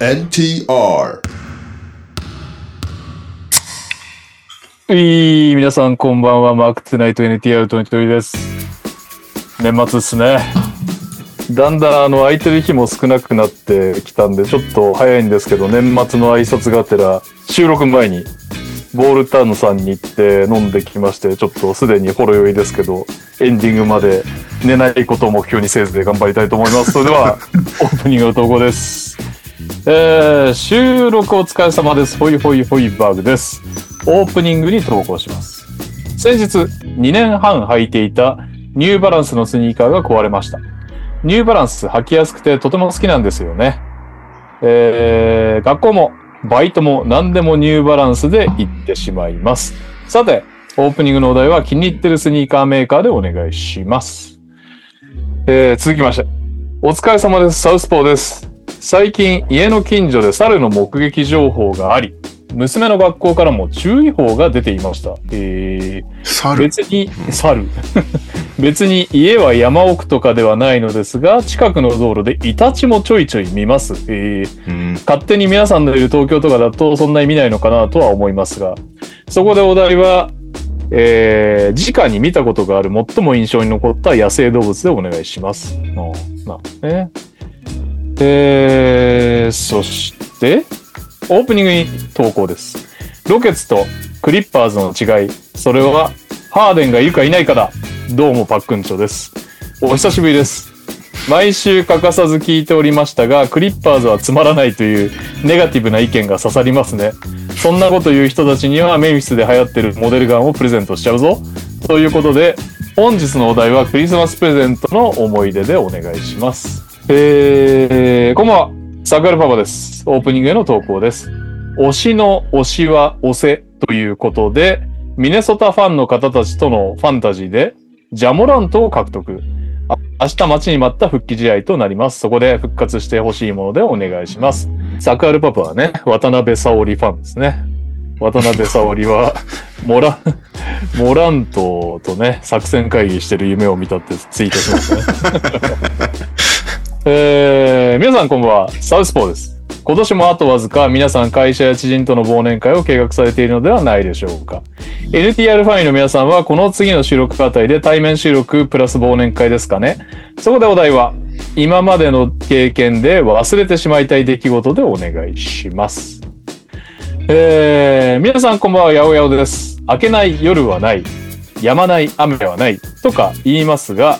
NTR うい皆さんこんばんはマークツナイト NTR トニトリです年末ですねだんだんあの空いてる日も少なくなってきたんでちょっと早いんですけど年末の挨拶がてら収録前にボールタウンさんに行って飲んできましてちょっとすでにほろ酔いですけどエンディングまで寝ないことを目標にせずで頑張りたいと思いますそれではオープニングの投稿ですえー収録お疲れ様です。ホイホイホイバーグです。オープニングに投稿します。先日、2年半履いていたニューバランスのスニーカーが壊れました。ニューバランス履きやすくてとても好きなんですよね。えー学校もバイトも何でもニューバランスで行ってしまいます。さて、オープニングのお題は気に入ってるスニーカーメーカーでお願いします。えー続きまして、お疲れ様です。サウスポーです。最近家の近所で猿の目撃情報があり娘の学校からも注意報が出ていました、えー、猿別に猿 別に家は山奥とかではないのですが近くの道路でイタチもちょいちょい見ます、えーうん勝手に皆さんのいる東京とかだとそんなに見ないのかなとは思いますがそこでお題は、えー、直に見たことがある最も印象に残った野生動物でお願いします。のなねえー、そしてオープニングに投稿です。ロケツとクリッパーズの違いそれはハーデンがいるかいないかだどうもパックンチョですお久しぶりです毎週欠かさず聞いておりましたがクリッパーズはつまらないというネガティブな意見が刺さりますねそんなこと言う人たちにはメンフィスで流行ってるモデルガンをプレゼントしちゃうぞということで本日のお題はクリスマスプレゼントの思い出でお願いしますえー、こんばんはサクアルパパですオープニングへの投稿です推しの推しは推せということで、ミネソタファンの方たちとのファンタジーで、ジャモラントを獲得。あ明日待ちに待った復帰試合となります。そこで復活してほしいものでお願いします。サクアルパパはね、渡辺沙織ファンですね。渡辺沙織は、モラ、モラントとね、作戦会議してる夢を見たってツイートしましたね。えー、皆さんこんばんは。サウスポーです。今年もあとわずか皆さん会社や知人との忘年会を計画されているのではないでしょうか。NTR ファンの皆さんはこの次の収録あたりで対面収録プラス忘年会ですかね。そこでお題は、今までの経験で忘れてしまいたい出来事でお願いします。えー、皆さんこんばんは、やおやおです。明けない夜はない、止まない雨はないとか言いますが、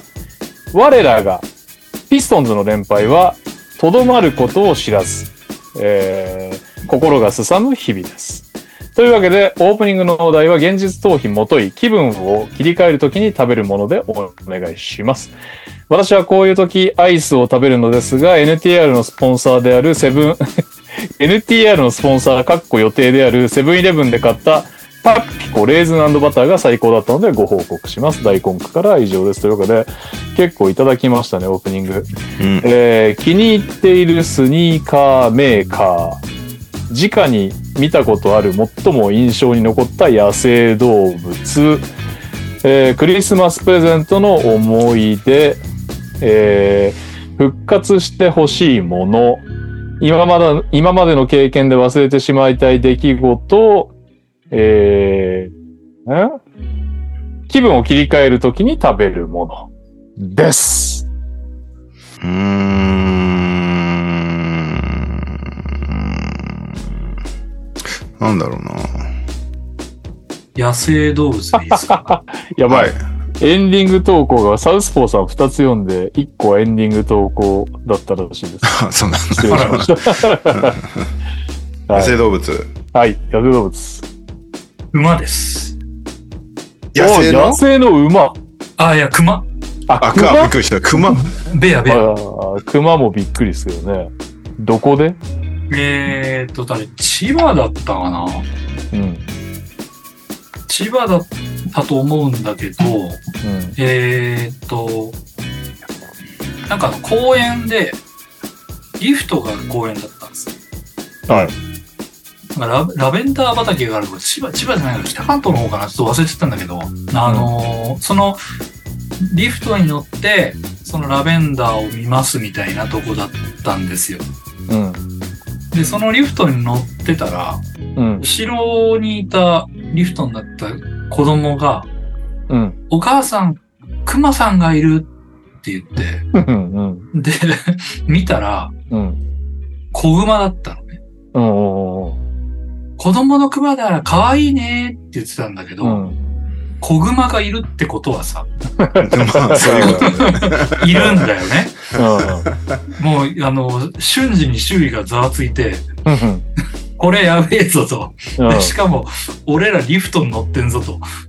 我らがピストンズの連敗はとどまることを知らず、えー心がすさむ日々です。というわけで、オープニングのお題は現実逃避もとい、気分を切り替えるときに食べるものでお願いします。私はこういうとき、アイスを食べるのですが、NTR のスポンサーであるセブン、NTR のスポンサー、かっこ予定であるセブンイレブンで買ったパピコ、レーズンバターが最高だったのでご報告します。大根区からは以上です。というわけで、結構いただきましたね、オープニング。うんえー気に入っているスニーカーメーカー直に見たことある最も印象に残った野生動物、えークリスマスプレゼントの思い出、えー復活してほしいもの今まだ今までの経験で忘れてしまいたい出来事、えーん気分を切り替えるときに食べるものです。うーんなんだろうな野生動物でいいですかやばいは。エンディング投稿がサウスポーさん2つ読んで、1個はエンディング投稿だったらしいです。あそうなん失礼しました。野は生い、動物はい、野生動物。馬です。野生おの野生の馬。あ、いや、熊。ああ、クマびっくりした。クマ。ベア、ベア。あ熊もびっくりですけどね。どこでえーっと、誰千葉だったかなうん。うん。千葉だったと思うんだけど、えーっと、なんかあの公園で、ギフトが公園だったんですよ。はい。なんかララベンダー畑があるとこ千葉、千葉じゃないか北関東の方かなちょっと忘れてたんだけど、あのーその、リフトに乗って、そのラベンダーを見ますみたいなとこだったんですよ。うん。で、そのリフトに乗ってたら、うん。後ろにいたリフトになった子供が、うん。お母さん、クマさんがいるって言って、うん。うん。で、 見たら、うん。子熊だったのね。うん。子供のクマだら可愛いねって言ってたんだけど、うん。子熊がいるってことはさ、 まあ、そういうことだよね。いるんだよね。もう、あの、瞬時に周囲がざわついて、これやべえぞと。でしかも、俺らリフトに乗ってんぞ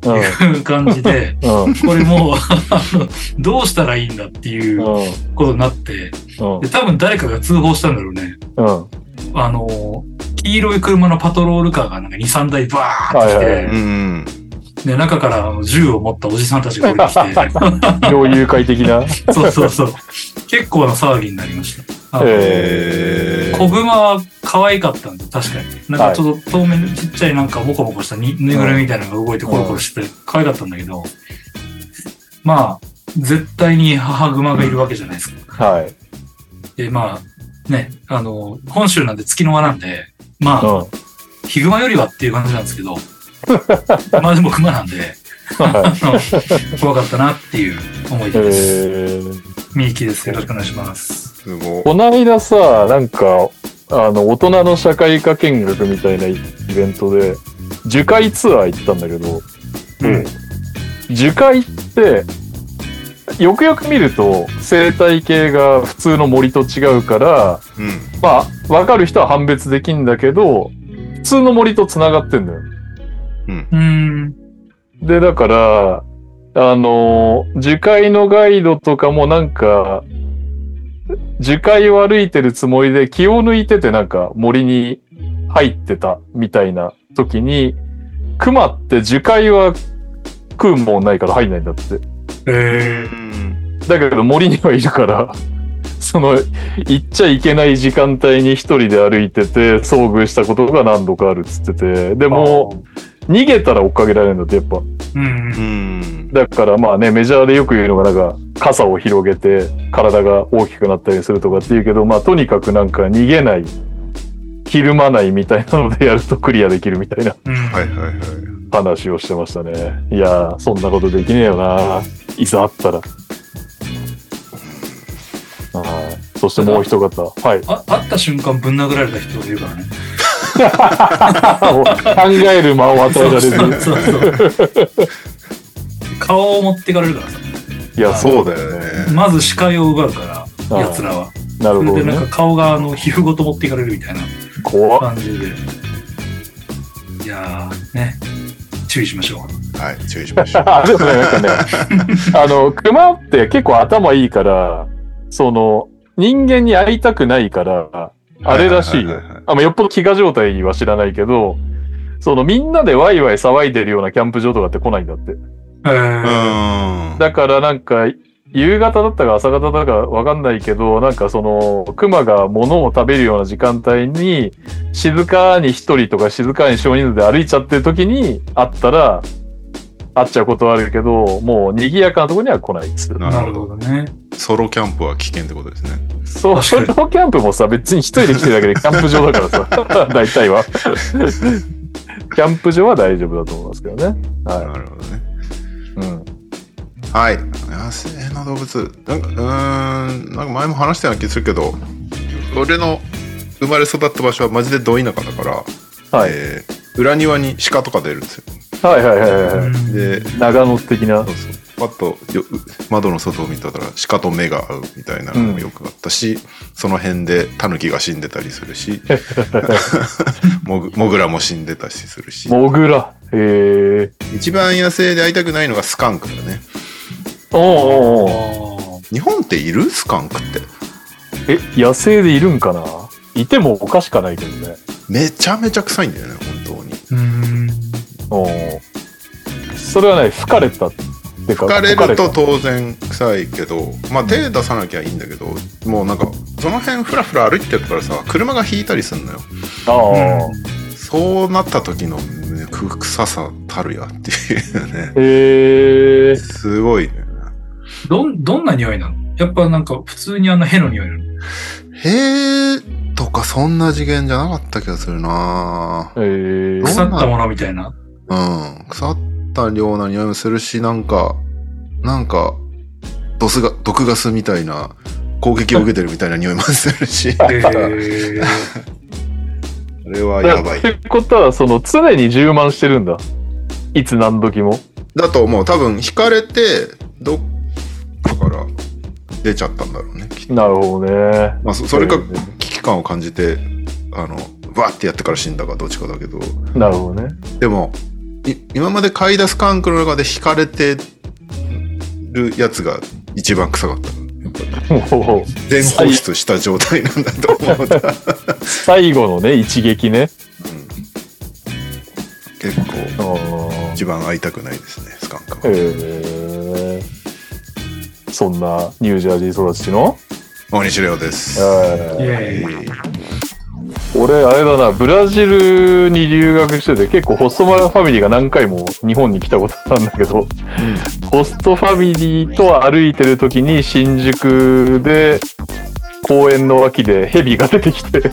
という感じで、これもう、あの、どうしたらいいんだっていうことになって、で多分誰かが通報したんだろうね。あの、黄色い車のパトロールカーがなんか2、3台バーって来て、はいはいはうん。で、中からあの銃を持ったおじさんたちが降りてき猟友会的な。て、 そうそうそう。結構な騒ぎになりました。あのえ小熊は可愛かったんで、確かに。なんかちょっと透明のちっちゃいなんかモコモコしたにぬいぐるみみたいなのが動いてコロコロしてて、可愛かったんだけど、まあ、絶対に母熊がいるわけじゃないですか。はい。で、まあ、ね、あの、本州なんで月の輪なんで、まあ、うヒグマよりはっていう感じなんですけど、まあでも熊なんで、あの怖かったなっていう思い出です。ん。ミーキです。よろしくお願いします。すごい。こないださ、なんか、あの、大人の社会科見学みたいなイベントで、樹海ツアー行ったんだけど、うん。樹海って、よくよく見ると、生態系が普通の森と違うから、うん。まあ、わかる人は判別できんだけど、普通の森と繋がってんだよ。うん。で、だから、あの、樹海のガイドとかもなんか、樹海を歩いてるつもりで気を抜いててなんか森に入ってたみたいな時に、熊って樹海は食うもんないから入んないんだって。えだけど森にはいるから、その、行っちゃいけない時間帯に一人で歩いてて、遭遇したことが何度かあるっつってて、でーも、逃げたら追っかけられるんだって、やっぱ。うんう。ん。だからまあね、メジャーでよく言うのがなんか傘を広げて体が大きくなったりするとかっていうけど、まあとにかくなんか逃げない、ひるまないみたいなのでやるとクリアできるみたいなうん。はいはいはい。話をしてましたね。いやー、そんなことできねえよな。いざあったら。はい。そしてもう一方。はい。あ会った瞬間ぶん殴られた人がいるからね。考える間を与えられず。そうそうそう顔を持っていかれるからさ。いや、そそううだだよよね。ね。まず視界を奪うから、あー奴らは。なるそれほでどなんね。か顔があの皮膚ごと持っていかれるみたいな怖っ感じで。いやー、ね。注意しましょはい、注意しま しょう。あでもね、なんかね、 あの、熊って結構頭いいから、その、人間に会いたくないから、あれらしいはよは。ははあ、まあ、よっぽど飢餓状態は知らないけど、そのみんなでワイワイ騒いでるようなキャンプ場とかって来ないんだって。う。えー、うん。だからなんか、夕方だったか朝方だったかわかんないけど、なんかその、熊が物を食べるような時間帯に、静かに一人とか静かに少人数で歩いちゃってる時に会ったら、会っちゃうことはあるけど、もう賑やかなとこには来ないっつう。なるほどね。ソロキャンプは危険ってことですね。そう、ソロキャンプもさ、別に一人で来てるだけでキャンプ場だからさ、 大体は。キャンプ場は大丈夫だと思いますけどね。なはるほどね。い。うん。はい。野生の動物。なんか、うーん、なんか前も話したような気するけど、俺の生まれ育った場所はマジでど田舎だから、はい。えー裏庭に鹿とか出るんですよ。はいはいはいはいはうんで、い。長野的なそ。うそうパッとよ窓の外を見たら鹿と目が合うみたいなのもよくあったし、その辺でタヌキが死んでたりする しモグモグラも死んでたしするしモグラ。へえ。一番野生で会いたくないのがスカンクだねおうおうおうあ日本っているスカンクってえ、野生でいるんかないてもおかしかないけどね。めちゃめちゃ臭いんだよね本当にーうん。おうそれはね、吹かれたってか。疲れると吹か当然臭いけどまあ手出さなきゃいいんだけどもうなんかその辺フラフラ歩いてるからさ車が引いたりすんのよれた。ああ。そうなった時のねく臭さたるやっていうねへえ。すごいね。どん、どんな匂いなのやっぱなんか普通にあのヘの匂いなのへえとっか、そんな次元じゃなかった気がするなえー、腐ったものみたい な。うん。腐ったような匂いもするし、なんか、なんか、ドスが、毒ガスみたいな、攻撃を受けてるみたいな匂いもするし、あえー、れはやばいっ。てことは、その、常に充満してるんだ。いつ何時も。だと思う。多分、惹かれて、どっかから出ちゃったんだろうね。きっとなるほどね。まあ、そそれか、危機感を感じて、あの、わーってやってから死んだかどっちかだけど、なるほどね。でも、い今まで買い出すカンクの中で惹かれてるやつが一番臭かった。もう、全放出した状態なんだと思うんだ。最後のね、一撃ね。うん 結構、あ一番会いたくないですね、スカンクは。えー、そんなニュージャージー育ちの、大西レオです。えイーえエーイー俺、あれだな、ブラジルに留学してて、結構ホストマファミリーが何回も日本に来たことあるんだけど、ホストファミリーと歩いてる時に新宿で、公園の脇でヘビが出てきて、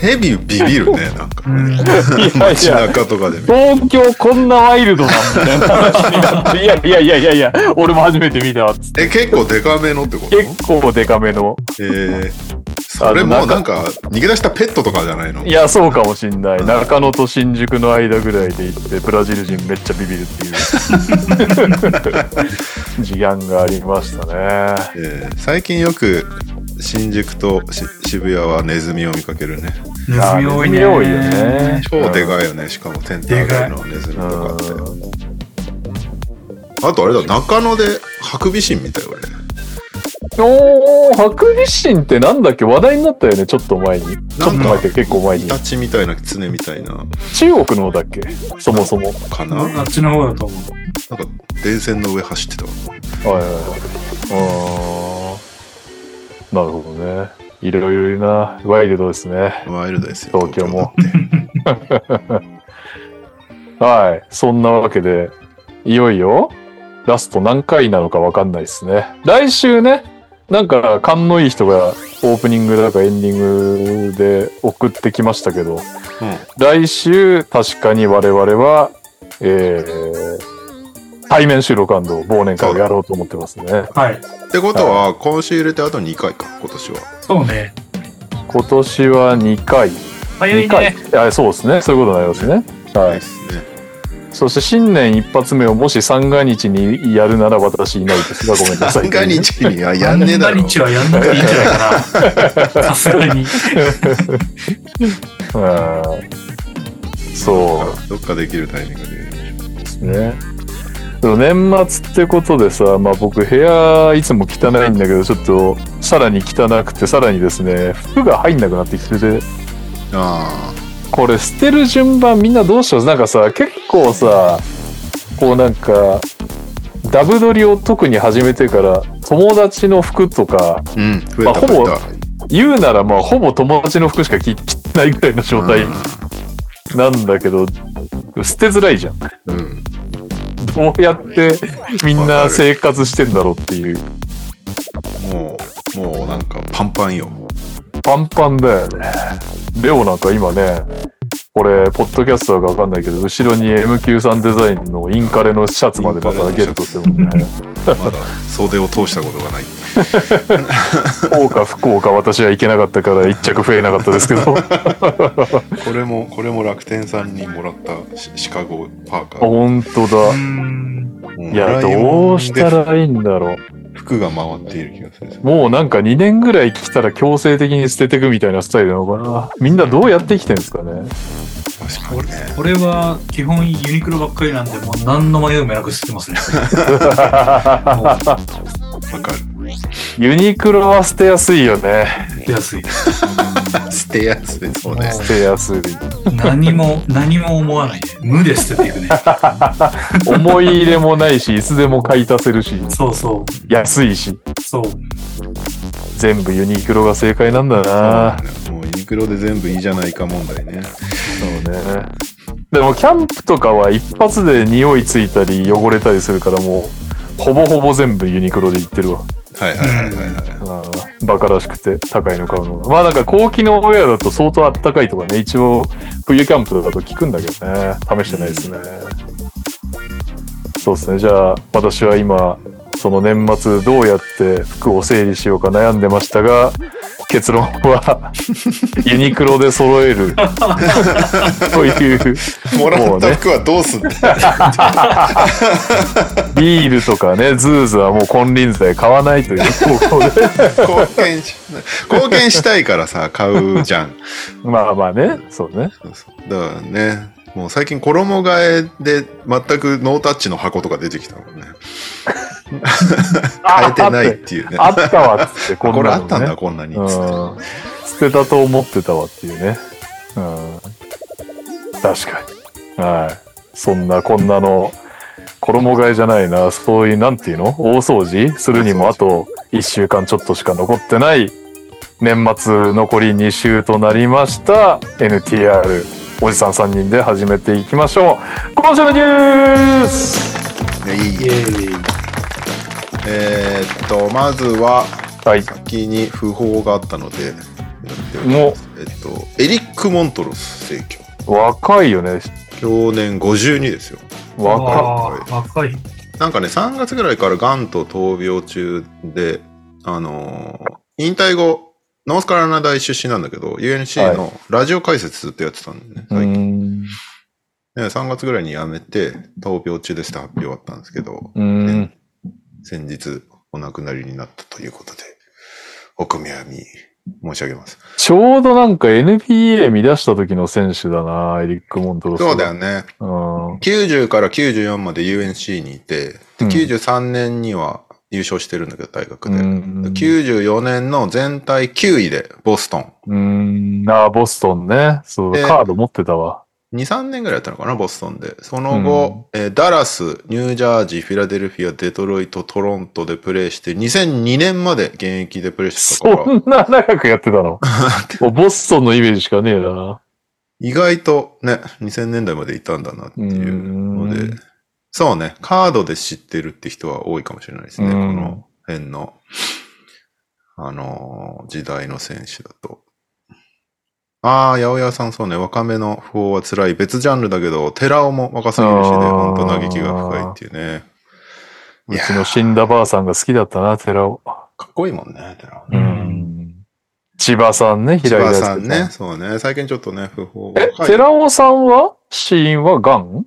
ヘビビビるね、なんかね。いやい街や、中とかで見る。東京こんなワイルドなんみたいな話になって、いやいやいやいやいや、俺も初めて見たわっつって。え、結構デカめのってこと結構デカめの。えー、それもうなんか、逃げ出したペットとかじゃないのいや、そうかもしんない。中野と新宿の間ぐらいで行って、ブラジル人めっちゃビビるっていう 事案がありましたね。えー最近よく新宿とし渋谷はネズミを見かけるね。ネズミ多いネズミね。多いよね。超でかいよね、しかもテント上がりのネズミとかって。うんあとあれだ、中野でハクビシン見たよ、俺。おー、白リシンってなんだっけ話題になったよね、ちょっと前に。ちょっなとん前っかて、結構前イに。タチみたいな、キツネみたいな、中国のだっけそもそも。はいかななんあかっちの方だと思う。電線の上走ってたわ。はいはい。あーなるほどね。いろいろな、ワイルドですね。ワイルドですよ。東京もだって。はい。そんなわけで、いよいよ、ラスト何回なのかわかんないですね。来週ね、なんか、勘のいい人がオープニングだかエンディングで送ってきましたけど、来週、確かに我々は、えー、対面収録忘年会をやろうと思ってますね。はい。うんってことは、今週入れてあと2回か、今年は。そうね。今年は2回。早い2回ね。。あそうですね。そういうことになりますね。はいで。すね。そして新年一発目をもし三が日にやるなら私いないですがごめんなさい。三が日にはやんねえだろ。日はやんなくていいんじゃない かな。さすがに。うんそどっかできるタイミングでやる。うですね。でも年末ってことでさ、まあ僕部屋いつも汚いんだけど、ちょっとさらに汚くて、さらにですね、服が入んなくなってきてて、あこれ捨てる順番みんなどうしようなんかさ、結構さ、こうなんか、ダブ取りを特に始めてから、友達の服とか、あ。うん、増えたまあ増ほえぼた。言うならまあほぼ友達の服しか着着てないぐらいの状態なんだけど、捨てづらいじゃん。うん。うんどうやってみんな生活してんだろうっていう。もう、もうなんかパンパンよ。パンパンだよね。レオなんか今ね、これ、ポッドキャストがわかんないけど、後ろに MQ さんデザインのインカレのシャツまでまたゲットしてるもんね。まだ袖を通したことがない。幸か不幸か私は行けなかったから一着増えなかったですけど。 これも、これも楽天さんにもらったシシカゴパーカー。本当うーだ。ん。もいや、ライオンどうしたらいいんだろう。で服が回っている気がする。もうなんか2年ぐらい来たら強制的に捨ててくみたいなスタイルなのかな。みんなどうやって生きてんですかね。確かにね。これは基本ユニクロばっかりなんで、もう何の迷いもなく捨てますね。もうわかる。ユニクロは捨てやすいよね。捨てやすい。捨てやすいそうね。捨てやすい。何も、何も思わないね。無で捨ててい くね。思い入れもないし、いつでも買い足せるし、そうそ安いし、う。そう。全部ユニクロが正解なんだな。もうユニクロで全部いいじゃないか問題ね。そうね。でもキャンプとかは一発で匂いついたり汚れたりするからもう、ほぼほぼ全部ユニクロで行ってるわ。はいはいはいはいはい。うんバカらしくて、高いの買うのが。まあなんか高機能ウェアだと相当あったかいとかね、一応冬キャンプとかだと聞くんだけどね、試してないですね。そうですね、じゃあ私は今、その年末どうやって服を整理しようか悩んでましたが、結論は ユニクロで揃 えるというもらもっうたね服はどうすんのビールとかねズーズはもう金輪際買わないという方向で 貢献し貢献したいからさ買うじゃんまあまあねそうねそうそうだからねもう最近衣替えで全くノータッチの箱とか出てきたもんね変えてないっていうねああったわっ つってここんなの、ね、れあったんだこんなにつってうん捨てたと思ってたわっていうね、うん、確かにはいそんなこんなの衣替えじゃないなそういうなんていうの大掃除するにも大あと1週間ちょっとしか残ってない年末残り2週となりました NTR おじさん3人で始めていきましょう今週のニュースねいいイエーイ。えーっとまずははい先に訃報があったのでやっておりもますえっとエリック・モントロス逝去う若いよね去年52ですよ若あー若い。なんかね、3月ぐらいからがんと闘病中で、あのー引退後、ノースカロライナ大出身なんだけど、UNC のラジオ解説ずっとやってたんだよね、いう最近んね3月ぐらいに辞めて、闘病中ですって発表あったんですけど、うん先日お亡くなりになったということで、お悔やみ申し上げます。ちょうどなんか NBA 見出した時の選手だな、エリック・モントロスが。そうだよね。うん。 90から94まで UNC にいて、でうん93年には優勝してるんだけど、大学で。うんで94年の全体9位でボストン。うん。ああ、ボストンね。そう、でカード持ってたわ。 2、3年ぐらいやったのかな、ボストンで。その後、えーダラス、ニュージャージー、フィラデルフィア、デトロイト、トロントでプレーして、2002年まで現役でプレーしてたから、そんな長くやってた のもうボストンのイメージしかねえな。意外とね、2000年代までいたんだなっていうのうで、そうね、カードで知ってるって人は多いかもしれないですね、うこんの辺の、あのー時代の選手だと。ああ、八百屋さんそうね、若めの不法は辛い。別ジャンルだけど、寺尾も若すぎるしね、あー本当嘆きが深いっていうね。いうやーちの死んだばあさんが好きだったな、寺尾。かっこいいもんね、寺尾うね。ん。千葉さんね、千平井葉大輔さんね、。そうね、最近ちょっとね、不法え、若い寺尾さんは死因はガン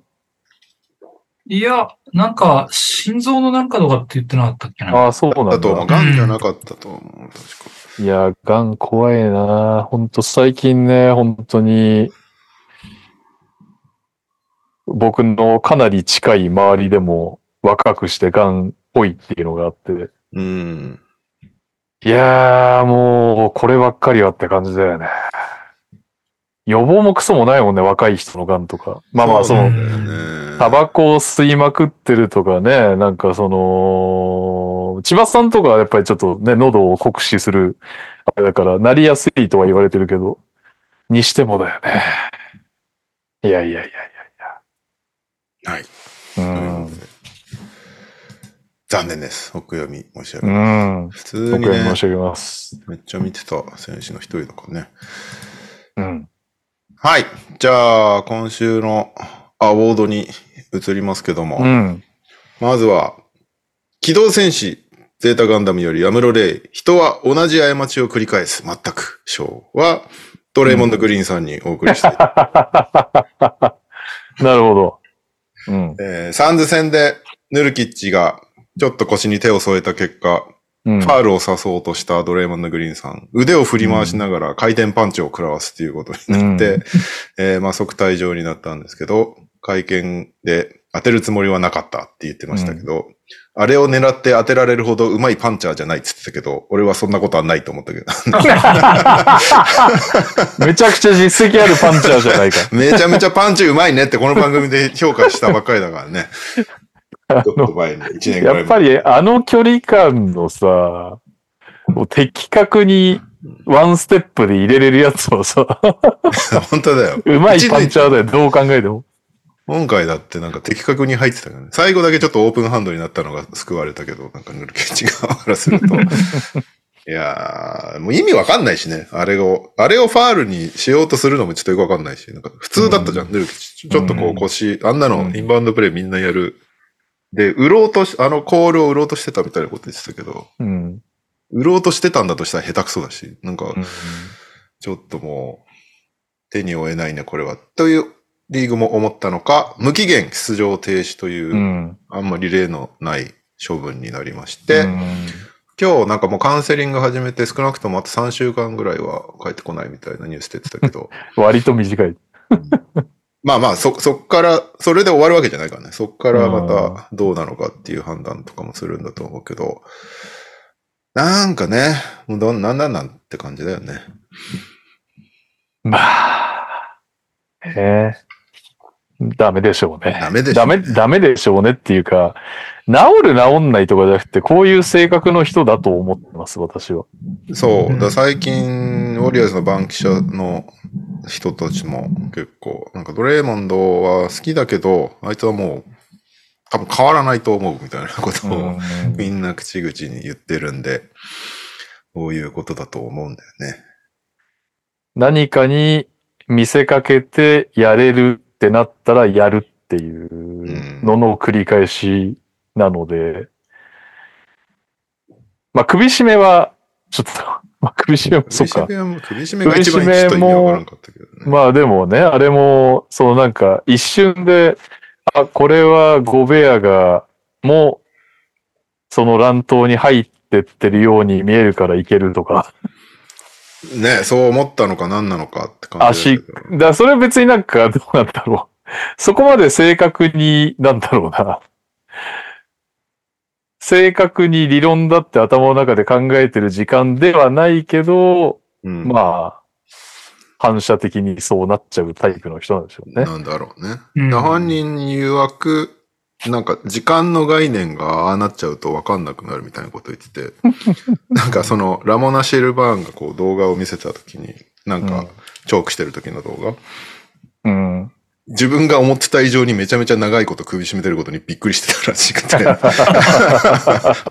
いや、なんか、心臓のなんかとかって言ってなかったっけな。ああ、そうなだんと思だう。。ガンじゃなかったと思う、確か。いや、ガン怖いな本当最近ね、本当に、僕のかなり近い周りでも若くしてガンっぽいっていうのがあって、うん。いやーもう、こればっかりはって感じだよね。予防もクソもないもんね、若い人のガンとか。まあまあ、そそうの、なんだよね。タバコを吸いまくってるとかね、なんかその、千葉さんとかはやっぱりちょっとね、喉を酷使する、あれだから、なりやすいとは言われてるけど、にしてもだよね。いやいやいやいはい。やといいうや。ことで残念です。お悔やみ申し上うげます。ん。うん。普通に僕はね申、し上げます。めっちゃ見てた選手の一人だからね。うん。はい。じゃあ、今週のアワードに移りますけども、うん。まずは、機動戦士、ゼータガンダムよりアムロレイ、人は同じ過ちを繰り返す、全く、章は、ドレイモンド・グリーンさんにお送りしたい。なるほど。うん。え ーサンズ戦で、ヌルキッチが、ちょっと腰に手を添えた結果、うんファールを刺そうとしたドレイモンド・グリーンさん、腕を振り回しながら回転パンチを食らわすということになって、うえーまあ即退場になったんですけど、会見で当てるつもりはなかったって言ってましたけど、あれを狙って当てられるほどうまいパンチャーじゃないって言ってたけど、俺はそんなことはないと思ったけど、 めちゃくちゃ実績あるパンチャーじゃないか。めちゃめちゃパンチうまいねってこの番組で評価したばっかりだから ね。ちょっと前に、1年ぐらい前やっぱりあの距離感のさ、もう的確にワンステップで入れれるやつを さ、 本当だよ。うまいパンチャーだよ、どう考えても。今回だってなんか的確に入ってたからね。 最後だけちょっとオープンハンドになったのが救われたけど、なんかヌルケッチがあらすると、いやー、もう意味わかんないしね。あれを、あれをファールにしようとするのもちょっとよくわかんないし、なんか普通だったじゃん。でちょっとこう腰、あんなのインバウンドプレイみんなやる。で、売ろうとし、あのコールを売ろうとしてたみたいなこと言ってたけど、うん。売ろうとしてたんだとしたら下手くそだし、なんかうんちょっともう手に負えないね、これは。というリーグも思ったのか、無期限出場停止という、うん。あんまり例のない処分になりましでて、今日なんかもうカウンセリング始めて少なくともあと3週間ぐらいは帰ってこないみたいなニュース出てたけ ど、割と短い。まあまあそ、そっから、それで終わるわけじゃないからね。そっからまたどうなのかっていう判断とかもするんだと思うけど、なんかね、もうどんなんなんなんって感じだよね。まあ、ねえダメでしょうね。ダメでしょダメ、ダメでしょうねっていうか、治る治んないとかじゃなくて、こういう性格の人だと思ってます、私は。そう。だから最近、ウォリアーズのバンキシャの人たちも結構、なんかドレーモンドは好きだけど、あいつはもう多分変わらないと思うみたいな ことを、みんな口々に言ってるんで、そういうことだと思うんだよね。何かに見せかけてやれるってなったらやるっていうのの繰り返しなので、まあ首絞めは、ちょっと、まあ首絞めもそうか。首絞めも首絞めが一番ちょっと意味わからんかったけどね。まあでもね、あれも、そのなんか一瞬で、あ、これはゴベアが、もう、その乱闘に入ってってるように見えるからいけるとか。ね、そう思ったのか何なのかって感じだ足、けだど。からそれは別になんかどうなんだろう。そこまで正確に、なんだろうな。正確に理論だって頭の中で考えてる時間ではないけど、うん、まあ、反射的にそうなっちゃうタイプの人なんでしょうね。なんだろうね。うん本人に誘惑、なんか時間の概念がああなっちゃうとわかんなくなるみたいなこと言って て、なんかそのラモナ・シェルバーンがこう動画を見せたときに、なんうかんチョークしてる時の動画、うん。自分が思ってた以上にめちゃめちゃ長いこと首絞めてることにびっくりしてたらしく て。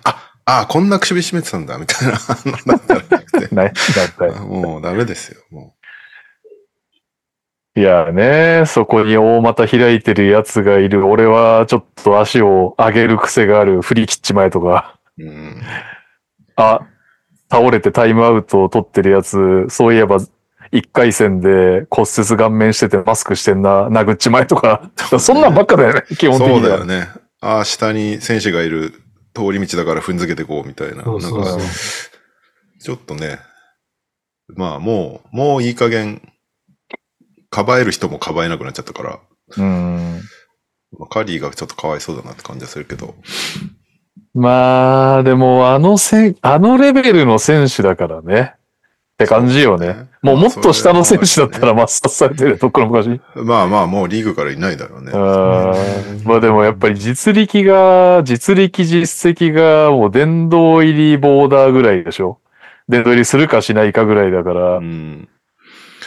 あ、あ、こんな首絞めてたんだ、みたいな。 なんだらしくてない、だっもうダメですよ、もて。いやね、そこに大股開いてるやつがいる。俺はちょっと足を上げる癖がある。振り切っちまえとか。う。うん。あ、倒れてタイムアウトを取ってるやつ、そういえば、一回戦で骨折顔面しててマスクしてんな、殴っちまえとか。 そんなんばっかだよね、基本的にそうだは。よね。ああ、下に選手がいる通り道だから踏んづけてこう、みたいな。そうそうなそんうか、。ちょっとね、まあもう、もういい加減、かばえる人もかばえなくなっちゃったから、うん。まあカリーがちょっとかわいそうだなって感じはするけど。まあ、でも、あのせん、あのレベルの選手だからね。って感じよね。もうもっと下の選手だったら抹殺されてるところもおかしい。まあまあ、もうリーグからいないだろうね。あーまあでもやっぱり実力が、実力実績がもう殿堂入りボーダーぐらいでしょ。殿堂入りするかしないかぐらいだから、うん。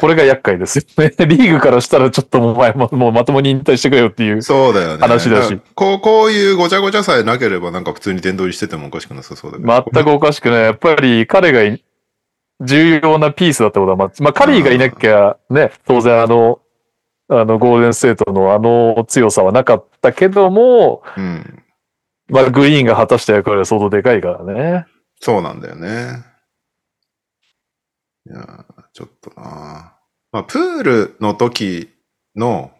これが厄介ですよね。 リーグからしたらちょっともうお前ももうまともに引退してくれよっていう。そうだよね。話だしからこう、こういうごちゃごちゃさえなければ、なんか普通に殿堂入りしててもおかしくなさそうだけど。全くおかしくない。やっぱり彼がい重要なピースだったことは、まあ、まあ、カリーがいなきゃね、当然あの、あのゴールデンステートのあの強さはなかったけども、うん。まあ、グリーンが果たした役割は相当でかいからね。そうなんだよね。いやー、ちょっとなまあ、プールの時の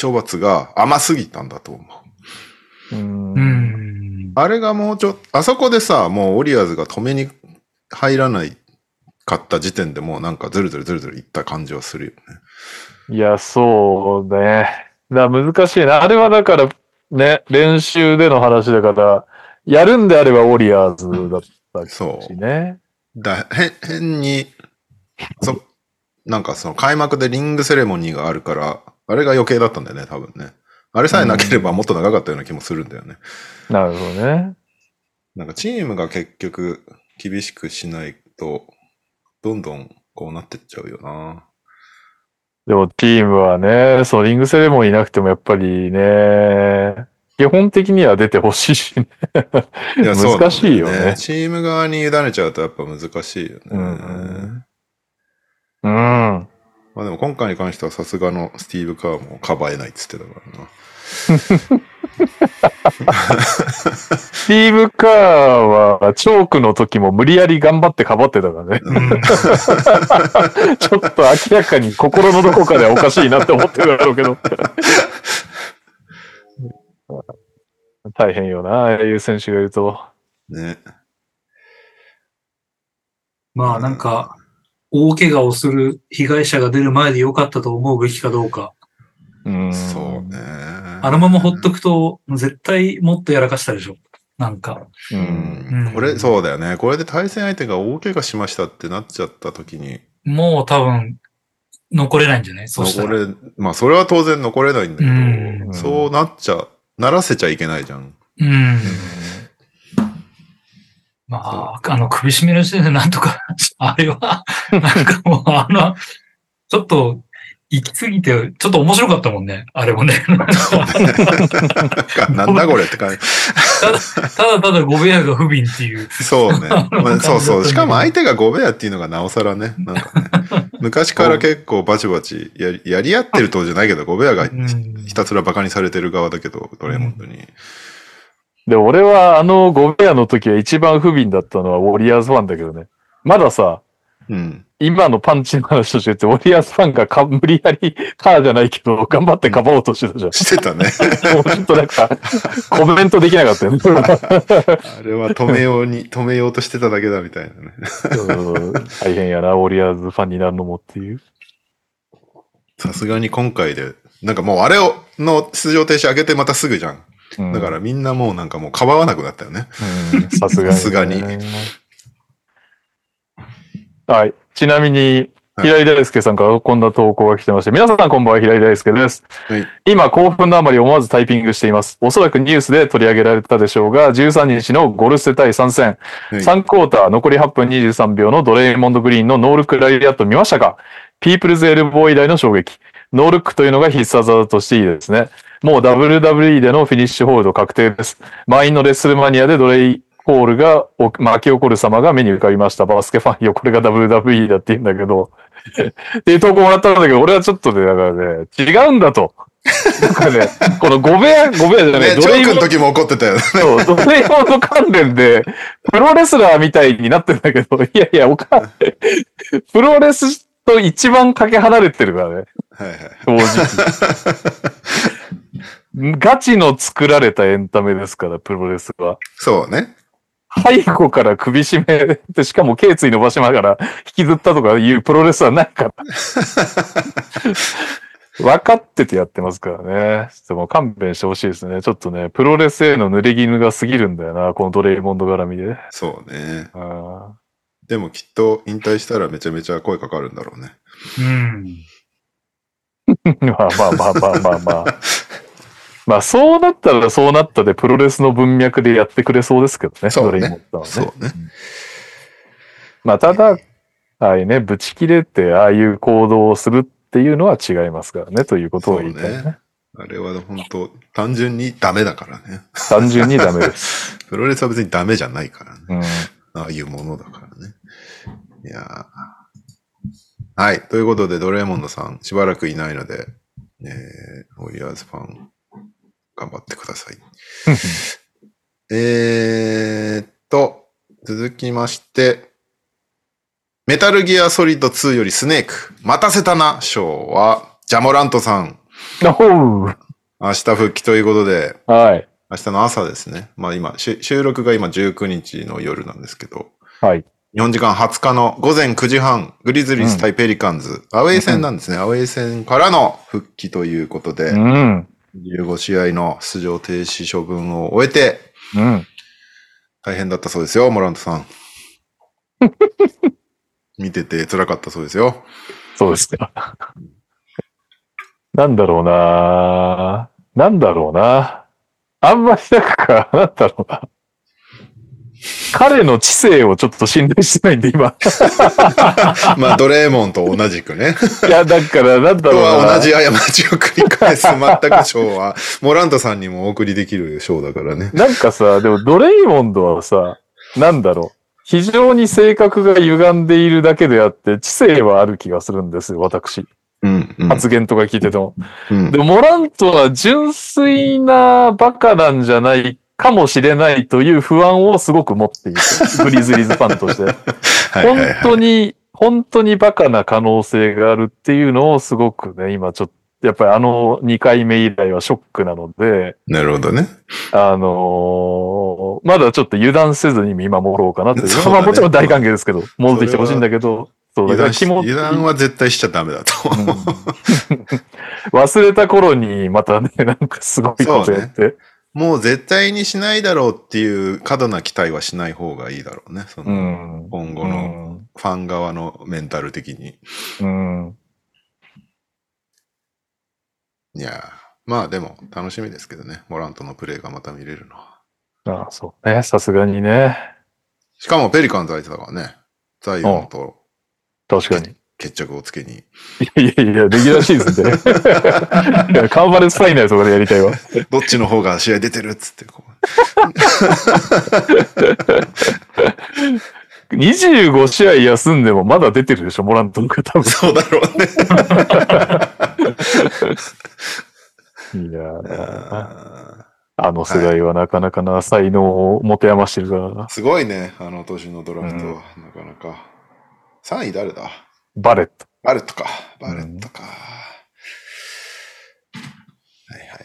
処罰が甘すぎたんだと思う。う。うんん。あれがもうちょっと、あそこでさ、もうオリアーズが止めに入らないかった時点でもうなんかずるずるずるずるいった感じはするよね。いや、そうね。だ難しいな。あれはだから、ね、練習での話だから、やるんであればウォリアーズだったそうし。ね。だ、へ、変に、そ、なんかその開幕でリングセレモニーがあるから、あれが余計だったんだよね、多分ね。あれさえなければもっと長かったような気もするんだよね。なるほどね。なんかチームが結局厳しくしないと、どんどんこうなってっちゃうよな。でもチームはね、そのリングセレモニーなくてもやっぱりね、基本的には出てほしいしね。いやそうなんだ難しいよねチーム側に委ねちゃうとやっぱ難しいよね。うんうん。まあでも今回に関してはさすがのスティーブ・カーもかばえないっつってたからな。スティーブ・カーは、チョークの時も無理やり頑張ってかばってたからね。 うん ちょっと明らかに心のどこかでおかしいなって思ってるだろうけど。 大変よな、ああいう選手がいると。ね。まあなんか、大怪我をする被害者が出る前で良かったと思うべきかどうか。うん。そうね。あのままほっとくと、絶対もっとやらかしたでしょ。なんか。う。うんんうんこれ、そうだよね。これで対戦相手が大怪我しましたってなっちゃった時に、もう多分、残れないんじゃないそうした残ら。れ、まあそれは当然残れないんだけど、うんそうなっちゃ、ならせちゃいけないじゃん。うん。まあ、あの、首絞めの時点でなんとか、 あれは、なんかもう、あの、ちょっと、行き過ぎて、ちょっと面白かったもんね。あれもね。 なんか なんだこれって感じ。ただただご迷惑が不憫っていう。そう ね。まあ、そうそう。しかも相手が5部屋っていうのがなおさらね。なんかね昔から結構バチバチやりやり合ってる当じゃないけど、5部屋がうんひたすらバカにされてる側だけど、ドレモンドに。で、俺はあの5部屋の時は一番不憫だったのはウォリアーズファンだけどね。まださ、うん。今のパンチの話として言って、ウォリアーズファンがか無理やり、カーじゃないけど、頑張ってかばおうとしてたじゃん。してたね。 もうちょっとなんか、コメントできなかったよね。あれは止めように、止めようとしてただけだみたいなね。うん 大変やな、ウォリアーズファンになるのもっていう。さすがに今回で、なんかもうあれを、の出場停止上げてまたすぐじゃん。うんだからみんなもうなんかもうかばわなくなったよね。うんさすがにね。さすがにはい。ちなみに、はい平井大輔さんからこんな投稿が来てまして、皆さんこんばんは、平井大輔です。はい今、興奮のあまり思わずタイピングしています。おそらくニュースで取り上げられたでしょうが、13日のゴルセ対参戦、はい3クォーター残り8分23秒のドレイモンド・グリーンのノールックライアット見ましたかピープルズ・エルボー以来の衝撃。ノールックというのが必殺技としていいですね。もう WWE でのフィニッシュホールド確定です。満員のレッスルマニアでドレイコールがお巻き起こる様が目に浮かびました。バスケファンよ、これが WWE だって言うんだけど。っていう投稿もらったんだけど、俺はちょっとね、だからね、違うんだと。なんかね、この5部屋、5部屋じゃない、ね、ドジョレイーモクンの時も怒ってたよね。そう、ドレイモンド関連で、プロレスラーみたいになってんだけど、 いやいや、おか、プロレスと一番かけ離れてるからね、はいはい。正直。ガチの作られたエンタメですから、プロレスは。そうね。背後から首絞めて、しかも頸椎伸ばしながら引きずったとか いうプロレスはないから。分かっててやってますからね。ちょっともう勘弁してほしいですね。ちょっとね、プロレスへの濡れ衣が過ぎるんだよな、このドレイモンド絡み で。そうね。あでもきっと引退したらめちゃめちゃ声かかるんだろうね。うん。ーまあまあまあまあまあまあ。まあそうなったらそうなったでプロレスの文脈でやってくれそうですけどね、そうねドレイモンドはね。そうね。まあ、ただ、はいね、ぶち切れて、ああいう行動をするっていうのは違いますからね、ということを言いたいね。そうねあれは本当単純にダメだからね。単純にダメ です。プロレスは別にダメじゃないからね。うん。ああいうものだからね。いやーはい。ということで、ドレーモンドさん、しばらくいないので、えー、ウォリアーズファン、頑張ってください。えーっと、続きまして、メタルギアソリッド2よりスネーク、待たせたな、賞は、ジャモラントさん、ほう明日復帰ということで、はい。明日の朝ですね。まあ今、し収録が今19日の夜なんですけど、はい。日本時間20日の午前9時半、グリズリーズ対ペリカンズ、アウェイ戦なんですね。アウェイ戦からの復帰ということで、うん。 15試合の出場停止処分を終えて、うん。大変だったそうですよ、モラントさ ん。見てて辛かったそうです よ。そうですか。なんだろうななんだろうなあんまりなんか、なんだろうな彼の知性をちょっと信頼してないんで、今。まあ、ドレーモンと同じく ね。いや、だから、なんとだろうな。は 同じ過ちを繰り返す全く賞は、 モラントさんにもお送りできる賞だからね。なんかさ、でもドレイモンドはさ、なんだろう。非常に性格が歪んでいるだけであって、知性はある気がするんですよ、私。うん、うん。発言とか聞いてても。うんで、モラントは純粋なバカなんじゃないかもしれないという不安をすごく持って いる。グリズリーズファンとして。はいはい本はい。当に、本当にバカな可能性があるっていうのをすごくね、今ちょっと、やっぱりあの2回目以来はショックなので、なるほどね。あのーまだちょっと油断せずに見守ろうかなという。そうだねまあもちろん大歓迎ですけど、戻ってきてほしいんだけど、そう、だ油から断し気持ち、油断は絶対しちゃダメだと。うん 忘れた頃にまたね、なんかすごいことやって。もう絶対にしないだろうっていう過度な期待はしない方がいいだろうね。そうのん。今後うのん。ファン側のメンタル的に。うん。いやーまあでも楽しみですけどね。モラントのプレーがまた見れるのは。ああそうね。さすがにね。しかもペリカンズ相手だからね。ザイオンと確かに。決着をつけに。いやいやいや、レギュラーシーズンでね。いやカンファレンスファイナルとかでやりたいわ。どっちの方が試合出てるっつってこ う。 25試合休んでもまだ出てるでしょ、モラントンが多分。そうだろうね。いやーああの世代はなかなかな才能を持て余してるからなー。すごいね。あの年のドラフトは、なかなか。3位誰だバレット。バレットか。バレットか。はいはい。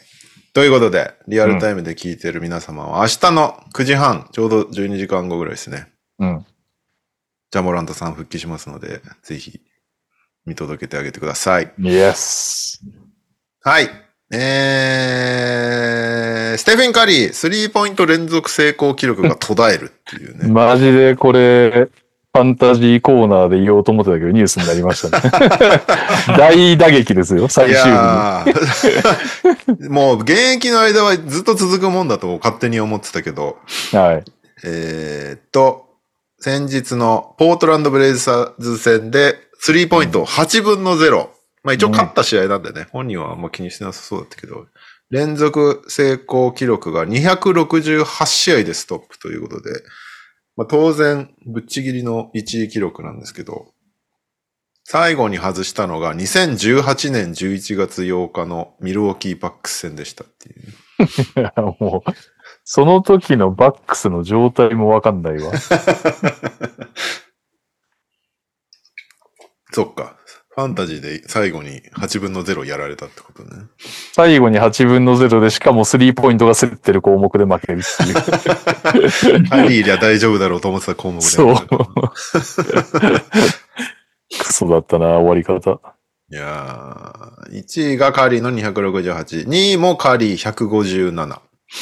ということで、リアルタイムで聞いてる皆様は、明日の9時半、ちょうど12時間後ぐらいですね。うん。ジャモラントさん復帰しますので、ぜひ見届けてあげてください。イエス。はい。えー、ステフィン・カリー、スリーポイント連続成功記録が途絶えるっていう ね。マジでこれ、ファンタジーコーナーで言おうと思ってたけど、ニュースになりましたね。大打撃ですよ、最い終日に。やー もう現役の間はずっと続くもんだと勝手に思ってたけど、はい。えーっと、先日のポートランドブレイザーズ戦で、スリーポイント8分の0。まあ一応勝った試合なんでね、本人はあんま気にしてなさそうだったけど、連続成功記録が268試合でストップということで、まあ当然、ぶっちぎりの1位記録なんですけど、最後に外したのが2018年11月8日のミルウォーキーパックス戦でしたっていう。 もう、その時のバックスの状態もわかんないわ。そっか。ファンタジーで最後に8分の0やられたって ことね。最後に8分の0で、しかもスリーポイントが競ってる項目で負けるっていう。ハリーりゃ大丈夫だろうと思ってた項目で。そう。 クソだったな、終わり方。いやー、1位がカリーの268、2位もカリー157、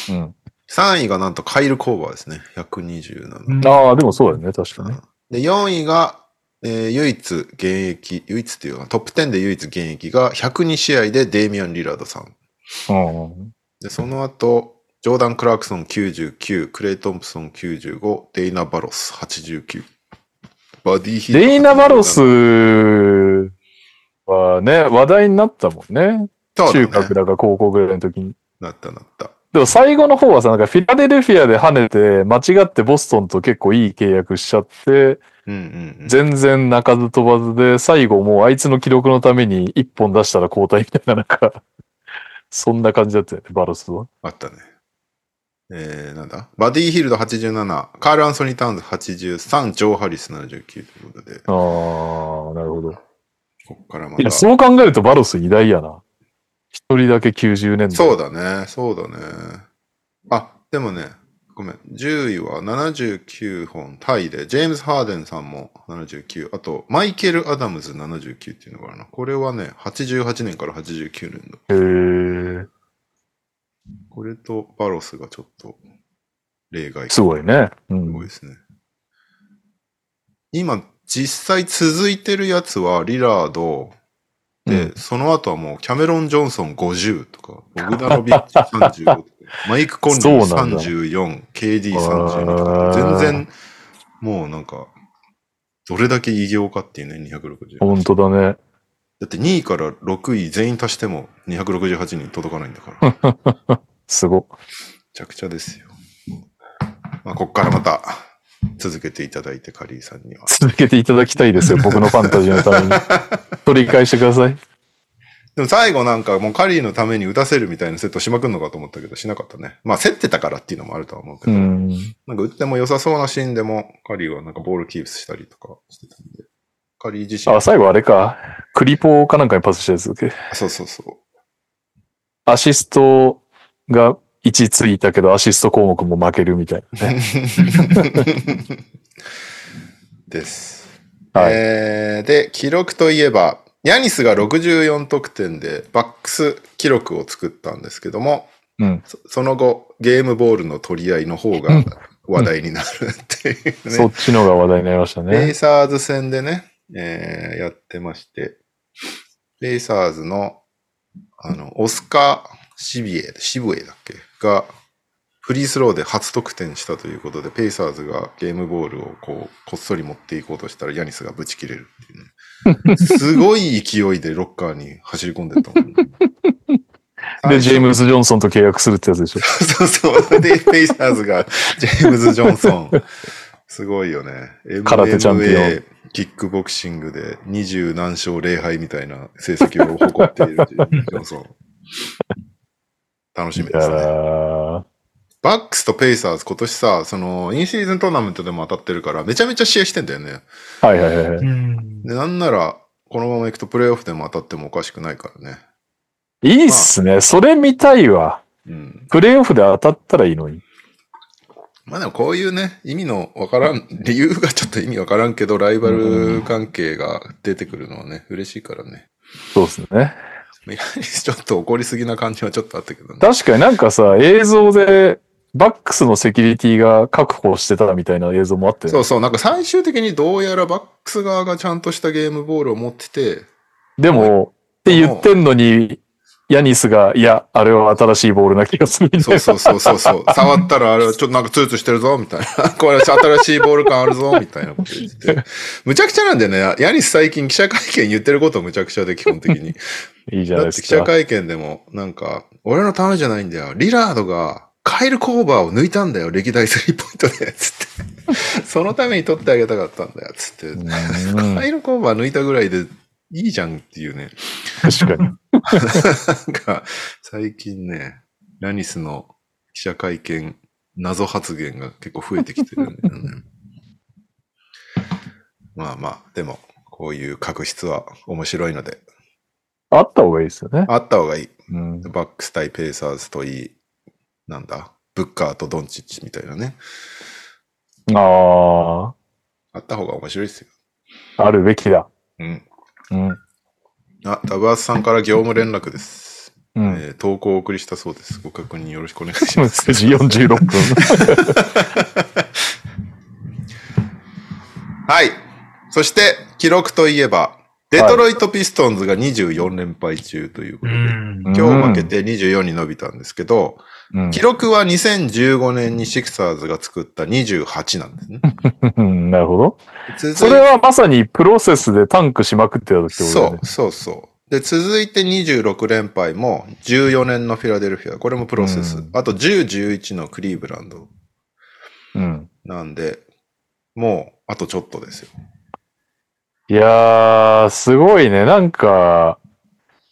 うん。 3位がなんとカイル・コーバーですね。127。ああ、でもそうだよね、確かね。で、4位が、えー唯一現役、唯一っていうかトップ10で唯一現役が102試合でデイミアン・リラードさん。うん。で、その後、ジョーダン・クラークソン99、クレイ・トンプソン95、デイナ・バロス89。バディヒートレイナ・バロスはね、話題になったもんね。そうだ中ね学だか高校ぐらいの時に。なったなった。でも最後の方はさ、なんかフィラデルフィアで跳ねて、間違ってボストンと結構いい契約しちゃって、うんうん、うん。全然泣かず飛ばずで、最後もうあいつの記録のために一本出したら交代みたいな、なんか、 そんな感じだったよね、バロスは。あったね。えー、なんだバディ・ヒールド87、カール・アンソニー・タウンズ83、ジョー・ハリス79ということで、ああ、なるほど。こっからまいや、た。そう考えるとバロス偉大やな。一人だけ90年代。そうだね、そうだね。あ、でもね、ごめん、10位は79本タイで、ジェームズ・ハーデンさんも79、あと、マイケル・アダムズ79っていうのがあるな。これはね、88年から89年だ。へえ、これとバロスがちょっと例外。すごいね。うすんごい。ですね。今、実際続いてるやつは、リラード、で、その後はもうキャメロン・ジョンソン50とか、ボグダノビッチ35とか、マイク・コンリーそうなんだ34、KD32 とか、全然、もうなんか、どれだけ異業かっていうね、260。本当だね。だって2位から6位全員足しても268に届かないんだから。めすご。ちゃくちゃですよ。まあ、こっからまた続けていただいて、カリーさんには。続けていただきたいですよ。 僕のファンタジーのために。取り返してください。でも最後なんかもうカリーのために打たせるみたいなセットしまくんのかと思ったけど、しなかったね。まあ、競ってたからっていうのもあるとは思うけうど、ん。なんか打っても良さそうなシーンでも、カリーはなんかボールキープしたりとかしてたんで、カリー自身あ、、最後あれか。クリポーかなんかにパスしたやつだっけ。あそうそうそう。 アシストが1ついたけど、アシスト項目も負けるみたいなね。です。はいえーで、記録といえば、ヤニスが64得点でバックス記録を作ったんですけども、うん。そその後、ゲームボールの取り合いの方うがん話題になるっていうね。そっちのが話題になりましたレイね。サーズ戦でね、えーやってまして、レイサーズの、あの、オスカー・シビエ、シブエだっけが、フリースローで初得点したということで、ペイサーズがゲームボールをこう、こっそり持っていこうとしたら、ヤニスがぶち切れるっていうね。すごい勢いでロッカーに走り込んでったもんねで、ジェームズ・ジョンソンと契約するってやつでしょ。そうそう。で、ペイサーズが、ジェームズ・ジョンソン。すごいよね。空手チャンピオン MMA キックボクシングで二十何勝0敗みたいな成績を誇っているジェームズジョンソン。楽しみいやですね。ーバックスとペイサーズ今年さ、その、インシーズントーナメントでも当たってるから、めちゃめちゃ試合してんだよね。はいはいはいはい。うん。で、なんなら、このまま行くとプレイオフでも当たってもおかしくないからね。いいっすね。それ見たいわ。うん。プレイオフで当たったらいいのに。まあでもこういうね、意味のわからん、理由がちょっと意味わからんけど、ライバル関係が出てくるのはね、嬉しいからね。そうですね。ヤニスちょっと怒りすぎな感じはちょっとあったけどね。確かになんかさ、映像で、バックスのセキュリティが確保してたみたいな映像もあって、そうそう、なんか最終的にどうやらバックス側がちゃんとしたゲームボールを持ってて、でも、って言ってんのに、ヤニスが、いや、あれは新しいボールな気がするみたいそうな。そうそうそうそう、触ったらあれはちょっとなんかツーツーしてるぞ、みたいな。これ新しいボール感あるぞ、みたいなこと言ってて。むちゃくちゃなんだよね。ヤニス最近記者会見言ってることむちゃくちゃで、基本的に。いいじゃないだでって記す者か。会見でも、なんか、俺のためじゃないんだよ。リラードが、カエル・コーバーを抜いたんだよ、歴代スリーポイントで、つ って。そのために取ってあげたかったんだよ、つって。 うんカエル・コーバー抜いたぐらいでいいじゃんっていう ね。確かなに。んか、最近ね、ラニスの記者会見、謎発言が結構増えてきてるん だよね。まあまあ、でも、こういう確執は面白いので、あった方がいいですよね。あった方がいい。うん、バックス対ペーサーズといい、なんだ、ブッカーとドンチッチみたいなね。ああった方が面白いですよ。あ、あるべきだ。うん。うん。あ、ダブアスさんから業務連絡です。うん。えー投稿をお送りしたそうです。ご確認よろしくお願いし今ます。 9時46分。 はい。そして、記録といえば、デトロイト・ピストンズが24連敗中というこうとで、ん。今日負けて24に伸びたんですけど、うん記録は2015年にシクサーズが作った28なんですね。うん。なるほど。続いてそれはまさにプロセスでタンクしまくってた時ってことだよそね。う、そうそう。で、続いて26連敗も14年のフィラデルフィア。これもプロセス。うんあと10、11のクリーブランドうん。なんで、もうあとちょっとですよ。いやー、すごいね。なんか、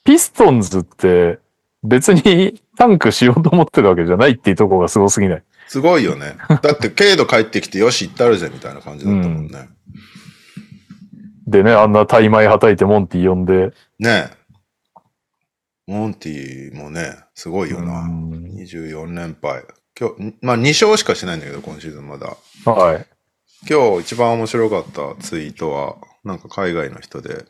ピストンズって別にタンクしようと思ってるわけじゃないっていうところがすごすぎない。すごいよ ね。だって、軽度帰ってきて、よし、行ったるぜ、みたいな感じだったもんね。でね、あんな大枚はたいてモンティ呼んで。ねえ。モンティもね、すごいような。ん24連敗。今日、んまあ2勝しかしてないんだけど、今シーズンまだ。はい。今日一番面白かったツイートは、なんか海外の人で、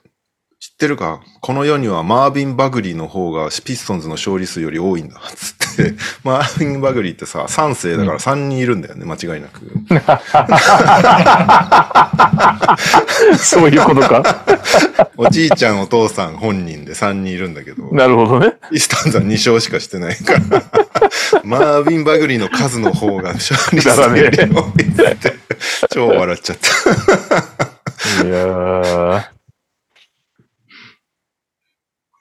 知ってるかこの世にはマービン・バグリーの方がピストンズの勝利数より多いんだ。つって。 マービン・バグリーってさ、3世だから3人いるんだよね、間違いなく。そういうことか。 おじいちゃん、お父さん本人で3人いるんだけど、なるほどね。ピストンズは2勝しかしてないから、 マービン・バグリーの数の方が勝利数より多いって 超笑っちゃった。いやー。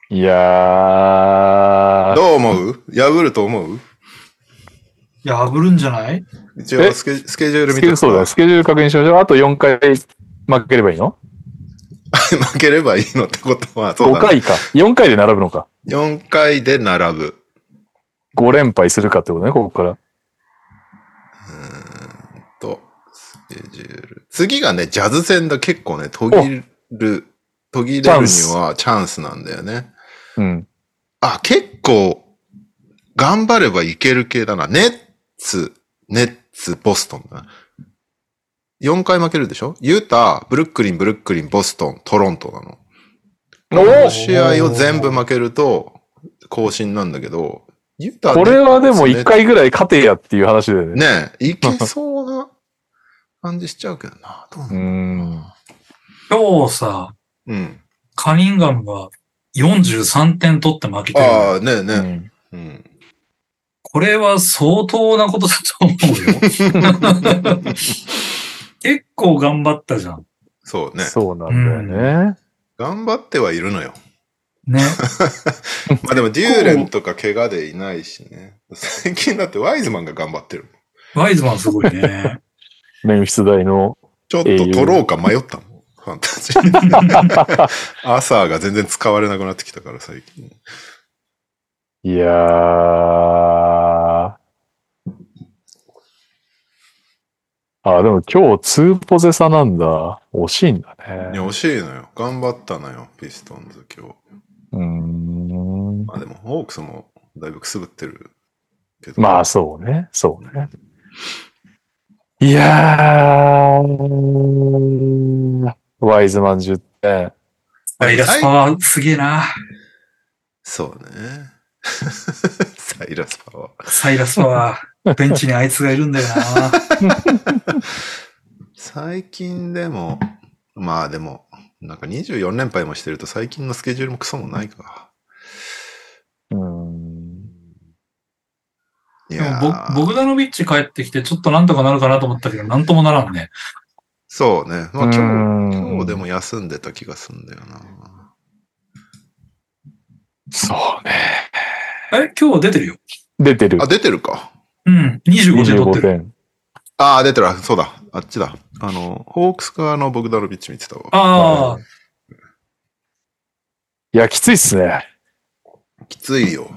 いやー。どう思う破ると思ういや、ぶるんじゃない一応スケスケジュールス見ケてジュールそうだ、スケジュール確認しましょう。あと4回負ければいいの、 負ければいいのってことは、そう ?5 だ、ね、回か。4回で並ぶのか。 4回で並ぶ。 5連敗するかってことね、ここから。と、スケジュール。次がね、ジャズ戦だ。結構ね、途切る、途切れるにはチャンスなんだよね。うん。あ、結構、頑張ればいける系だな。ネッツ、ネッツ、ボストンだな。4回負けるでしょユタ、ブルックリン、ブルックリン、ボストン、トロントなの。おこの試合を全部負けると、更新なんだけど、ユタ、これはでもネッツ1回ぐらい勝てやっていう話だよね。ねえ、いけそうな感じしちゃうけどな。どうなうーのん。今日さ、うん。カニンガムが43点取って負けてる。ああ、ねえねえ。ううんん。これは相当なことだと思う よ。結構頑張ったじゃん。そうね。そうなんだよね。頑張ってはいるの よ。ね。まあでも、デューレンとか怪我でいないしね。 最近だってワイズマンが頑張ってる。ワイズマンすごいね。メンフィス大の。ちょっと取ろうか迷ったもん。ファンタジ ー。アーサーが全然使われなくなってきたから、最近。いやー。あ、でも今日2ポゼ差なんだ。惜しいんだいね。や、惜しいのよ。頑張ったのよ、ピストンズ今日。うーん。まあでも、ホークスもだいぶくすぶってるけど。まあ、そうね。そうね。いやー。ワイズマン10点。ダイラスパワーすげえな。そうね。 サイラスパワー。サイラスパワー。ベンチにあいつがいるんだよな。最近でも、まあでも、なんか24連敗もしてると最近のスケジュールもクソもないか。うーん。いでやもーボボグダノビッチ帰ってきてちょっとなんとかなるかなと思ったけど、なんともならんね。そうね。まあう今日、ーん今日でも休んでた気がすんだよな。そうね。え、今日出てるよ。出てるあ、。出てるか。うん。25点取って25る。点。ああ、出てる。そうだ。あっちだ。あの、ホークス側のボグダノビッチ見てたわ。ああ、いや、きついっすね。きついよ。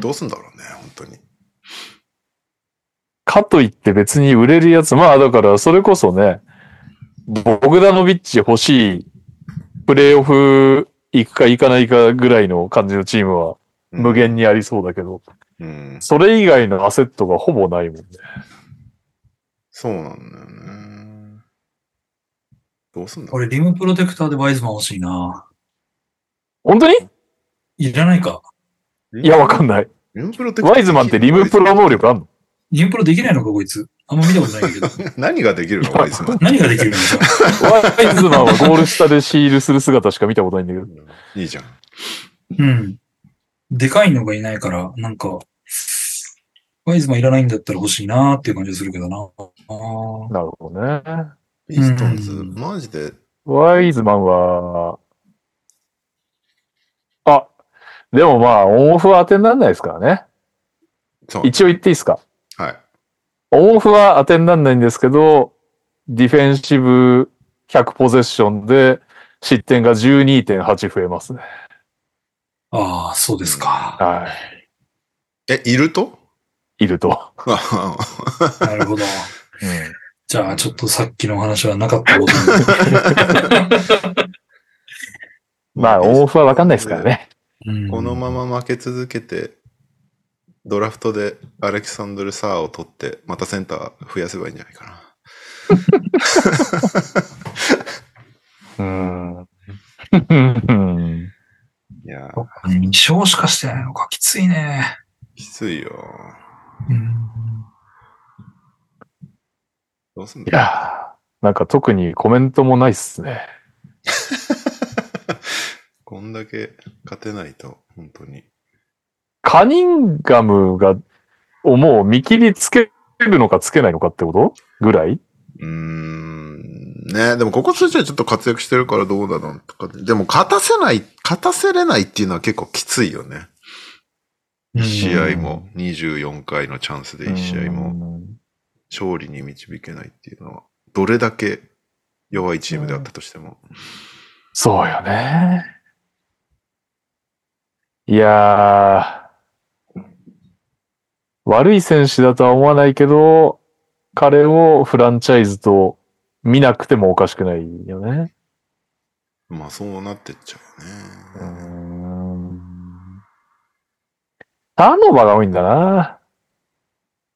どうすんだろうね、本当に。かといって別に売れるやつ、まあだからそれこそね、ボグダノビッチ欲しい、プレイオフ行くか行かないかぐらいの感じのチームはうん無。限にありそうだけど、うん。それ以外のアセットがほぼないもんね。そうなんだよね。どうすんだろう。俺リムプロテクターでワイズマン欲しいな。本当にいらないか。いや、わかんない。リムプロテクターワイズマンってリムプロ能力あんのリムプロできないのか、こいつ。あんま見たことない けど。 何ができるのワイズマン。何ができるのか。ワイズマンはゴール下でシールする姿しか見たことないんだけど。いいじゃん。うん。でかいのがいないから、なんか、ワイズマンいらないんだったら欲しいなーっていう感じがするけどな。あなるほどね。ピストンズ、うんマジで、ワイズマンは、あ、でもまあ、オンオフは当てにならないですからね。そう。一応言っていいですかはい。オンオフは当てにならないんですけど、ディフェンシブ100ポゼッションで失点が12.8増えますね。あー、そうですか。はえ、いると い。いると。なるほど。じゃあ、ちょっとさっきのお話はなかったことに。ま あ、オンオフはわかんないですから。ね。うんこのまま負け続けて、ドラフトでアレキサンドル・サーを取って、またセンター増やせばいいんじゃないかな。うん。うん いや、少子化してないのか、きついね。きついよ。うん。どうすんいだやーなんか特にコメントもないっすね。こんだけ勝てないと、本当に。カニンガムが、をもう見切りつけるのかつけないのかってことぐらいうーん。ねでもここ数日はちょっと活躍してるからどうだろうとか。でも勝たせない、勝たせれないっていうのは結構きついよね。1試合も、24回のチャンスで1試合もも。勝利に導けないっていうのは、どれだけ弱いチームであったとしても。そうよね。いやー悪い選手だとは思わないけど、彼をフランチャイズと見なくてもおかしくないよね。まあそうなってっちゃうね。ターンオーバーが多いんだな。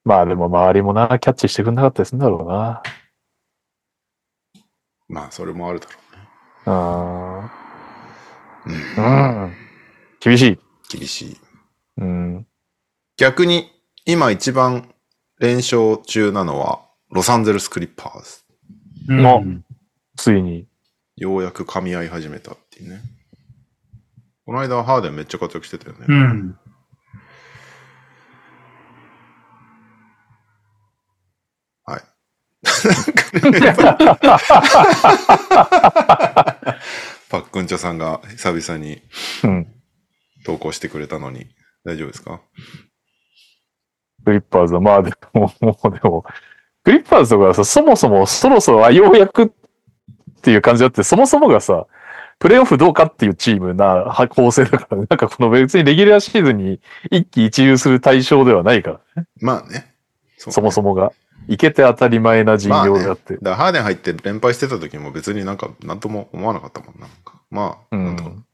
まあでも周りもな、キャッチしてくんなかったりするんだろうな。まあそれもあるだろあうね。ーうん。厳しい。厳しい。うん。逆に、今一番連勝中なのは、ロサンゼルスクリッパーズ。もついに。ようやく噛み合い始めたっていうね。この間はハーデンめっちゃ活躍してたよね。うん。はい。なんかね、やっぱり パックンチョさんが久々にうん。投稿してくれたのに、大丈夫ですかクリッパーズは、まあでも、もうでも、クリッパーズとかさ、そもそもそろそろ、あ、ようやくっていう感じだって、そもそもがさ、プレイオフどうかっていうチームなは構成だから、なんかこの別にレギュラーシーズンに一喜一憂する対象ではないから、まあね。そそもそも。もが。いけて当たり前な人形であって。だからハーデン入って連敗してた時も別になんか何とも思わなかったもんな。なんかまあ、なんとかうん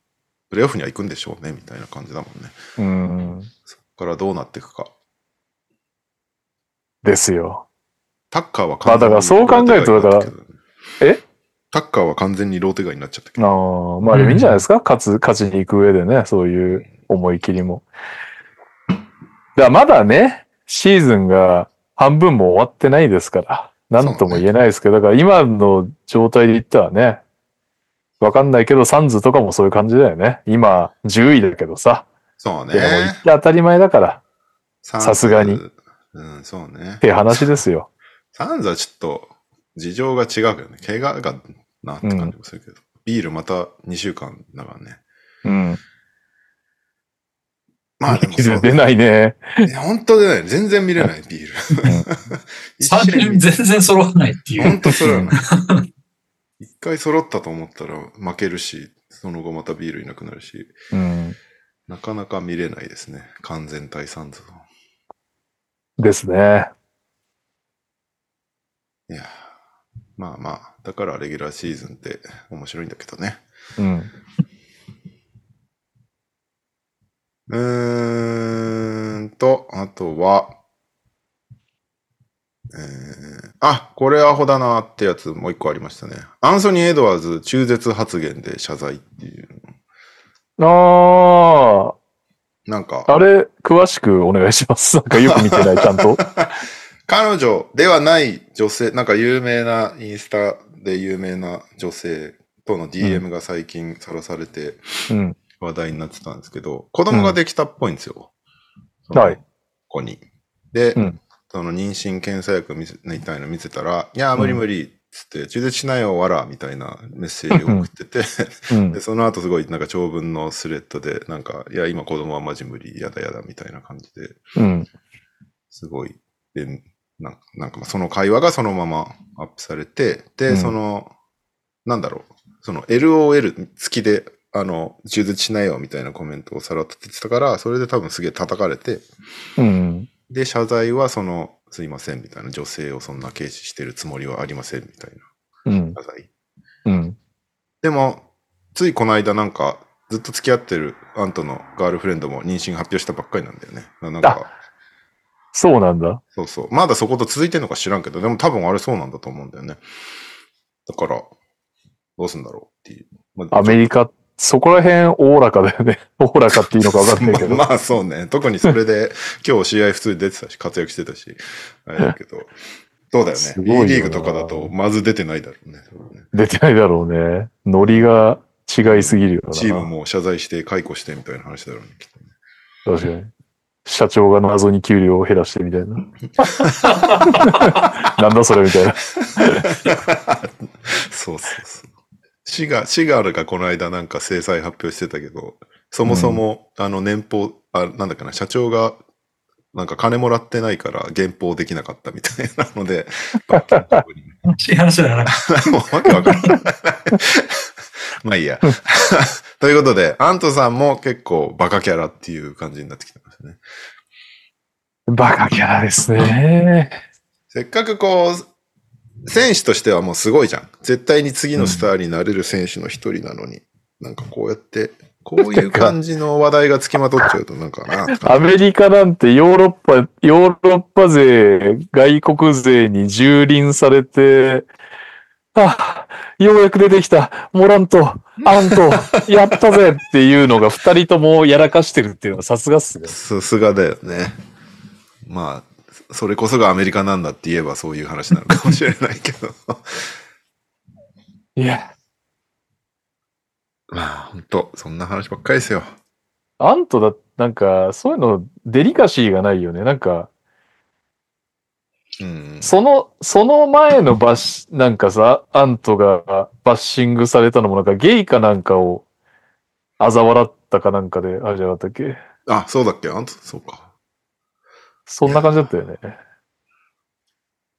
プレイオフには行くんでしょうね、みたいな感じだもんね。うん。そこからどうなっていくか。ですよ。タッカーはまあだからそう考えるとだからローテ外になったけどねえタッカーは完全にローテ外になっちゃったけあど。ーまあでもいいんじゃないですか、勝つ、勝ちに行く上でね、そういう思い切りも。だからまだね、シーズンが半分も終わってないですから、なんとも言えないですけど、だから今の状態で言ったらね、わかんないけど、サンズとかもそういう感じだよね。今、10位だけどさ。そうでももう行っねて。当たり前だから、さすがに。うん、そうねっ。ていう話ですよ。サンズはちょっと事情が違うけどね。怪我がなって感じもするけど。ビールまた2週間だからね。うん。まあでもそう 出ないね。いや本当出ない。全然見れない、ビール。 一3試合人見全然揃わないっ ていう。本当それはない。 一回揃ったと思ったら負けるし、その後またビールいなくなるし、うん。なかなか見れないですね。完全体サンズは。ですね。いやー、まあまあ、だからレギュラーシーズンって面白いんだけどね。うん。うーんと、あとは、えーあ、これアホだなってやつもう一個ありましたね。アンソニー・エドワーズ中絶発言で謝罪っていう。あなんかあ、、あれ、詳しくお願いします。なんかよく見てない、ちゃ んと。彼女ではない女性、なんか有名な、インスタで有名な女性との DM が最近さらされてうん。話題になってたんですけど、子供ができたっぽいんですよ。んはいその子に。で、うんその妊娠検査薬見せみたいなの見せたら、いや、無理無理っつって、中絶しないよ、わら、みたいなメッセージを送ってて、うんで、。その後すごいなんか長文のスレッドで、なんか、いや、今子供はマジ無理、やだやだ、みたいな感じで、うん。すごい。で、なんか、なんかまあその会話がそのままアップされて、で、うんその、なんだろう、その LOL 付きで、あの、中絶しないよみたいなコメントをさらっと出てたから、それで多分すげえ叩かれて、うん。で、謝罪はその、すいませんみたいな、女性をそんな軽視してるつもりはありませんみたいうん。な謝罪。うん。でも、ついこの間なんか、ずっと付き合ってるアントのガールフレンドも妊娠発表したばっかりなんだよね。ななんか、そうなんだ。そうそう。まだそこと続いてるのか知らんけど、でも多分あれそうなんだと思うんだよね。だから、どうすんだろうっていう。まあアメリカ、そこら辺おおらかだよね。 おおらかっていいのかわかんないけど。 まあまあそうね。特にそれで、 今日試合普通に出てたし、活躍してたし、あれだけ ど。そうだよすね。ごいよな B リーグとかだと、まず出てないだろうね。出てないだろうね。ノリが違いすぎるよな。チームも謝罪して解雇してみたいな話だろうね。きっとね確かに。社長が謎に給料を減らして みたいな。なんだそれみたいな。そうそうそう。シガシガールがこの間なんか制裁発表してたけど、そもそも、あの年俸、あ、なんだっけな、社長が、なんか金もらってないから減俸できなかったみたいなので、罰金処分にそういう話だな。もうわけわからない。まあいいや。ということで、アントさんも結構バカキャラっていう感じになってきてますね。バカキャラですね。せっかくこう、選手としてはもうすごいじゃん。絶対に次のスターになれる選手の一人なのに、なんかこうやって、こういう感じの話題がつきまとっちゃうとなんかなって感アメリカなんてヨーロッパ、ヨーロッパ勢、外国勢に蹂躙されて、あ、ようやく出てきた、モランと、アンと、やったぜっていうのが二人ともやらかしてるっていうのはさすがっすねじ。。さすがだよね。まあ、それこそがアメリカなんだって言えばそういう話なのかもしれないけど。いや、 まあ、ほんと、そんな話ばっかりですよ。アンとだ、なんか、そういうの、デリカシーがないよね。なんか、うん。その、その前のバッシ、なんかさ、アントがバッシングされたのもなんかゲイかなんかを嘲笑ったかなんかで、あれじゃなかったっけあ、そうだっけあんた、そうか。そんな感じだったよね。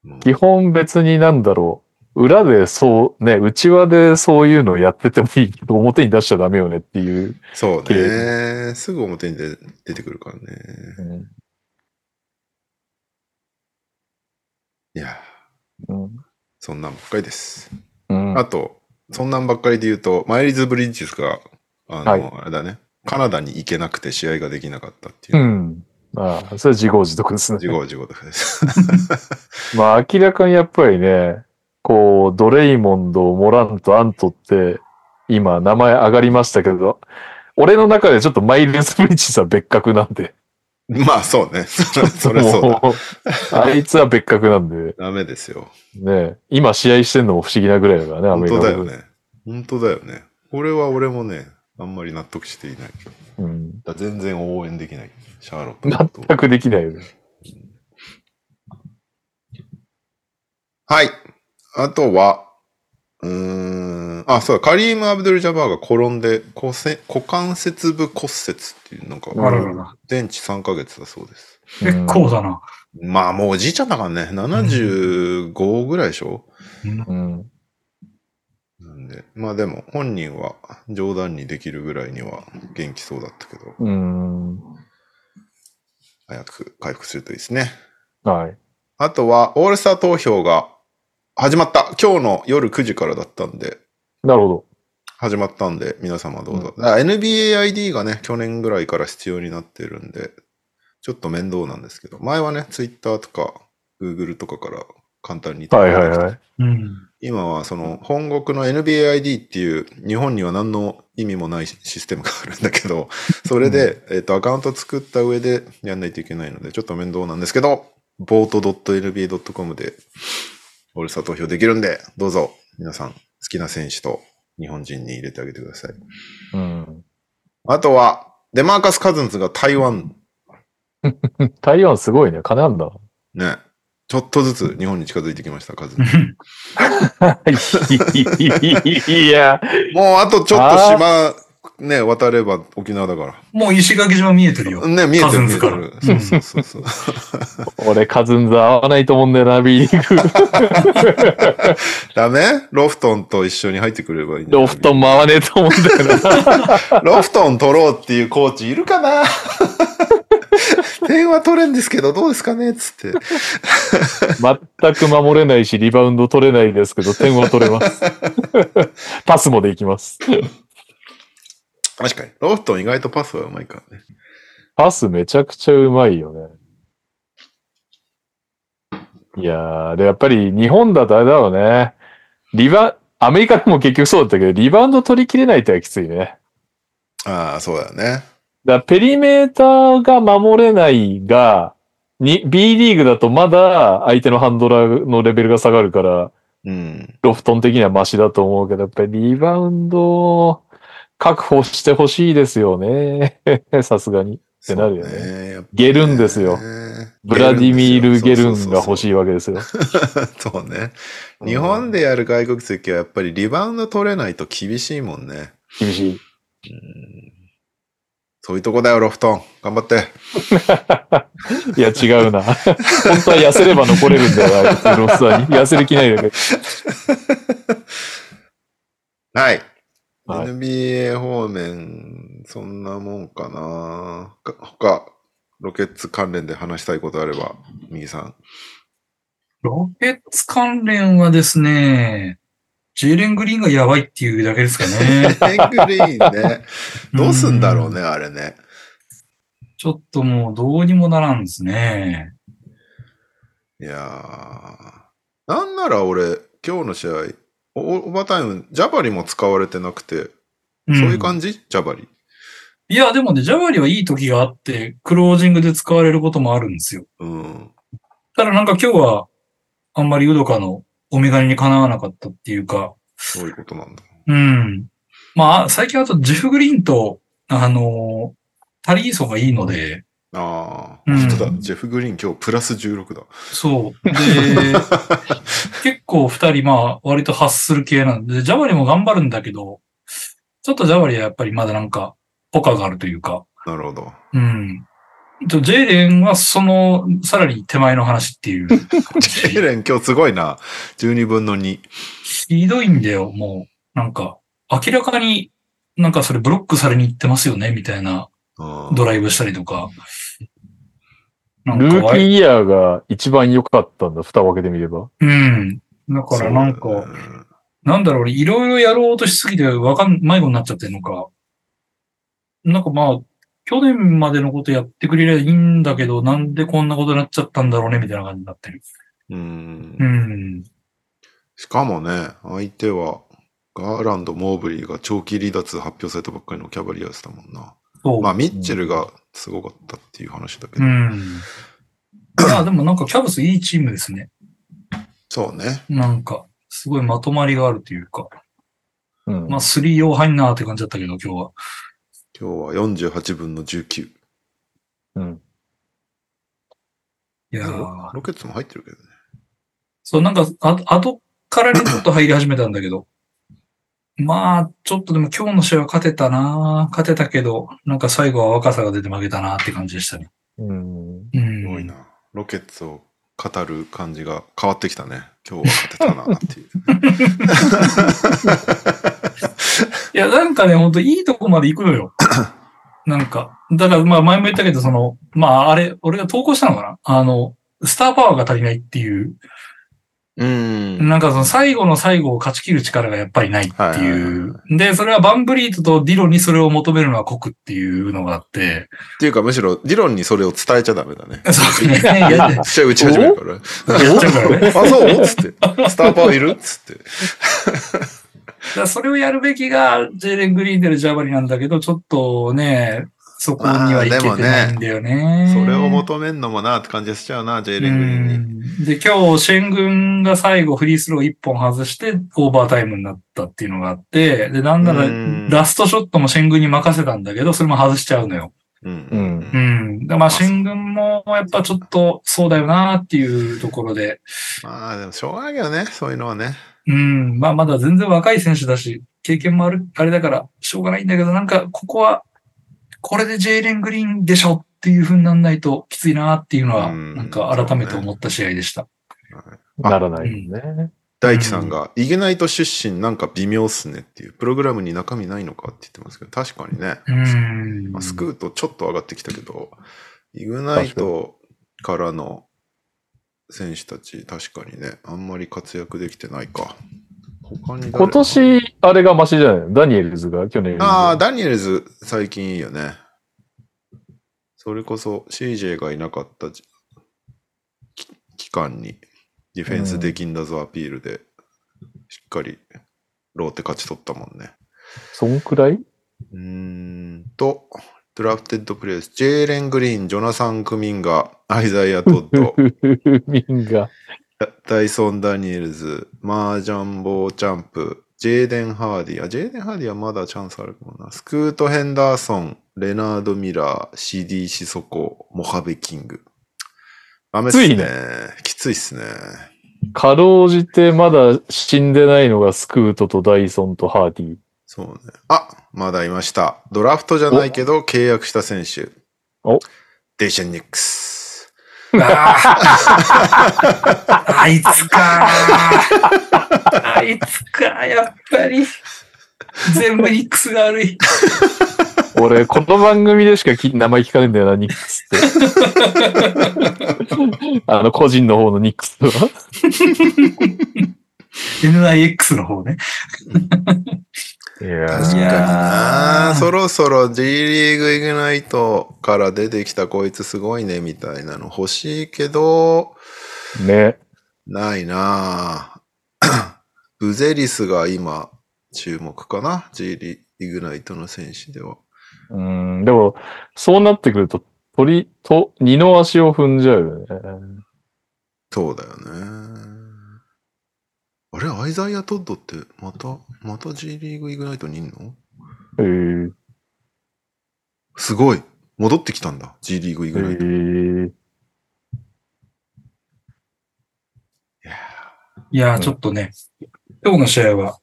うん基本別になんだろう。裏でそう、ね、内輪でそういうのやっててもいいけど、表に出しちゃダメよねっていう。そう綺ね。すぐ表に出出てくるからね。うんいや、うんそんなんばっかりです。うんあと、そんなんばっかりで言うと、マイリーズ・ブリッジスが、あの、はいあれだね、カナダに行けなくて試合ができなかったっていうう。ん。ああ、それは自業自得ですね自。業自業です。 まあ明らかにやっぱりね、こう、ドレイモンド、モラント、アントって、今名前上がりましたけど、俺の中でちょっとマイルス・ブリッジさん別格なんで。まあ、そう ね。それそれそうだ。もうあいつは別格なんで、ダメですよ。ね、今試合してんのも不思議なぐらいだからね、ア本メリ当カだよ。ね。本当だよね。これは俺もね、あんまり納得していない。うん。だ全然応援できない。シャーロットの納こと。得できないよね。はい。あとは、うーん、あ、そうだ、カリーム・アブドゥル・ジャバーが転んで骨折股関節部骨折っていう、なんか、あららら全治3ヶ月だそうです。結構だな。まあ、もうおじいちゃんだからね、75ぐらいでしょ、うん。なんで、まあでも、本人は冗談にできるぐらいには元気そうだったけど、うん。うん早く回復するといいですね。はい。あとは、オールスター投票が始まった今日の夜9時からだったんで、なるほ始まったんで、皆様どうぞ。あ NBAID がね、去年ぐらいから必要になってるんで、ちょっと面倒なんですけど、前はね、Twitter とか Google とかから簡単に。ど。はいはいはい。うん。今はその、本国の NBAID っていう、日本には何の意味もないシステムがあるんだけど、それで、えっと、アカウント作った上でやんないといけないので、ちょっと面倒なんですけど、vote.nba.com で、オールスター投票できるんで、どうぞ、皆さん、好きな選手と日本人に入れてあげてください。うん。あとは、デマーカス・カズンズが台湾、台湾すごいね。金あんだ。ね、ちょっとずつ日本に近づいてきました、カズ ンズ。いや、もうあとちょっと島、ね、渡れば沖縄だかもう石垣島見えてるよら。。ね、見えてカズる、見ンえてズからる。そうそうそうそう。俺カズンズ合わないと思うんだよな、B リ ーグ。ダメロフトンと一緒に入ってくればいいんだロフトンも合わねえと思うんだよな。ロフトン取ろうっていうコーチいるかな 点は取れんですけど、どうですかねつって。全く守れないし、リバウンド取れないですけど、点は取れ ます。パスもできます。確かに。ロフトン意外とパスはうまいからね。パスめちゃくちゃうまいよね。いやー、で、やっぱり日本だとあれだろうね。リバ、アメリカでも結局そうだったけど、リバウンド取りきれないってのはきついね。ああ、そうだよね。だからペリメーターが守れないが、に B リーグだとまだ相手のハンドラーのレベルが下がるから、うん。ロフトン的にはマシだと思うけど、やっぱりリバウンドを確保してほしいですよね。 さすがに。てなるよねそうやっぱゲルンですよ。ねブラディミール・ゲルンが欲いしいわけですよ。そうね。日本でやる外国籍はやっぱりリバウンド取れないと厳しいもんね。厳し い。うんそういうとこだよ、ロフトン。頑張って。いや、違うな。本当は痩せれば残れるんだよな、普通のロスターに。痩せる気ない だけ。はい。はい NBA 方面、そんなもんかな。か他、ロケッツ関連で話したいことあれば、右さん。ロケッツ関連はですね、ジェレン・グリーンがやばいっていうだけですか ね。ペングリーンね。どうすんだろうね、あれね。ちょっともうどうにもならんですね。いやー。なんなら俺、今日の試合、おオーバータイム、ジャバリも使われてなくて、そうそういう感じ、ジャバリ。いや、でもね、ジャワリはいい時があって、クロージングで使われることもあるんですよ。うん。ただなんか今日は、あんまりウドカのお眼鏡にかなわなかったっていうか、そういうことなんだ。うん。まあ、最近あとジェフ・グリーンと、あのータリーソがいいので、あうあ、ん本当だ。ジェフ・グリーン今日プラス16だ。そう。 で、結構二人、まあ、割と発する系なんで、ジャワリも頑張るんだけど、ちょっとジャワリはやっぱりまだなんか、ポカがあるというか、なるほど。うん。とジェイレンはその、さらに手前の話ってい う。ジェイレン今日すごいな。12分の2。ひどいんだよ、もう。なんか、明らかに、なんかそれブロックされに行ってますよね、みたいなうんドライブしたりとか。なんかルーキーわいイヤーが一番良かったんだ、蓋を開けてみれば。うん。だからなんか、そうだよねなんだろう、俺いろいろやろうとしすぎてわかん、迷子になっちゃってるのか。なんかまあ、去年までのことやってくれりゃいいんだけど、なんでこんなことになっちゃったんだろうね、みたいな感じになってる。うんう。ん。しかもね、相手は、ガーランド、モーブリーが長期離脱発表されたばっかりのキャバリアーズだもんな。そう。まあ、ミッチェルがすごかったっていう話だけうど。ん。まあでもなんかキャブスいいチームですね。そうね。なんか、すごいまとまりがあるというか。うん。まあ、3用入んなーって感じだったけど、今日は。今日は48分の19。うん。いやーロケッツも入ってるけどね。そう、なんか、あ、後からね、ちょっと入り始めたんだ けど。まあ、ちょっとでも今日の試合は勝てたなー勝てたけど、なんか最後は若さが出て負けたなーって感じでしたね。うん。うん。すごいな。ロケッツを語る感じが変わってきたね。今日は勝てたなって いう。いや、なんかね、ほんといいとこまで行くの よ。なんか、だから、まあ前も言ったけど、その、まああれ、俺が投稿したのかなあの、スターパワーが足りないっていう、うん。なんかその最後の最後を勝ち切る力がやっぱりないっていはう。で、それはバンブリートとディロにそれを求めるのは酷っていうのが あって、っていうか、むしろ、理論にそれを伝えちゃダメだね。そうね、ややっ試合打ち始めるからね。ちゃうからね。あ、そうつって。スターパーいるつって。だからそれをやるべきが、ジェイレン・グリーンデル・ジャバリなんだけど、ちょっとね、そこにはいけてないんだよね。それを求めんのもなって感じがしちゃうな、ジェイレン・グリーンに。うんで、今日、シェン軍が最後フリースロー1本外して、オーバータイムになったっていうのがあって、で、なんならうん、ラストショットもシェン軍に任せたんだけど、それも外しちゃうのよ。うん。ううんん。でまあ、シェン軍も、やっぱちょっと、そうだよなっていうところで、まあ、でもしょうがないけどね、そういうのはね。うん。まあ、まだ全然若い選手だし、経験もある、あれだから、しょうがないんだけど、なんか、ここは、これでジェイレン・グリーンでしょっていう風になんないときついなっていうのは、うんなんか改めて思った試合でした。あならないよね。大輝さんが、イゲナイト出身なんか微妙っすねっていう、プログラムに中身ないのかって言ってますけど、確かにね。うん。まあ、スクートちょっと上がってきたけど、イグナイトからの選手たち、確かにね、あんまり活躍できてないか。他に誰今年、あれがマシじゃないのダニエルズが去年より。ああ、ダニエルズ最近いいよね。それこそ CJ がいなかったじき期間にディフェンスできんだぞアピールでしっかりローテ勝ち取ったもんね。そんくらいうーんと、ドラフテッドプレイヤーズ、ジェーレン・グリーン、ジョナサン・クミンガ、アイザイア・トッ ド、ミンが。ダイソン・ダニエルズ、マージャンボー・チャンプ、ジェーデン・ハーディ。あ、ジェーデン・ハーディはまだチャンスあるかもな。スクート・ヘンダーソン、レナード・ミラー、シディ・シソコ、モハベ・キング。ダメっすつねいね。きついっすね。かろうじてまだ死んでないのがスクートとダイソンとハーディ。そうね。あ、まだいました。ドラフトじゃないけど契約した選手。おデイシェン・ニックス。 あいつかあいつかやっぱり。全部ニックスが 悪い。俺、この番組でしかき名前聞かねえんだよな、ニックス って。あの、個人の方のニックスは。 NIX の方ね。い確かやにーなそろそろ G リーグイグナイトから出てきたこいつすごいねみたいなの欲しいけど、ね。ないな あブゼリスが今、注目かな ?G リイグナイトの選手では。うん、でも、そうなってくると、鳥と二の足を踏んじゃうよね。そうだよね。あれアイザイア・トッドって、また、また G リーグイグナイトにいんのえーすごい戻ってきたんだ。G リーグイえグナイト。ーいやー、ちょっとね、今日の試合は、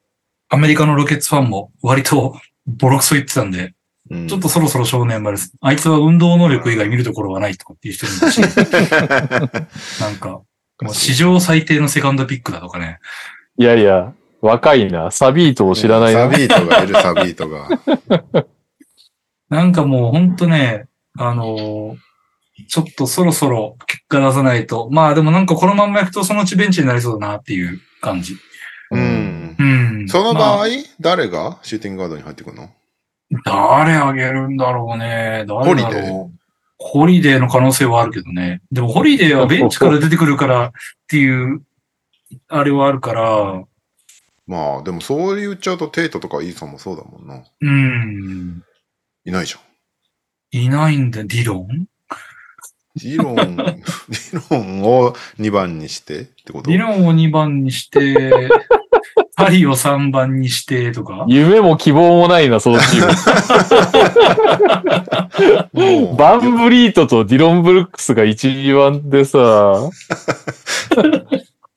アメリカのロケッツファンも割とボロクソ言ってたんで、うん ちょっとそろそろ少年丸です。あいつは運動能力以外見るところはないとかっていう人もいるし、 なんか、もう史上最低のセカンドピックだとかね。いやいや、若いな。サビートを知らないサな。ビートがいる、サビートが。なんかもうほんとね、あのーちょっとそろそろ結果出さないと。まあでもなんかこのまんま行くとそのうちベンチになりそうだなっていう感じ。ううんんう。ん。その場合、まあ誰がシューティングガードに入ってくるの誰あげるんだろうね。ホ誰だリデろう。ホリデーの可能性はあるけどね。でもホリデーはベンチから出てくるからっていう、あれはあるから、まあ、でもそう言っちゃうとテイトとかイーサンもそうだもんな。うん。いないじゃん。いないんだ、ディロンデ ィロン、ディロンを2番にしてってことディロンを2番にして、パリを3番にしてとか。夢も希望もないな、そのチーム。もうバンブリートとディロン・ブルックスが1、2番でさ、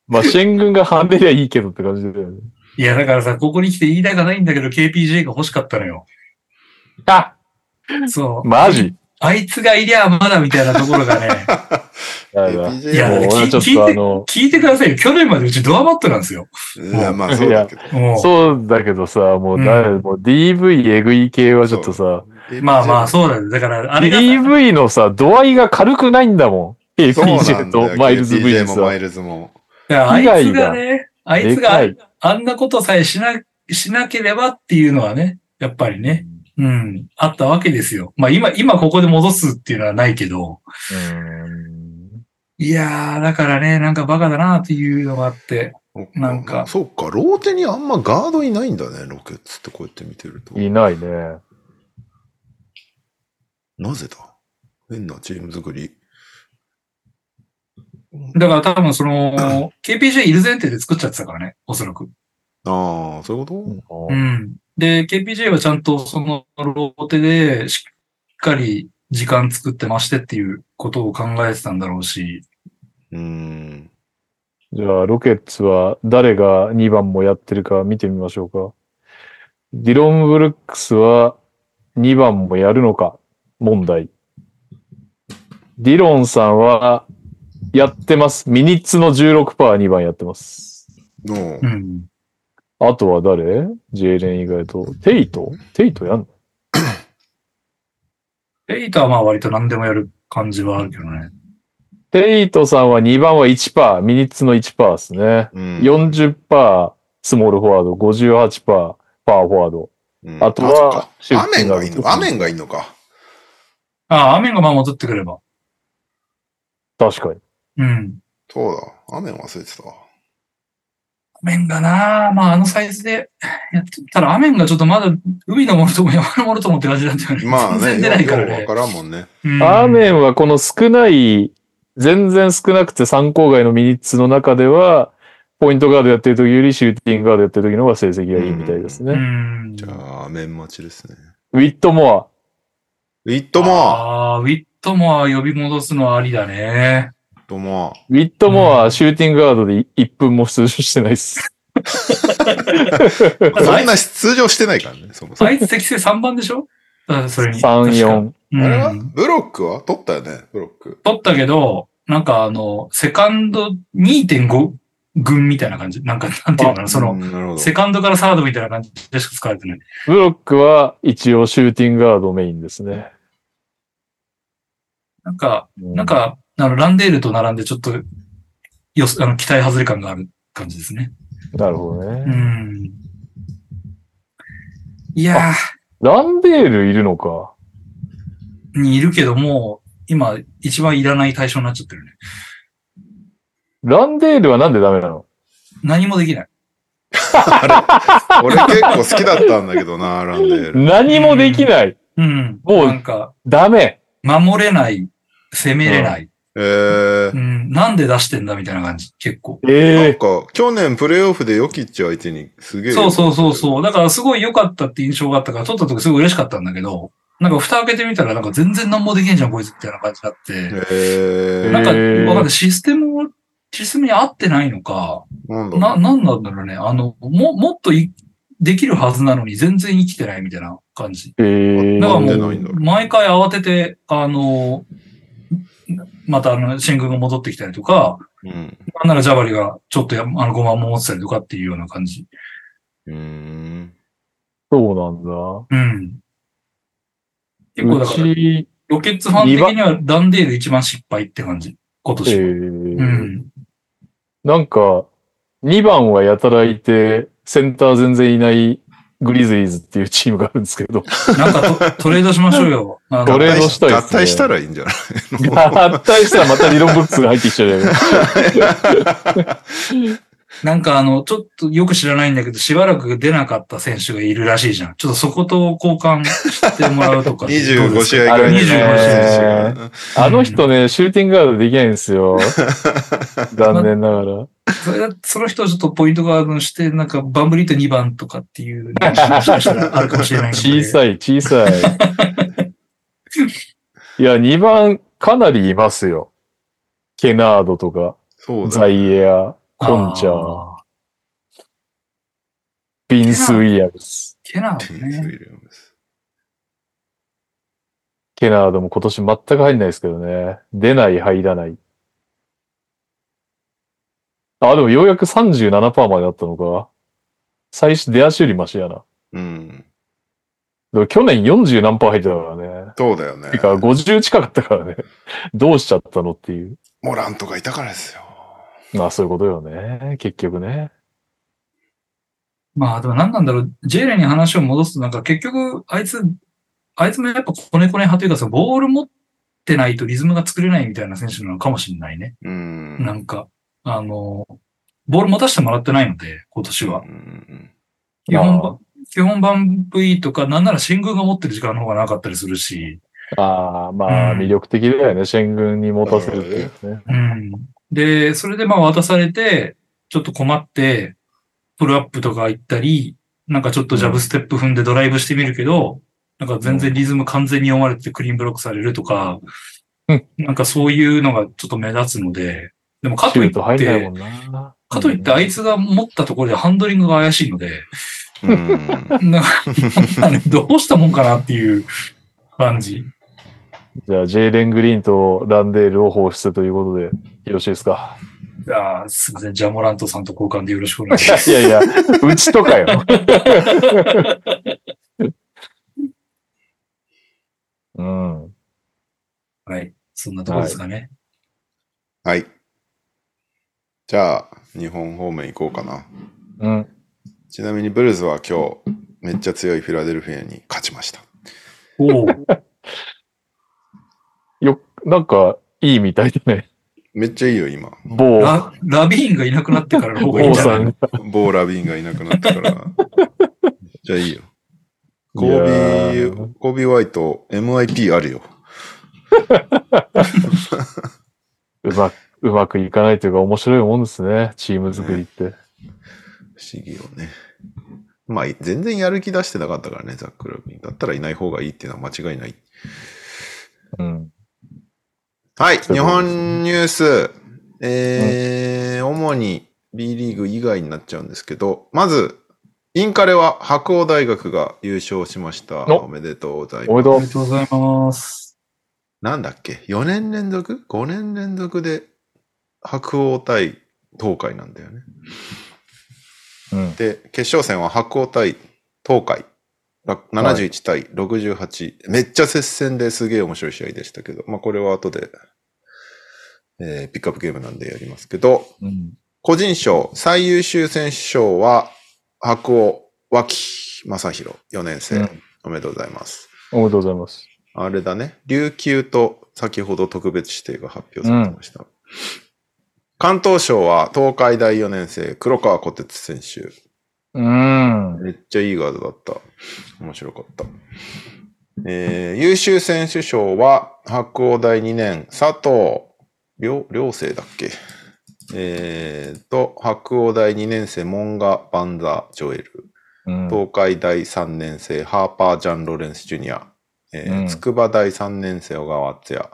まあ、シェン軍が跳ねりゃいいけどって感じだよね。いや、だからさ、ここに来て言いたくないんだけど、KPJ が欲しかったのよ。あそう。マジあいつがいりゃまだみたいなところがね、やだもう APJ いやもだ俺はちょっとあ の、聞いてくださいよ。去年までうちドアマットなんですよ。いや、まあそうだけど。もう。そうだけどさ、もうだ、もう DV えぐい系はちょっとさ、まあまあ、う。そうだね。だから、あれが、 DV のさ、度合いが軽くないんだもん。そうな APJ んだよとマイルズ・ V KPJ でもさ。マイルズも。あ被いつ害ががね、あいつでがあんなことさえしな、しなければっていうのはね、やっぱりね、うん、あったわけですよ。まあ今、今ここで戻すっていうのはないけど、うんいやー、だからね、なんかバカだなっていうのがあって、なんかそうか、ローテにあんまガードいないんだね、ロケッツってこうやって見てると。いないね。なぜだ変なチーム作り。だから多分その、KPJ いる前提で作っちゃってたからね、おそらく。ああ、そういうことうん。で、KPJ はちゃんとそのローテでしっかり時間作ってましてっていうことを考えてたんだろうし、うーん。じゃあ、ロケッツは誰が2番もやってるか見てみましょうか。ディロン・ブルックスは2番もやるのか問題。ディロンさんはやってます。ミニッツの 16%2 番やってます。の、うん。あとは誰ジェイレン以外と。テイトテイトやんのエイトはまあ割と何でもやる感じはあるけどね。テイトさんは2番は1%、ミニッツの1%ですね。うん40%スモールフォワード、58%パーフォワード。うんあとはあそシっュかーアメンティングがいいのか。アメンがいいのか。ああ、雨がまあ戻ってくれば。確かに。うん。そうだ。アメン忘れてたわ。麺がなまああのサイズでやってたら、アメンがちょっとまだ海のものとも山のものともって感じなんだよね。まあ全ね、然出ないからようねわ。からんもん ね。うんアーメンはこの少ない、全然少なくて参考外のミニッツの中では、ポイントガードやってる時よりシューティングガードやってる時の方が成績がいいみたいですうね。ん。じゃあ、麺待ちですね。ウィットモウィットモアああ、ウィットモア呼び戻すのはありだね。ウィット モア。ウィットモア、シューティングガードで1分も出場してないです。ア。そんな通常してないからね、そもそあも。いつ適正3番でしょだからそれに。 3、 確か。 4。あれはうんブロックは取ったよね、ブロック。取ったけど、なんかあの、セカンド2.5軍みたいな感じ。なんか、なんていうのかな、その、うんなるほど。セカンドからサードみたいな感じでしか使われてない。ブロックは一応シューティングガードメインですね。なんか、ななん、か、あの、ランデールと並んでちょっと、よす、あの、期待外れ感がある感じですね。なるほどうね。ん。いやランデールいるのか。ー、にいるけども、今、一番いらない対象になっちゃってるね。ランデールはなんでダメなの何もできない。俺結構好きだったんだけどな、ランデ ール。何もできない。うん。もうなんか、ダメ。守れない、攻めれない。えーう。ん。なんで出してんだみたいな感じ、結構。えなんえか、去年プレイオフでヨキッチ相手にすげえ。そうそうそうそう。だからすごい良かったって印象があったから、撮った時すごい嬉しかったんだけど、なんか蓋開けてみたらなんか全然何もできんじゃん、こいつみたいな感じになって。えなんか、へーわかんない。システムを、システムに合ってないのか、ー、なんだろな、なんなんだろうね。あの、も、もっといできるはずなのに全然生きてないみたいな感じ。えだかーらもなんでないんだろう、う毎回慌てて、あの、またあの、新軍が戻ってきたりとか、う。うん。なんならジャバリがちょっとやあの5万も持ってたりとかっていうような感じ。うーん。そううん。結な構んだ。だうから、ち、ロケッツファン的にはランデール一番失敗って感じ。今え年は。うーん。なんか、2番はやたらいて、センター全然いないグリズリーズっていうチームがあるんですけ ど、なんかトトレードしましょうよ。あのトレードしたいっすね合体したらいいんじゃない合体したらまた理論ブックスが入ってきちゃうじゃないなんかあの、ちょっとよく知らないんだけど、しばらく出なかった選手がいるらしいじゃん。ちょっとそこと交換してもら うとか。どうで25す試か合ぐらいあれね25試合あの人ね、シューティングガードできないんですよ。残念ながら。それだその人をちょっとポイントガードにして、なんかバンブリート2番とかっていう、もしかしたらあるかもしれ ないの小で。さい、小さい。いや、2番、かなりいますよ。ケナードとか、そうだザイエア、コンチャー、あー。ビンス・ウィリアムス。ケナーもね。ね。ケナードも今年全く入んないですけどね。出ない、入らない。あ、でもようやく37%までだったのか。最初、出足よりマシやな。うん。でも去年40何パー入ってたからね。そうだよねて。か、50近かったからね。どうしちゃったのっていう。モランとかいたからですよ。まあ、そういうことよね。結局ね。まあ、でも何なんだろう。ジェイレンに話を戻すと、なんか結局、あいつ、あいつもやっぱコネコネ派というか、そのボール持ってないとリズムが作れないみたいな選手なのかもしれないね。う。なんんか、あの、ボール持たせてもらってないので、今年はう。ん基本あば、基本版 V とか、なんなら新宮が持ってる時間の方がなかったりするし、ああ、まあ、うん魅力的だよね。シェン軍に持たせるっていうね。うん。で、それでまあ渡されて、ちょっと困って、プルアップとか行ったり、なんかちょっとジャブステップ踏んでドライブしてみるけど、なんか全然リズム完全に読まれててクリーンブロックされるとかうん、なんかそういうのがちょっと目立つので、でもかシとュいート入っんないても、んな。かといってあいつが持ったところでハンドリングが怪しいので、うん。なん かどうしたもんかなっていう感じ。じゃあ、ジェイレン・グリーンとランデールを放出ということで、よろしいですか。 あーすいません、ジャモラントさんと交換でよろしくお願いします。 いやいや、うちとかよ。 うん。はい。そんなところですかね。はい。じゃあ、日本方面行こうかな。うん。ちなみにブルーズは今日、めっちゃ強いフィラデルフィアに勝ちました。おお。よ、なんか、いいみたいだね。めっちゃいいよ、今。某、ララビーンがいなくなってからの方がいいん某じゃなさいん。ボーラビーンがいなくなったから。めっちゃいいよ。コいやービーー、コービー・ホワイト、MIP あるよ。うまく、うまくいかないというか面白いもんですね。チーム作りって。不思議よね。まあ、全然やる気出してなかったからね、ザック・ラビーン。だったらいない方がいいっていうのは間違いない。うん。はい、そ日ういうことです本ねニュース。えー、主に B リーグ以外になっちゃうんですけど、まず、インカレは白鴎大学が優勝しました。おおめでとうございおまめす。でとおうめ。でとうございます。なんだっけ ?4 年連続 ?5 年連続で白鴎対東海なんだよね。うん。で、決勝戦は白鴎対東海。ら71対68、めっちゃ接戦ですげえ面白い試合でしたけど、まあこれは後で、えーピックアップゲームなんでやりますけど、うん。個人賞、最優秀選手賞は、白鴎脇正宏、4年生、うんおめでとうございます。おめでとうございます。あれだね、琉球と先ほど特別指定が発表されてました。関東賞は、東海大4年生、黒川小鉄選手。うん。めっちゃいいガードだった。面白かった。えー優秀選手賞は、白鴎大2年、佐藤良良生だっけえーと、白鴎大2年生、門賀バンザー・ジョエル。うん。東海大3年生、ハーパー・ジャン・ロレンス・ジュニア。えーうん筑波大3年生、小川敦也。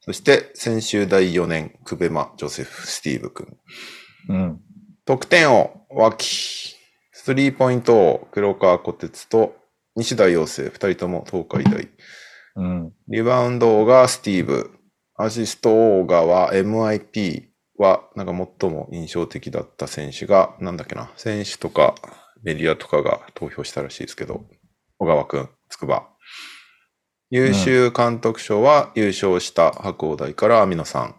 そして、専修大4年、久部間、ジョセフ・スティーブ君。うん。得点王、脇。スリーポイント王、黒川小鉄と西田陽生、二人とも東海大。うん。リバウンド王がスティーブ。アシスト王がは MIP は、なんか最も印象的だった選手が、なんだっけな、選手とかメディアとかが投票したらしいですけど、小川くん、つくば。優秀監督賞は優勝した白鴎大から網野さん。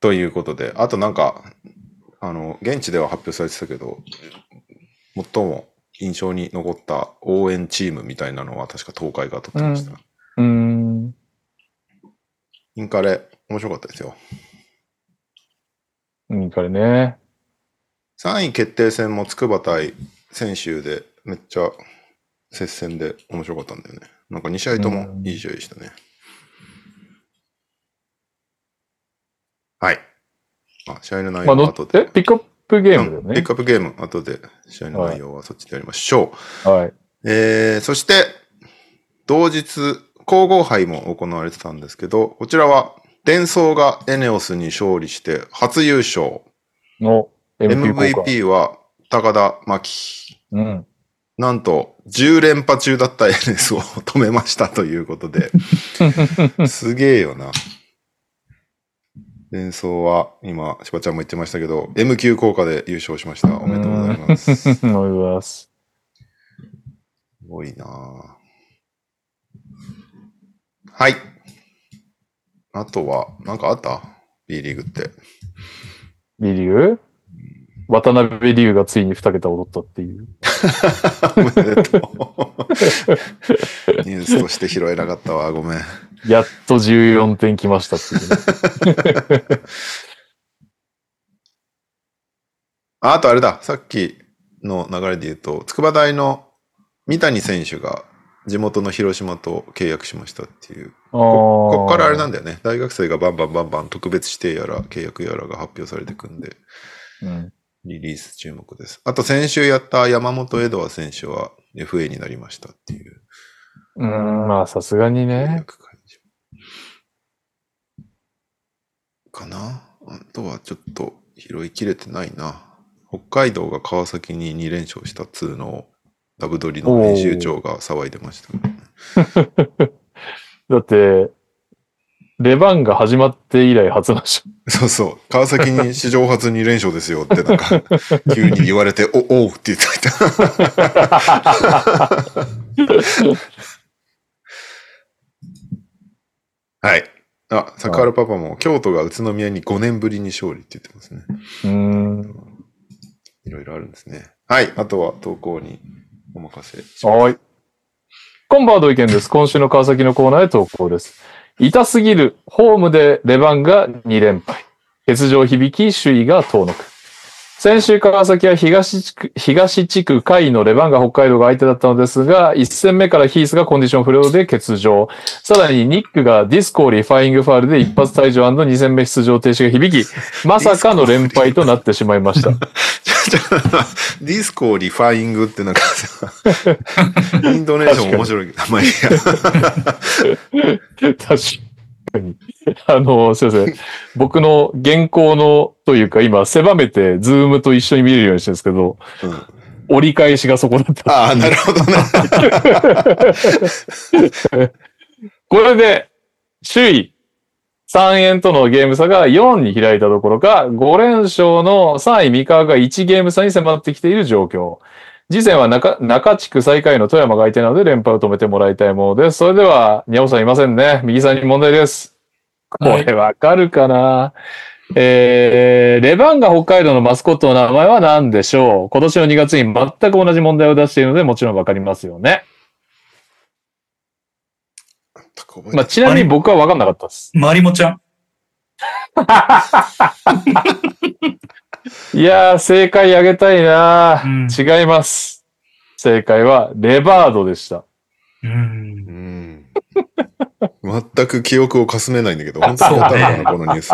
ということで、あとなんか、あの、現地では発表されてたけど、最も印象に残った応援チームみたいなのは確か東海が取ってました。うん。インカレ、面白かったですよ。うん。これね。 3位決定戦も筑波対専修で、めっちゃ接戦で面白かったんだよね。なんか2試合ともいい試合でしたね。はい。あ、試合の内ま容あ、のはっ後で。て、ピックアップゲーうムんだピッよねク。アップゲーム、後で試合の内容はそっちでやりましょう。はい。えー、そして、同日、皇后杯も行われてたんですけど、こちらは、伝送がエネオスに勝利して初優勝。の MP 交換。 MVP は高田真希。うん。なんと、10連覇中だった NS を止めましたということ で。すげえよな。連想は、今、しばちゃんも言ってましたけど、M 級効果で優勝しました。おめでとうございます。すうんおめでとうございます。ごいなあはい。あとは、なんかあった ?B リーグって。 リリュウ渡辺龍がついに二桁踊ったっていう。おめで とう。ニュースとして拾えなかったわ。ごめん。やっと14点来ましたっていうね、ああとあれだ、さっきの流れで言うと、筑波大の三谷選手が地元の広島と契約しましたっていう。あここっからあれなんだ。だよね。大学生がバンバンバンバン特別指定やら契約やらが発表されてくんで、うん。リリース注目です。あと先週やった山本エドワ選手は FA になりましたっていううん、まあさすがに契ね。約解除。かなあとはちょっと拾いきれてないな。北海道が川崎に2連勝したっつうのを、ダブドリの編集長が騒いでました。だって、レバンが始まって以来初の勝 そうそう。川崎に史上初2連勝ですよって なんか、急に言われて、お、おうって言ってた。 はい。あ、サカールパパも、京都が宇都宮に5年ぶりに勝利って言ってますね。利。うん。いろいろあるんですね。はい。あとは投稿にお任せ します。はい。コンバード意見です。今週の川崎のコーナーへ投稿です。痛すぎる。ホームでレバンが2連敗。欠場響き、首位が遠のく。先週、川崎は東地区、東地区下位のレバンが北海道が相手だったのですが、1戦目からヒースがコンディション不良で欠場。さらにニックがディスコーリーファイングファールで一発退場 &2 戦目出場停止が響き、まさかの連敗となってしまいました。ディスコーリファイング ってなんかさ、インドネーション面白いけど、まあ いいや。確かに。あの、すいません。僕の原稿の、というか今、狭めて、ズームと一緒に見れるようにしてるんですけど、うん、折り返しがそこだった。ああ、なるほど ね。これで、首位、3円とのゲーム差が4に開いたどころか、5連勝の3位三河が1ゲーム差に迫ってきている状況。次戦は中中地区最下位の富山が相手なので連敗を止めてもらいたいものです。それでは、にゃおさんいませんね。右さんに問題です。これわかるかな、はい、えー、レバンガ北海道のマスコットの名前は何でしょう今年の2月に全く同じ問題を出しているので、もちろんわかりますよね。まあ、ちなみに僕は分かんなかったです。マリモちゃん。いやー、正解あげたいな、うん、違います。正解は、レバードでした。うん。全く記憶をかすめないんだけ ど、本当に分かんなこのニュース。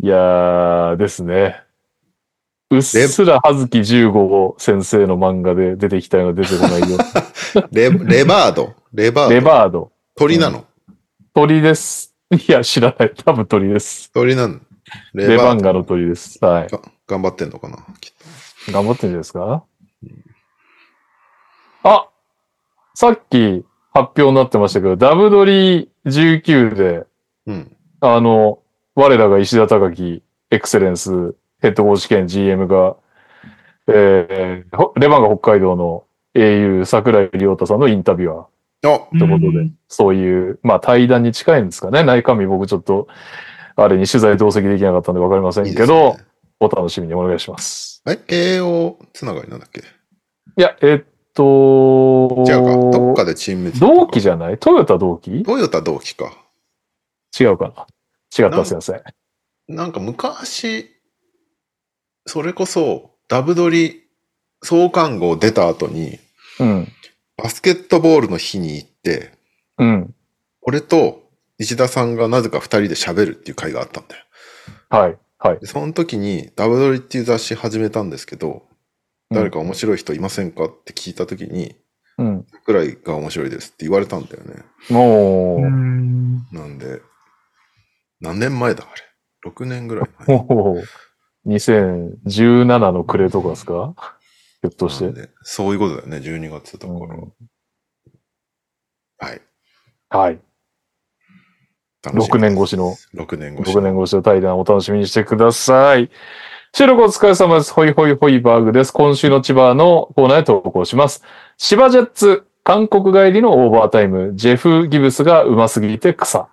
いやー、ですね。うっすら葉月15号先生の漫画で出てきたような出てこないよ。 レレバードレバードレバード。鳥なの、うん、鳥です。いや、知らない。多分鳥です。鳥なのレレバンガの鳥です。はい。頑張ってんのかなきっと。頑張ってんじゃないですか、うん、あさっき発表になってましたけど、ダブドリ19で、うん、あの、我らが石田隆樹、エクセレンス、ヘッドコーチ兼 GM が、えー、レバンが北海道の英雄桜井亮太さんのインタビュアー。ということで、そういう、まあ対談に近いんですかね。内観日僕ちょっと、あれに取材同席できなかったんでわかりませんけど、いいね、お楽しみにお願いします。え、栄養つながりなんだっけいや、えー、っと、じゃあどっかでチーム同期じゃないトヨタ同期トヨタ同期か。違うかな違ったすいません。なんか昔、それこそ、ダブドリ創刊号出た後に、うん、バスケットボールの日に行って、うん、俺と石田さんがなぜか二人で喋るっていう会があったんだよ。はい。はい。その時に、ダブドリっていう雑誌始めたんですけど、誰か面白い人いませんかって聞いた時に、うん。桜井が面白いですって言われたんだよね。おなんで、何年前だあれ。6年ぐらい前。お2017の暮れとかですかひょっとして。そういうことだよね、12月だから。うん、はい。はい。6年越しの。 6年越し。6年越しの対談お楽しみにしてください。収録お疲れ様です。ホイホイホイバーグです。今週の千葉のコーナーへ投稿します。千葉ジェッツ、韓国帰りのオーバータイム、ジェフ・ギブスがうますぎて草。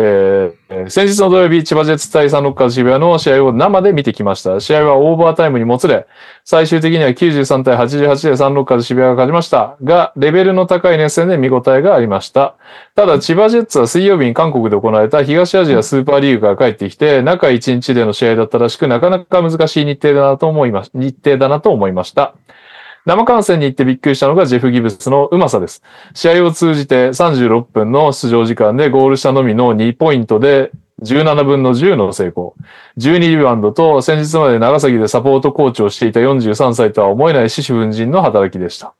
えー、先日の土曜日、千葉ジェッツ対サンロッカーズ渋谷の試合を生で見てきました。試合はオーバータイムにもつれ、最終的には93対88でサンロッカーズ渋谷が勝ちましたが、レベルの高い熱戦で見応えがありました。ただ、千葉ジェッツは水曜日に韓国で行われた東アジアスーパーリーグから帰ってきて、中1日での試合だったらしく、なかなか難しい日程だなと思いま、日程だなと思いました。生観戦に行ってびっくりしたのがジェフ・ギブスのうまさです。試合を通じて36分の出場時間でゴールしたのみの2ポイントで17分の10の成功。12リバウンドと先日まで長崎でサポートコーチをしていた43歳とは思えない獅子奮陣の働きでした。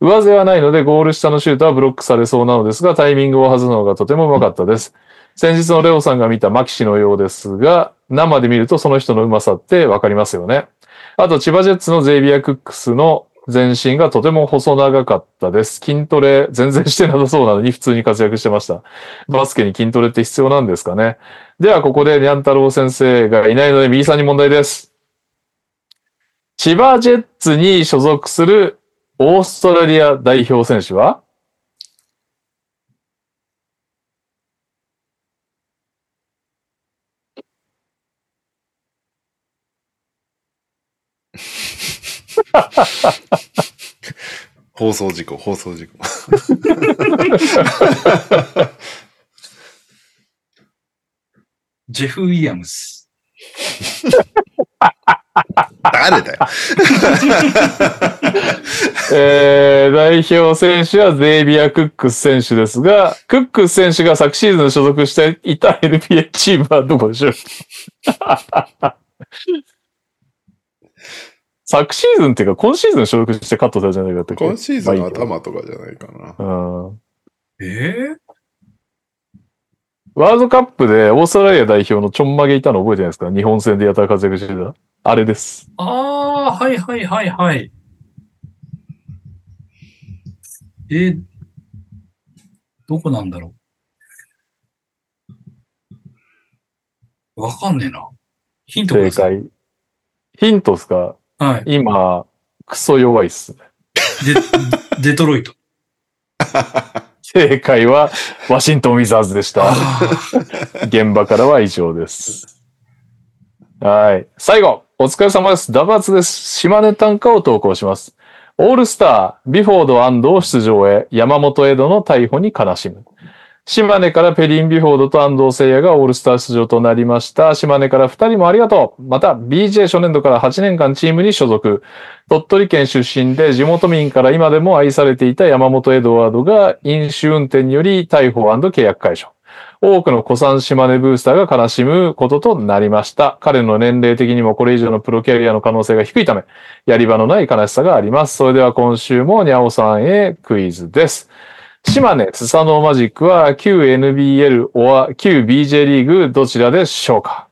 上背はないのでゴール下のシュートはブロックされそうなのですがタイミングを外すのがとても上手かったです。先日のレオさんが見たマキシのようですが、生で見るとその人の上手さってわかりますよね。あと、千葉ジェッツのゼイビア・クックスの全身がとても細長かったです。筋トレ全然してなさそうなのに普通に活躍してました。バスケに筋トレって必要なんですかね。ではここでニャン太郎先生がいないので右さんに問題です。千葉ジェッツに所属するオーストラリア代表選手は放送事故、放送事故。 ジェフ・ウィリアムス。誰 だよ。えー、 代表選手はゼイビア・クックス選手ですが、クックス選手が昨シーズン所属していた NBA チームはどこでしょう 昨シーズンっていうか、今シーズン所属してカットされたじゃないかって。今シーズンの頭とかじゃないかな。うん。えー、ワールドカップでオーストラリア代表のちょんまげいたの覚えてないですか日本戦でやたら活躍してた。あれです。ああー、はいはいはいはい。えーどこなんだろう。わかんねえな。ヒントく正ださい。解。ヒントですかはい。今、クソ弱いっすね。 デ、デトロイト。正解は、ワシントン・ウィザーズでした。あ現場からは以上です。はい。最後、お疲れ様です。ダバツです。島根短歌を投稿します。オールスター、ビフォード安藤出場へ、山本江戸の逮捕に悲しむ。島根からペリン・ビフォードと安藤誠也がオールスター出場となりました。島根から2人もありがとう。また、BJ 初年度から8年間チームに所属。鳥取県出身で地元民から今でも愛されていた山本エドワードが飲酒運転により逮捕契約解消。多くの古参島根ブースターが悲しむこととなりました。彼の年齢的にもこれ以上のプロキャリアの可能性が低いため、やり場のない悲しさがあります。それでは今週もにゃおさんへクイズです。島根、スサノーマジックは旧 NBL or 旧 BJ リーグどちらでしょうか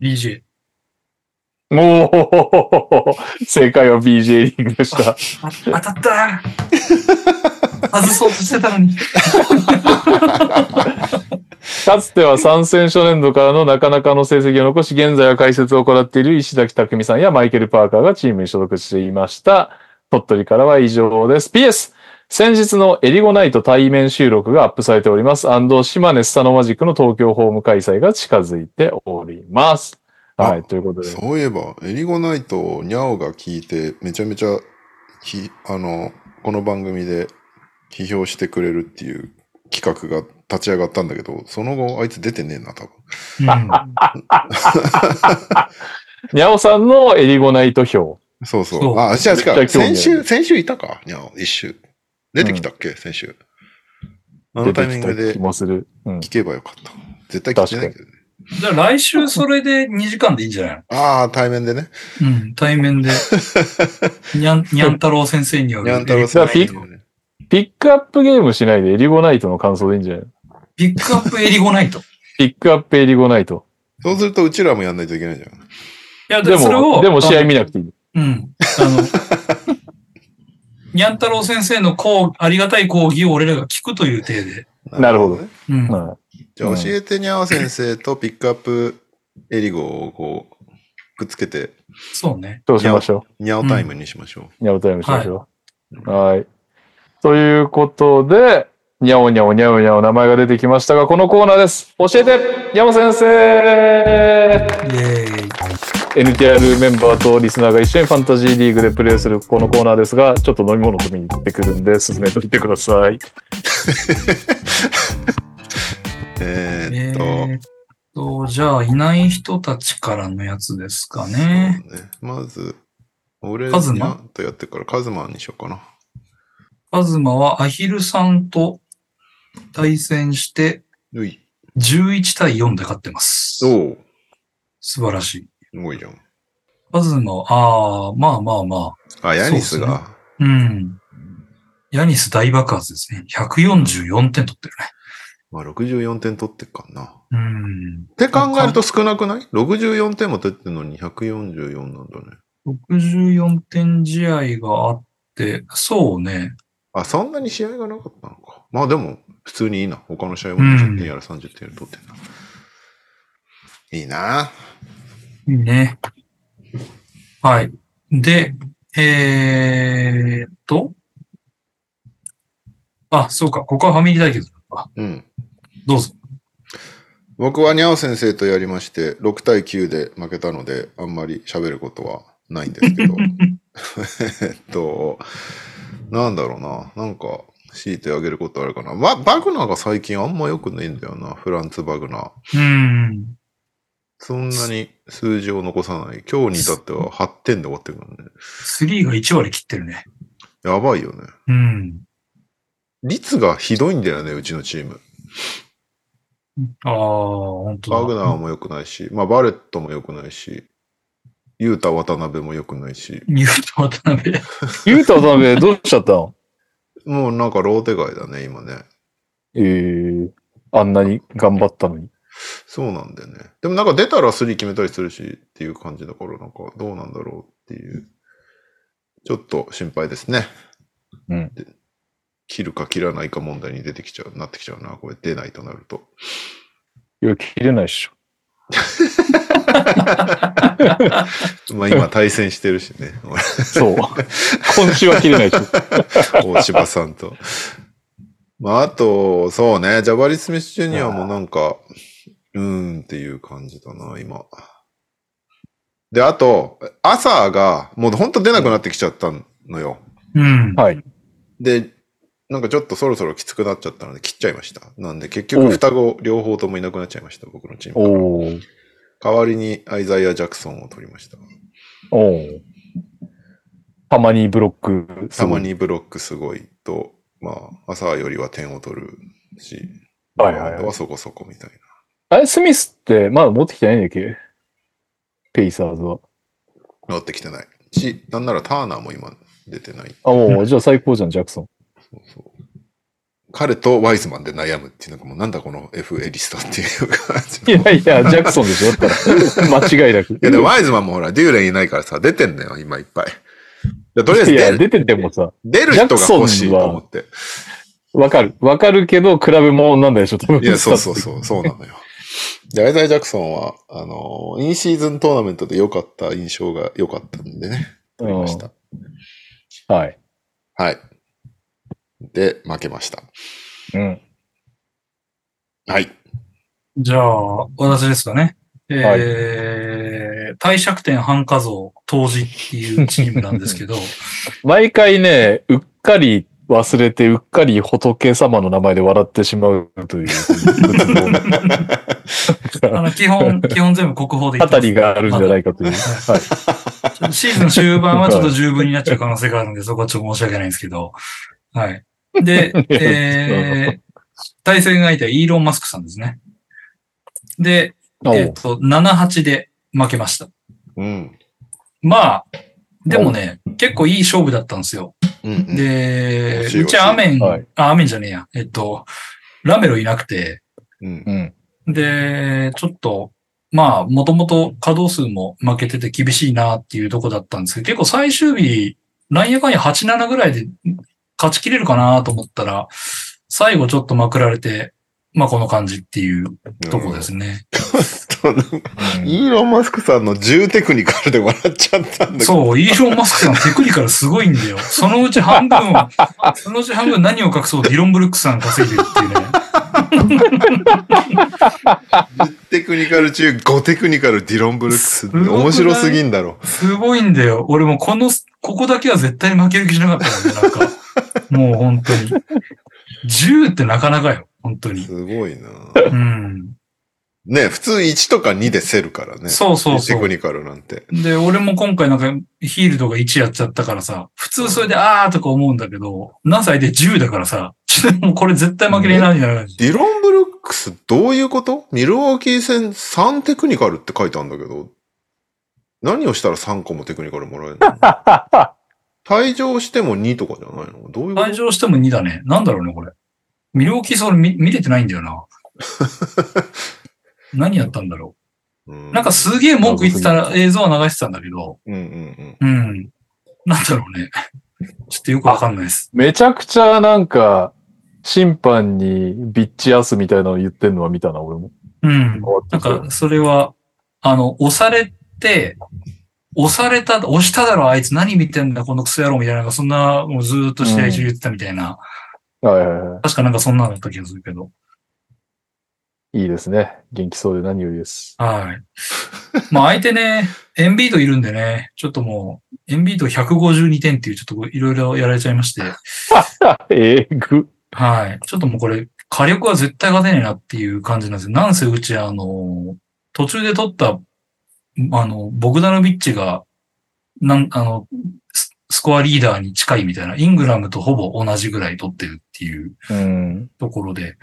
ー BJ。おお正解は BJ リーグでした。あ当たった外そうとしてたのに。かつては参戦初年度からのなかなかの成績を残し、現在は解説を行っている石崎匠さんやマイケル・パーカーがチームに所属していました。鳥取からは以上です。PS! 先日のエリゴナイト対面収録がアップされております。島根スタノマジックの東京ホーム開催が近づいております。はあい、ということで。そういえば、エリゴナイトをニャオが聞いて、めちゃめちゃひ、あの、この番組で批評してくれるっていう企画が立ち上がったんだけど、その後、あいつ出てねえな、多分。うにゃおさんのエリゴナイト票。そうそう。そうあ、違うめ違う。っちゃ興味ある先週、先週いたかニャオ、一周。出てきたっけ、先週。あのタイミング出てきたで気もする。うん。聞けばよかった。絶対聞いてないけどね。んじゃあ来週それで2時間でいいんじゃないああ、対面でね。のうん、対面 で。にゃん、にゃん太郎先生によニャンるタロウじゃさんあピね。ピックアップゲームしないでエリゴナイトの感想でいいんじゃないピックアップエリゴナイト。いピックアップエリゴナイト。そうすると、うちらもやんないといけないじゃん。や、ででそれを、も、でも試合あの見なくていい。うん。あの、 にゃん太郎先生の講義ありがたい講義を俺らが聞くという体で。なるほどね。うん。はいじゃうんあ、教えてニャオ先生とピックアップエリゴをこう、くっつけて、そうね。そうしましょニャオタイムにしましょう。にゃおタイムしましょう。はい。ということで、にゃおにゃおにゃおにゃお名前が出てきましたが、このコーナーです。教えて、にゃお先生イェーイ。 NTR メンバーとリスナーが一緒にファンタジーリーグでプレーするこのコーナーですが、ちょっと飲み物飲みに行ってくるんで、進めておいてください。う。えーえっと、ーっと、じゃあ、いない人たちからのやつですかね。そうねまず、俺カズマニャンとやってからカズマにしようかな。カズマはアヒルさんと対戦して、うい。 11対4で勝ってます。お素お晴らしい。すごいじゃん。カズマは、ああ、まあまあまあ。あ、ヤニスそうっが。うん。ヤニス大爆発ですね。144点取ってるね。まあ、64点取ってっかな。うん。って考えると少なくない ?64 点も取ってんのに144なんだね。 64点試合があって、そうね。あ、そんなに試合がなかったのか。まあでも、普通にいいな。他の試合も20点やら30点やら取ってんな。いいないいね。はい。で、えーっと。あ、そうか。ここはファミリー対決だった。うん。どうぞ。僕はにゃお先生とやりまして、6対9で負けたので、あんまり喋ることはないんですけど。えっと、なんだろうな。なんか、強いてあげることあるかな。ババグナーが最近あんま良くないんだよな、フランツ・バグナー。うん。そんなに数字を残さない。今日に至っては8点で終わってるからね。 3が1割切ってるね。やばいよね。うん。率がひどいんだよね、うちのチーム。ああ、本当だ。バグナーも良くないし、まあ、バレットも良くないし、ユータ・渡辺も良くないし、ニュートン渡辺。ゆうた渡 辺どうしちゃったのもうなんかローテ外だね、今ね。ええあんなに頑張ったのに。そうなんだよね。でもなんか出たら3決めたりするしっていう感じだから、なんかどうなんだろうっていう。ちょっと心配ですね。うんで切るか切らないか問題に出てきちゃう、なってきちゃうな。これ出ないとなると。いや、切れないっしょ。まあ今対戦してるしね。俺 そう。今週は切れないっしょ。大柴さんと。まああと、そうね。ジャバリ・スミス・ジュニアもなんか、うーんっていう感じだな、今。で、あと、朝が、もうほんと出なくなってきちゃったのよ。うん。はい。で、なんかちょっとそろそろきつくなっちゃったので切っちゃいました。なんで結局双子両方ともいなくなっちゃいました、僕のチーム。おー代わりにアイザイア・ジャクソンを取りました。おーたまにブロック。たま。にブロックすごいと、まあ、朝よりは点を取るし、はいはいはいはそこそこみたいな。あれ、スミスってまだ持ってきてないんだっけペイサーズは。乗ってきてない。し、なんならターナーも今出てない。あ、もう、じゃあ最高じゃん、ジャクソン。そうそう彼とワイズマンで悩むっていう、なんかもうなんだこの FA リストっていう感いじの。いやいや、ジャクソンでしょだった ら。間違いなく。や、でもワイズマンもほら、デューレンいないからさ、出てんだよ、今いっぱい。いやとりあえずい出や、る出ててもさ、出る人が欲しいと思って。わかる。わかるけど、比べ物なんだでしょ、多分いや、そうそうそう、そうなのよ。で、アイザイ・ジャクソンは、あの、インシーズントーナメントで良かった印象が良かったんでね、取りました。うんはい。はい。で、負けました。うん。はい。じゃあ、私ですかね。えー、帝釈天半化像当時っていうチームなんですけど、毎回ね、うっかり忘れて、うっかり仏様の名前で笑ってしまうと いう。あの、基 本、基本全部国宝で言あってたますりがあるんじゃないかという。はい。ちょっとシーズン終盤はちょっと十分になっちゃう可能性があるので、そこはちょっと申し訳ないんですけど。はい。で、えー、対戦相手はイーロン・マスクさんですね。で、おえっ、と、7-8で負けました。うん。まあ、でもね、結構いい勝負だったんですよ。うん、うん。で惜、しいうちはアメン、はいあ、アメンじゃねえや。えっと、ラメロいなくて、うんうん。で、ちょっと、まあ、もともと稼働数も負けてて厳しいなっていうとこだったんですけど、結構最終日、なんやかんや8-7ぐらいで勝ち切れるかなと思ったら、最後ちょっとまくられて、まあこの感じっていうとこですね。そうなんか イーロン・マスクさんの重テクニカルで笑っちゃったんだけど、そう、イーロン・マスクさんテクニカルすごいんだよ。そのうち半分は、そのうち半分何を隠そうディロン・ブルックスさん稼いでるっていうね。テクニカル中5テクニカルディロン・ブルックスって面白すぎんだろ。すごいんだよ。俺もこの、ここだけは絶対に負ける気しなかったもんねなん か、もう本当に。10ってなかなかよ。本当に。すごいなうん。ね普通1とか2で競るからね。そうそうそテクう。ニカルなんて。で、俺も今回なんかヒールドが1やっちゃったからさ、普通それであーとか思うんだけど、何歳で10だからさ、ちょっともうこれ絶対負けれないんじゃないディロン・ブルックスどういうことミルウォーキー戦3テクニカルって書いてあるんだけど、何をしたら3個もテクニカルもらえるの 退場しても2とかじゃないのどういうこと退場しても2だね。なんだろうね、これ。ミルウォーキーそれ見見れてないんだ よな。何やったんだろうんう。なんかすげえ文句言ってた映像は流してたんだけど、うんうんうん。なんだろうね。ちょっとよくわかんないです。 めちゃくちゃなんか、審判にビッチアスみたいなの言ってんのは見たな、俺も。うん。なんかか、それは、あの、押されて、押された、押しただろ、あいつ何見てんだ、このクソ野郎みたいな、そんな、もうずーっと試合中言ってたみたいな。はいはいは確かなんかそんなのだった気がするけど。い。いいですね。元気そうで何よりです。 はい。 まあ相手ね、エンビードいるんでね、ちょっともう、エンビード152点っていうちょっといろいろやられちゃいまして、えぐ。はい。ちょっともうこれ、火力は絶対勝てねえなっていう感じなんですよ。なんせうち、あの、途中で取った、あの、ボグダノビッチが、なん、あの、ススコアリーダーに近いみたいな、イングラムとほぼ同じぐらい取ってるっていううん。ところで。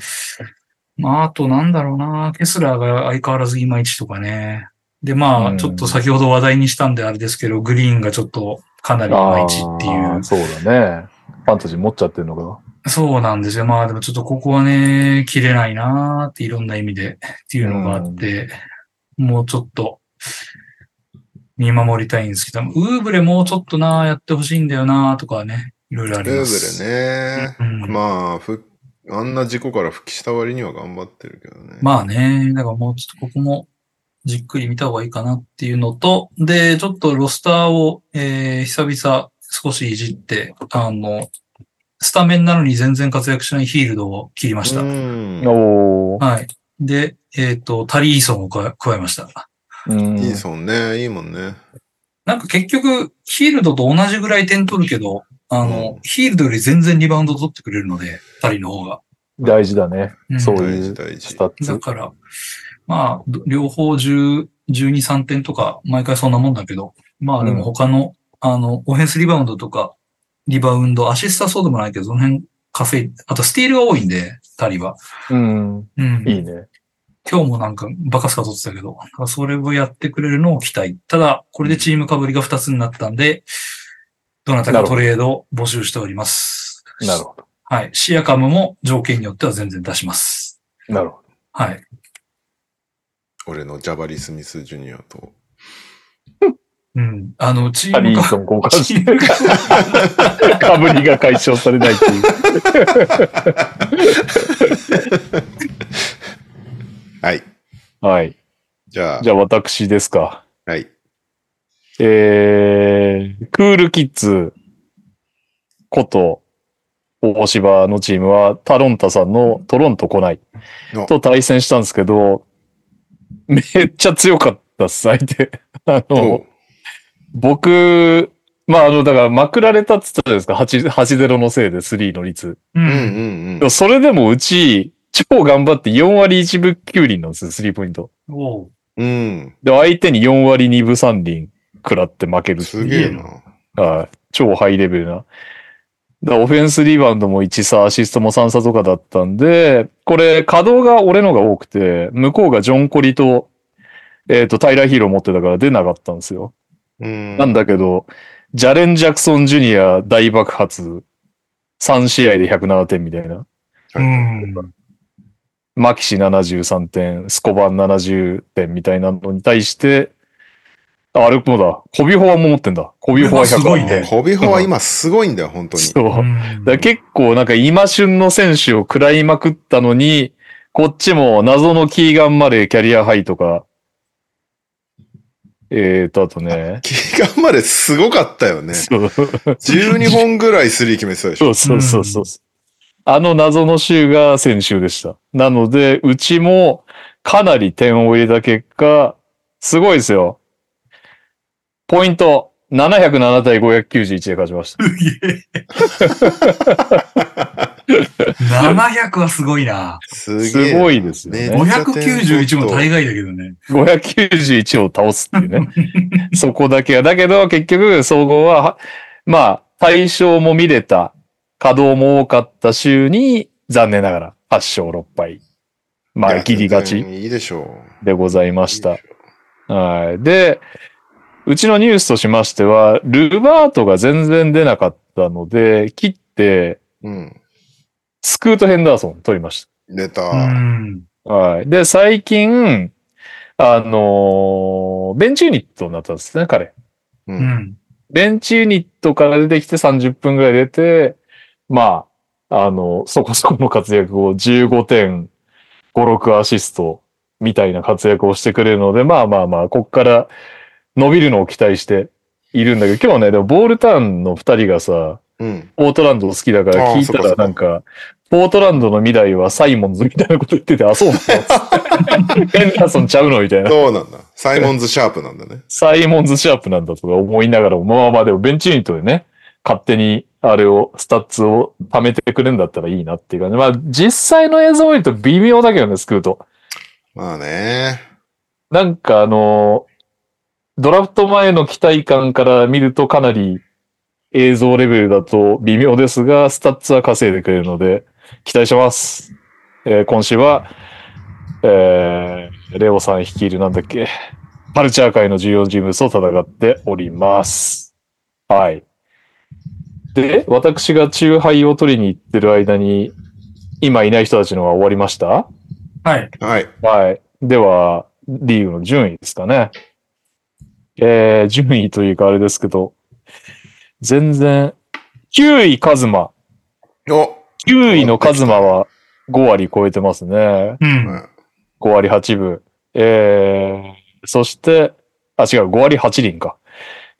まあ、あとなんだろうな、ケスラーが相変わらずいまいちとかね。で、まうあ、んちょっと先ほど話題にしたんであれですけど、グリーンがちょっとかなりいまいちっていうあー。そうだね。ファンタジー持っちゃってるのか。そうなんですよ。まあでもちょっとここはね、切れないなーっていろんな意味でっていうのがあって、もうちょっと見守りたいんですけど、ウーブレもうちょっとなーやってほしいんだよなーとかね、いろいろありルまーす。ブルね。うんまあ、まあ、ふあんな事故から復帰した割には頑張ってるけどね。ね、だからもうちょっとここもじっくり見た方がいいかなっていうのと、で、ちょっとロスターを、えー、久々少しいじって、あの、スタメンなのに全然活躍しないヒールドを切りましたう。んおー。はい。で、えっ、と、タリーソンを加え加えました。うんいいそんね。いいもんね。なんか結局、ヒールドと同じぐらい点取るけど、あの、うんヒールドより全然リバウンド取ってくれるので、タリーの方が。大事だね。うんそう大い事う大事ス。タッだツ。から、まあ、ど両方10、12、3点とか、毎回そんなもんだけど、まあでも他の、あの、オフェンスリバウンドとか、リバウンド、アシストはそうでもないけど、その辺稼い、あとスティールが多いんで、タリーは。うん。うん。いいね。今日もなんかバカスカ取ってたけど、なんかそれをやってくれるのを期待。ただ、これでチーム被りが2つになったんで、どなたかトレードを募集しております。なるほはい。シアカムも条件によっては全然出します。ど。なるほはい。俺のジャバリ・スミス・ジュニアと。うん。あの、チど。ハーリムーか、ソン交換チしーム か、て、かぶりが解消されないっていう。はい。はい。じゃあ、じゃあ私ですか。はい。えー、クールキッズこと大芝のチームはタロンタさんのトロント来ないおと対戦したんですけど、めっちゃ強かったっす、相手。 あの、お僕、まあ、あの、だから、まくられたっつったじゃないですか。8、8-0のせいで3の率。うう。んうんんでうもそれでもうち、超頑張って4割1分9厘なんですよ、3ポイント。おう。ん。で、相手に4割2分3厘食らって負けうるん。ってすいうげえな。はい。超ハイレベルな。だからオフェンスリバウンドも1差、アシストも3差とかだったんで、これ、稼働が俺のが多くて、向こうがジョン・コリと、えっ、と、タイラー・ヒーロー持ってたから出なかったんですよ。うん。なんだけど、ジャレン・ジャクソン・ジュニア大爆発、3試合で107点みたいな。はういん。マキシ73点、スコバン70点みたいなのに対して、あ、あれもだ、コビホワも持ってんだ。コビホワ100すごいねホビホは今すごいんだよ、本当に。そう。うんだから結構なんか今旬の選手を食らいまくったのに、こっちも謎のキーガンマレーキャリアハイとか、えーと、あとね、キーガンまですごかったよね。そう12本ぐらいスリー決めてたでしょ。そうそうそうそう。あの謎の週が先週でした。なので、うちもかなり点を入れた結果、すごいですよ。ポイント、707対591で勝ちました。 700はすごい な。すげえ。すごいですよねめっちゃ点取った591も大概だけどね。 591を倒すっていうね。そこだけは。だけど、結局、総合は、はまあ、対象も見れた、稼働も多かった週に、残念ながら、8勝6敗。まいあ、やギリ勝ち全然いいでしょでございまう。した。はい。で、うちのニュースとしましては、ルバートが全然出なかったので、切って、うん。スクート・ヘンダーソン取りました。出うた。ん。はい。で、最近、あのーベンチユニットになったんですね、彼。う。うんん。ベンチユニットから出てきて30分ぐらい出て、まあ、あの、そこそこの活躍を15点56アシストみたいな活躍をしてくれるので、まあまあまあ、こっから伸びるのを期待しているんだけど、今日はね、でもボールターンの2人がさ、うん。ポートランド好きだからああ聞いそたっかそらっかなんか、ポートランドの未来はサイモンズみたいなこと言ってて、あ、そうなんだ。 ヘンダーソンちゃうのみたいな。そうなんだ。サイモンズ・シャープなんだね。 サイモンズシャープなんだとか思いながらも、まあまあでもベンチユニットでね、勝手にあれを、スタッツを貯めてくれるんだったらいいなっていう感じ。まあ実際の映像を見ると微妙だけどね、スクート。まあね。なんかあの、ドラフト前の期待感から見るとかなり映像レベルだと微妙ですが、スタッツは稼いでくれるので、期待してます。えー今週は、えーレオさん率いるなんだっけ、パルチャー界の重要人物と戦っております。はい。で、私が中杯を取りに行ってる間に、今いない人たちのは終わりましたはい。はい。はい。では、リーグの順位ですかね。えー、順位というかあれですけど、全然、9位カズマ。お、 9位のカズマは5割超えてますね。うん。うん5割8分。えー、そして、あ、違う、5割8厘か。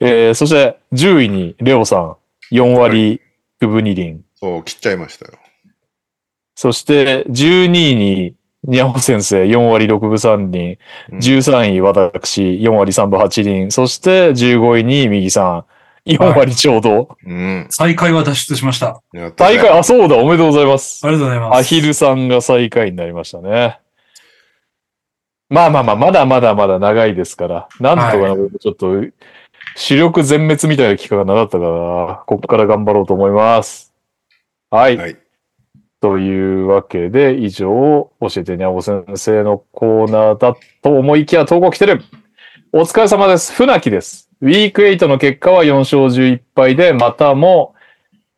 えー、そして、10位にレオさん、4割9分2厘。そう、切っちゃいましたよ。そして、12位に、ニャホ先生、4割6分3厘。うん13位、私、4割3分8厘。そして、15位に、右さん、4割ちょうど。うん。再開は脱出しました。やったね大会、あ、そうだ、おめでとうございますあ。りがとうございます。アヒルさんが最下位になりましたね。まあまあまあ、まだまだまだ長いですから、なんとかなるちょっと、主力全滅みたいな期間がなかったから、ここから頑張ろうと思います。はい。はい。というわけで、以上、教えてにゃお先生のコーナーだと思いきや投稿来てる。お疲れ様です。船木です。ウィーク8の結果は4勝11敗で、またも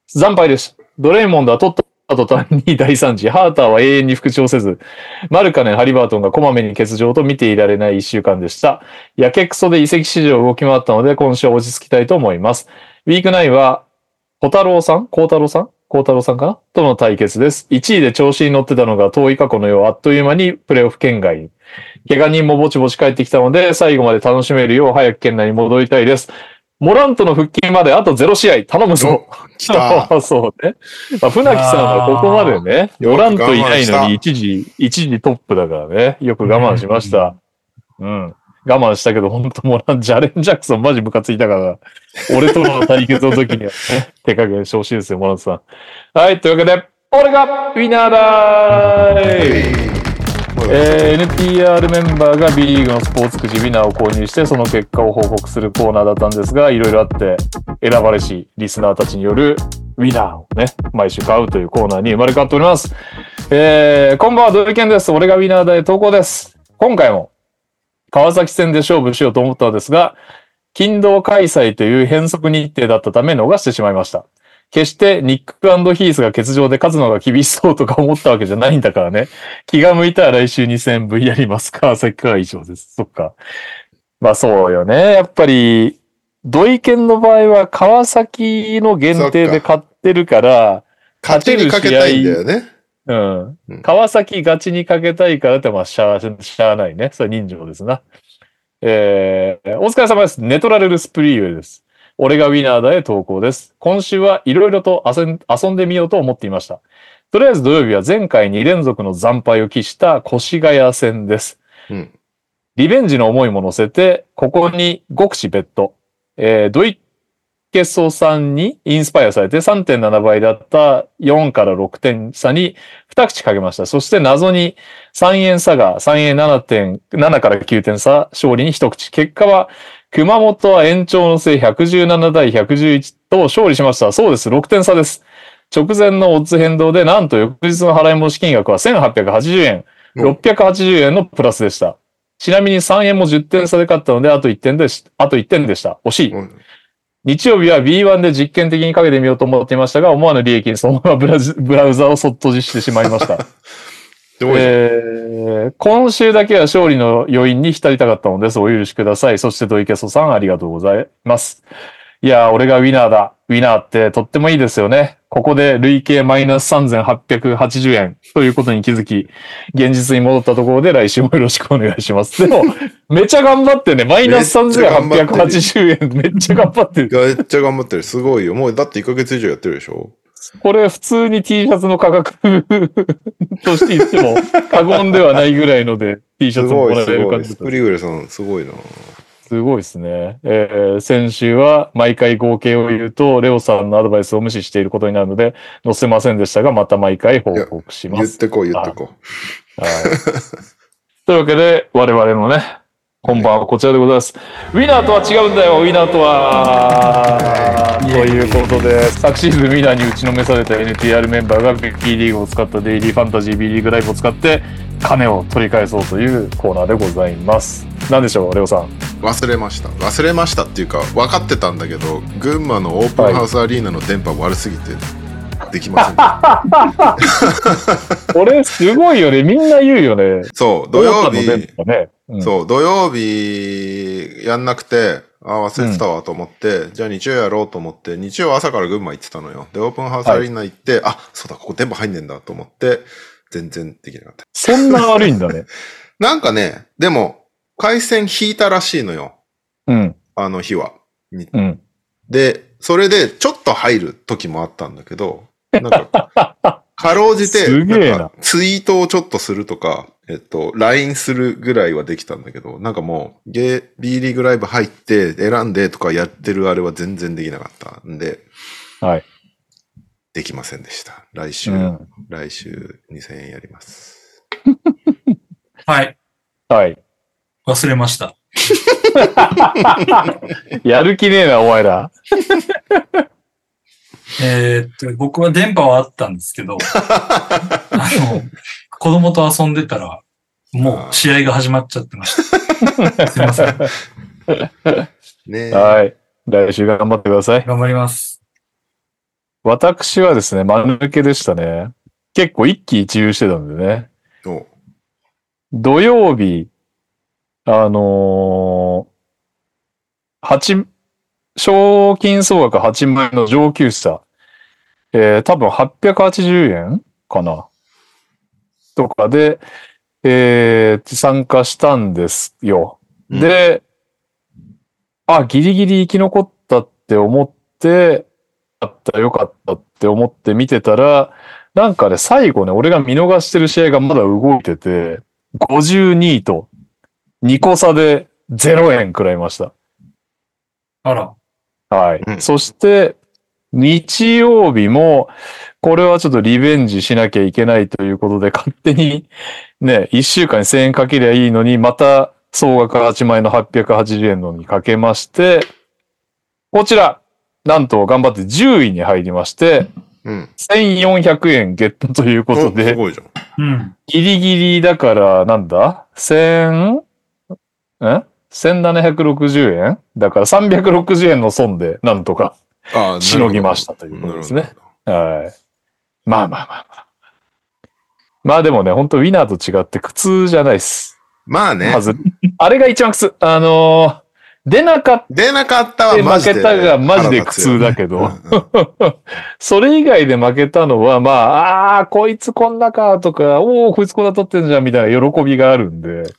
惨敗でした。ドレイモンドは取った途端に第3次、ハーターは永遠に復調せず、マルカネン、ハリバートンがこまめに欠場と見ていられない1週間でした。やけくそで移籍市場動き回ったので、今週は落ち着きたいと思います。ウィーク9は、小太郎さん小太郎さん小太郎さんかなとの対決です。1位で調子に乗ってたのが遠い過去のよう、あっという間にプレーオフ圏外に。怪我人もぼちぼち帰ってきたので、最後まで楽しめるよう早く圏内に戻りたいです。モラントの復帰まであと0試合、頼むぞ。来 た。そうね。まあ、船木さんはここまでね、ーモラントいないのによ一時、一時トップだからね、よく我慢しました。うん。我慢したけど、本当モラン、ジャレン・ジャクソンマジムカついたから、俺との対決の時に は、ね、手加減してほしいですよ、モラントさん。はい、というわけで、俺がウィナーだーいえー NPR メンバーが B リーグのスポーツくじウィナーを購入してその結果を報告するコーナーだったんですがいろいろあって選ばれしリスナーたちによるウィナーをね毎週買うというコーナーに生まれ変わっております、えー、こんばんはドルケンです俺がウィナーで投稿です今回も川崎戦で勝負しようと思ったのですが勤労開催という変則日程だったため逃してしまいました決してニックヒースが欠場で勝つのが厳しそうとか思ったわけじゃないんだからね。気が向いたら来週2戦 V やりますか。サッカー以上です。そっか。まあそうよね。やっぱり、土井県の場合は川崎の限定で勝ってるから、勝ちにかけたいんだよね。うんうん川崎ガチにかけたいからって、まあ、しゃあ、しゃあないね。それ人情ですな。えー、お疲れ様です。ネトラレルスプリーウェルです。俺がウィナーだへ投稿です。今週はいろいろと遊ん遊んでみようと思っていました。とりあえず土曜日は前回2連続の惨敗を喫した越谷戦です。うん。リベンジの思いも乗せて、ここに極地別途。えー、ドイケソさんにインスパイアされて3.7倍だった4から6点差に2口かけました。そして謎に3円差が3円7.7から9点差、勝利に一口。結果は熊本は延長の末117対111と勝利しました。そうです。6点差です。直前のオッズ変動で、なんと翌日の払い戻し金額は1880円、うん680円のプラスでした。ちなみに3円も10点差で勝ったので、あと1点でし、あと1点でした。惜しい。うん日曜日は B1 で実験的にかけてみようと思っていましたが、思わぬ利益にそのままブラジブラウザをそっと閉じしてしまいま した。すごいね。えー今週だけは勝利の余韻に浸りたかったのです。お許しください。そして土井ケソさん、ありがとうございます。いやー、俺がウィナーだ。ウィナーってとってもいいですよね。ここで累計マイナス3880円ということに気づき、現実に戻ったところで来週もよろしくお願いします。でも、めちゃ頑張ってね。マイナス3880円、めっちゃ頑張ってる。めっちゃ頑張ってる。すごいよ。もうだって1ヶ月以上やってるでしょこれ普通に T シャツの価格として言っても過言ではないぐらいので T シャツももらえる感スじだったプリグレさん、すごいな。すごいですね。えー先週は毎回合計を言うと、レオさんのアドバイスを無視していることになるので、載せませんでしたが、また毎回報告しま言っす。てこう、言ってこう。はい、というわけで、我々のね、本番はこちらでございます。ウィナーとは違うんだよ、ウィナーとは。ということで、昨シーズンウィナーに打ちのめされた NTR メンバーが B リーグを使ったデイリーファンタジー B リーグライブを使って、金を取り返そうというコーナーでございます。なんでしょう、レオさん。忘れました。忘れましたっていうか、分かってたんだけど、群馬のオープンハウスアリーナの電波悪すぎて、できませんでした。俺、すごいよね。みんな言うよね。そう、土曜大田の日電、波ね。うんそう、土曜日やんなくて、ああ、忘れてたわと思って、じゃあ日曜やろうと思って、日曜朝から群馬行ってたのよ。で、オープンハウスアリーナ行って、あ、そうだ、ここ電波入んねんだと思って、全然できなかった。そんな悪いんだね。なんかね、でも、回線引いたらしいのよ。うん。あの日は。にうん。で、それで、ちょっと入る時もあったんだけ ど、なんか、かろうじて、すげえなんかツイートをちょっとするとか、えっと、LINE するぐらいはできたんだけど、なんかもう、ゲ B リーグライブ入って、選んでとかやってるあれは全然できなかったんで、はい。できませんでした。来う週、ん。来週2000円やります。はい。はい。忘れました。やる気ねえな、お前ら。えーっと、僕は電波はあったんです けど、あの、子供と遊んでたら、もう試合が始まっちゃってました。すいません。ねえ。はい。来週頑張ってください。頑張ります。私はですね、間抜けでしたね。結構一喜一憂してたんでね。お土曜日、あのー、八、賞金総額8万円の上級者、えー、多分880円かなとかで、えー、参加したんですよ。うんで、あ、ギリギリ生き残ったって思って、あった、よかったって思って見てたら、なんかね、最後ね、俺が見逃してる試合がまだ動いてて、52位と2個差で0円くらいました。あら。はい。うんそして、日曜日も、これはちょっとリベンジしなきゃいけないということで、勝手にね、1週間に1000円かけりゃいいのに、また総額8万円の880円のにかけまして、こちら、なんと頑張って10位に入りまして、うん。 1400円ゲットということおすで、ごいじゃん。うん。ギリギリだから、なんだ ?1000? ん ?1760 円だから360円の損で、なんとか。ああしのぎましたということです。なねるほどはい。まあまあまあまあ。まあでもね、本当ウィナーと違って苦痛じゃないっす。まあねま。ず、あれが一番苦痛。あのー出なかっ出なかったはでマジで、負けたがマジで苦痛だけど腹立つよね それ以外で負けたのは、まあ、ああー、こいつこんなかとか、おお、こいつこんな取ってんじゃんみたいな喜びがあるんで。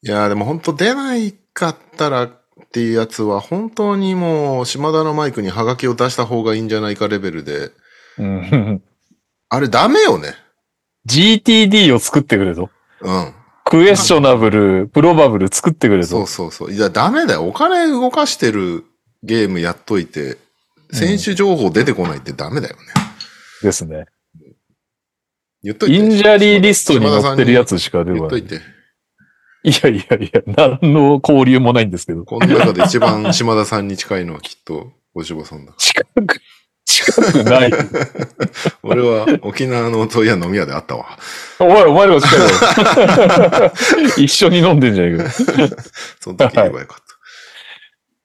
いやーでも本当出ないかったらっていうやつは本当にもう島田のマイクにハガキを出した方がいいんじゃないかレベルで、うん、 あれダメよね。 GTD を作ってくれと。うん。クエスチョナブル、プロバブル作ってくれそとう。そうそう。いやダメだよ。お金動かしてるゲームやっといて、選手情報出てこないってダメだよね。ですね。言っといて。インジャリーリストに載ってるやつしか出て言こっとないい。て。いやいやいや、何の交流もないんですけど。この中で一番島田さんに近いのはきっと、おしぼさんだ。近く、 近くない。俺は沖縄の問屋飲み屋で会ったわ。おい、お前らが近 いわ一緒に飲んでんじゃねえか。その時言えばよかっ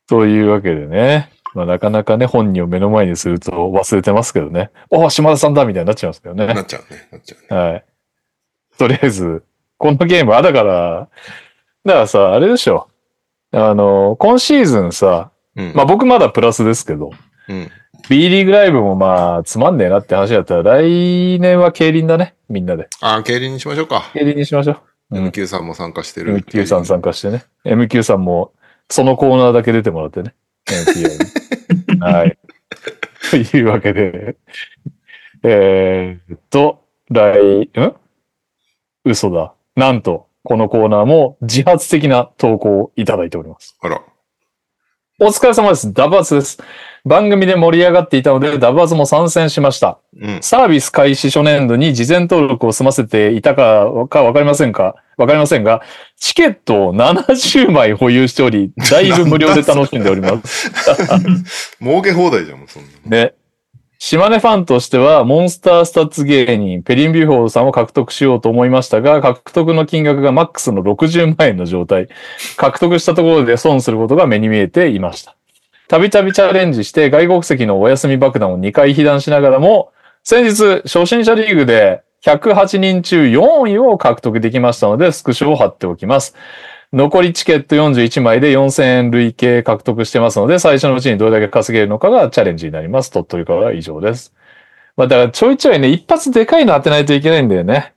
というわけでね。まあ、なかなかね、本人を目の前にすると忘れてますけどね。お島田さんだみたいになっちゃいますけどた。なね。っちゃうね。なっちゃうね。はい。とりあえず、このゲームは、あだから、だからさ、あれでしょ。あの、今シーズンさ、うん。まあ僕まだプラスですけど、うん。 B リーグライブもまあ、つまんねえなって話だったら、来年は競輪だね、みんなで。あー、競輪にしましょうか。競輪にしましょう。うん MQ さんも参加してる。 MQ さん参加してね。MQ さんも、そのコーナーだけ出てもらってね。MQ にはい。というわけで、えーっと、来、ん嘘だ。なんと、このコーナーも自発的な投稿をいただいております。あら。お疲れ様です。ダバーツです。番組で盛り上がっていたので、ダバーツも参戦しました。うん。サービス開始初年度に事前登録を済ませていたかかわかりませんかわかりませんが、チケットを70枚保有しており、だいぶ無料で楽しんでおります。儲け放題じゃん、もうそんなの。ね。島根ファンとしては、モンスタースタッツ芸人、ペリンビュフォーさんを獲得しようと思いましたが、獲得の金額がマックスの60万円の状態。獲得したところで損することが目に見えていました。たびたびチャレンジして、外国籍のお休み爆弾を2回被弾しながらも、先日、初心者リーグで108人中4位を獲得できましたので、スクショを貼っておきます。残りチケット41枚で4000円累計獲得してますので、最初のうちにどれだけ稼げるのかがチャレンジになります。鳥取からは以上です。まあ、だからちょいちょいね、一発でかいの当てないといけないんだよね。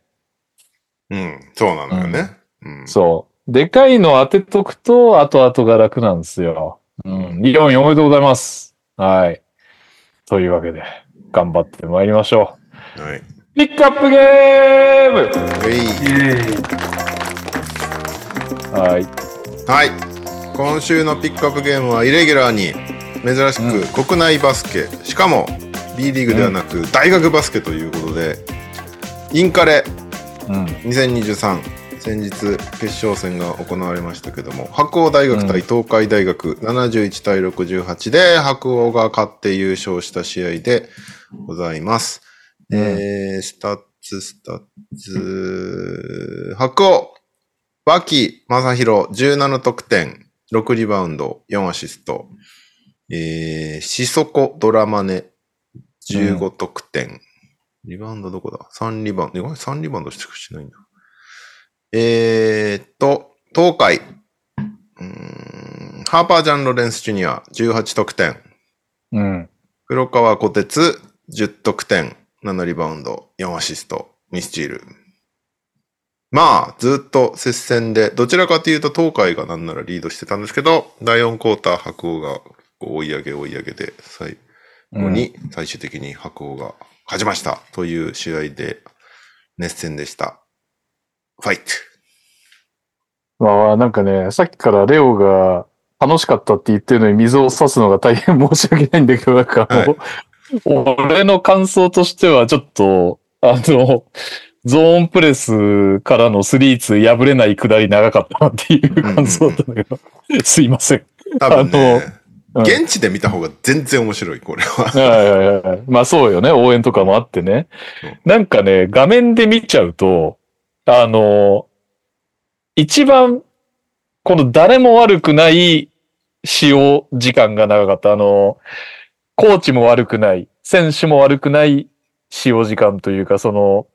うん。そうなのよね。うん。そう。でかいの当てとくと、後々が楽なんですよ。うん。リオンおめでとうございます。はい。というわけで、頑張ってまいりましょはい。う。ピックアップゲームはい。えはい。はい。今週のピックアップゲームはイレギュラーに珍しく国内バスケ、しかも B リーグではなく大学バスケということで、インカレうん。 2023先日決勝戦が行われましたけども白鴎大学対東海大学、71対68で白鴎が勝って優勝した試合でございます、うんえー、スタッツスタッツ白鴎脇正宏17得点6リバウンド4アシストえー、シソコドラマネ15得点、リバウンドどこだ ?3 リバウンド。えごめん3リバウンドしてくしてないんだ。えーっと、東海。うーんハーパー・ジャン・ロレンス・ジュニア、18得点。うん。黒川小鉄、10得点。7リバウンド、4アシスト、2スチール。まあ、ずっと接戦で、どちらかというと東海がなんならリードしてたんですけど、第4クォーター、白鴎がこう追い上げ追い上げで、最後に最終的に白鴎が勝ちましたという試合で熱戦でした。ファイト。まあ、なんかね、さっきからレオが楽しかったって言ってるのに水を差すのが大変申し訳ないんだけど、なんかはいもう、俺の感想としてはちょっと、あの、ゾーンプレスからのスリーツ破れないくだり長かったなっていう感想だったんだけど、すいません。多分ね、あのうん現地で見た方が全然面白い、これは。はいはいはいはいまあそうよね、応援とかもあってねうん。なんかね、画面で見ちゃうと、あの、一番、この誰も悪くない使用時間が長かった。あの、コーチも悪くない、選手も悪くない使用時間というか、その、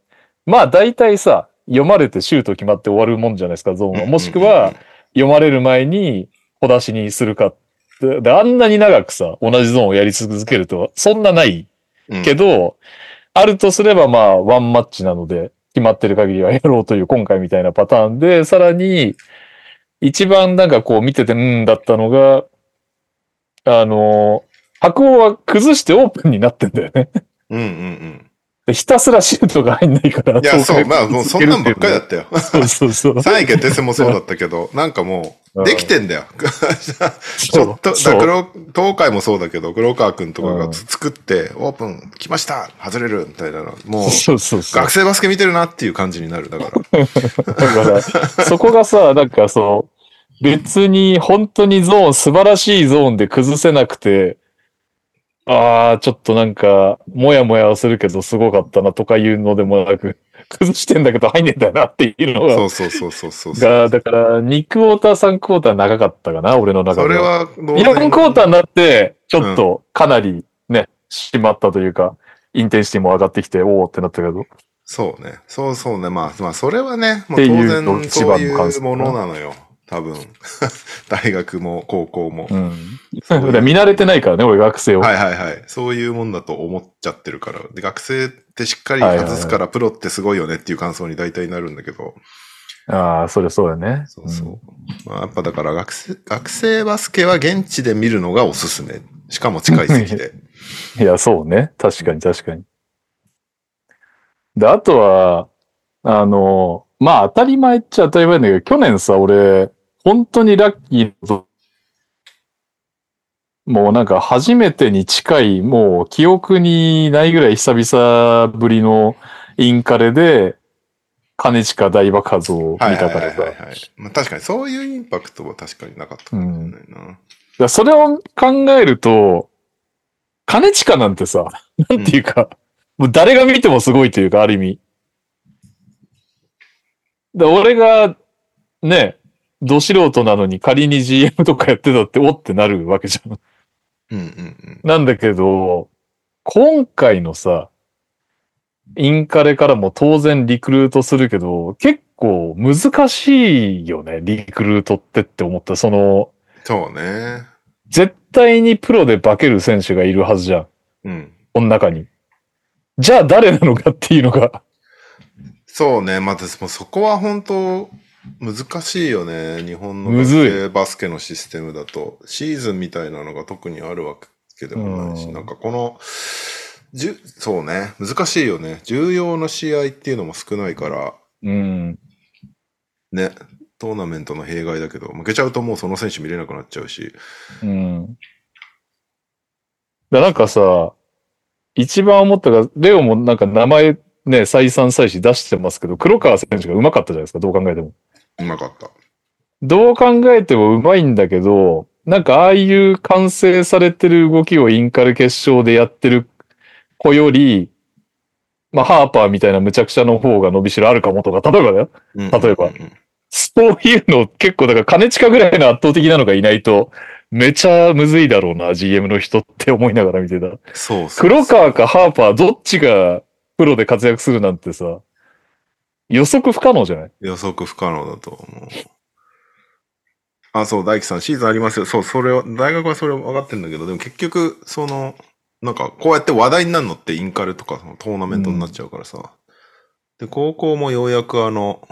まあ大体さ、読まれてシュート決まって終わるもんじゃないですか、ゾーンは。もしくは、読まれる前に小出しにするか。でであんなに長くさ、同じゾーンをやり続けるとは、そんなないうん、けど、あるとすればまあ、ワンマッチなので、決まってる限りはやろうという今回みたいなパターンで、さらに、一番なんかこう見てて、うんだったのが、あの、白鵬は崩してオープンになってんだよね。 うんうんうん。でひたすらシュートが入んない から。いや、そう、まあ、もうそんなんばっかりだっ ったよ。た。そうそうそう。三位決定戦もそうだったけど、なんかもう、できてん だよ。ちちょっと、だから東海もそうだけど、黒川くんとかがつ作って、オープン来ました外れるみたいなの。も う、そうそうそう。学生バスケ見てるなっていう感じになる。だ から。だから、そこがさ、なんかそう、別に本当にゾーン、素晴らしいゾーンで崩せなくて、ああ、ちょっとなんか、もやもやはするけど、すごかったなとかいうのでもなく、崩してんだけど入んねえんだよなっていうのそが、うそうそうそうそう。がだから、2クォーター、3クォーター長かったかな、俺の中そでれは。は、 4クォーターになって、ちょっとかなりね、締まったというか、インテンシティも上がってきて、おおってなったけど。そうね。そうそうね。まあ、まあ、それはね、もっうて当いうの然そう一番の感い想うものなのよ。多分。 大学も高校も。うん。そう だいうから見慣れてないからね、俺学生を。はいはいはい。そういうもんだと思っちゃってるから。で、学生ってしっかり外すから、プロってすごいよねっていう感想に大体なるんだけど。ああ、それそうだね。そうそう。まあ、やっぱだ から学生、学生バスケは現地で見るのがおすすめ。しかも近い席で。いや、そうね。確かに確かに。で、あとは、あの、まあ当たり前っちゃ当たり前だけど、去年さ、俺、本当にラッキーと、もうなんか初めてに近い、もう記憶にないぐらい久々ぶりのインカレで、金近大爆発を見はいはたいかはいらさはい、はい。まあ、確かにそういうインパクトは確かになかったかもしれないな。いやそれを考えると、金近なんてさ、なんていうか、もう誰が見てもすごいというか、ある意味。で俺が、ね、ど素人なのに仮に GM とかやってたって、おってなるわけじゃん。うんうんなんだけど、今回のさ、インカレからも当然リクルートするけど、結構難しいよね、リクルートってって思った。その、うん。そうね。絶対にプロで化ける選手がいるはずじゃん。うん。この中に。じゃあ誰なのかっていうのが。そうね。まあ、でもそこは本当難しいよね。日本のむず学い生バスケのシステムだと。シーズンみたいなのが特にあるわけでもないし、うんなんかこの、じゅそうね。難しいよね。重要な試合っていうのも少ないから、うん。ね。トーナメントの弊害だけど、負けちゃうともうその選手見れなくなっちゃうし。うん。だなんかさ、一番思ったが、レオもなんか名前ね、再三再四出してますけど、黒川選手が上手かったじゃないですか、どう考えても。うまかった。どう考えても上手いんだけど、なんかああいう完成されてる動きをインカル決勝でやってる子より、まあ、ハーパーみたいな無茶苦茶の方が伸びしろあるかもとか、例えばだよ。うん例えばうんうんそういうの結構、だから金近ぐらいの圧倒的なのがいないと、めちゃむずいだろうな、GM の人って思いながら見てた。そうそう。黒川かハーパー、どっちがプロで活躍するなんてさ、予測不可能じゃない予測不可能だと思う。あ、そう、大樹さん、シーズンありますよ。そう、それを、大学はそれ分かってるんだけど、でも結局、その、なんか、こうやって話題になるのってインカレとかそのトーナメントになっちゃうからさ。で、高校もようやくあの、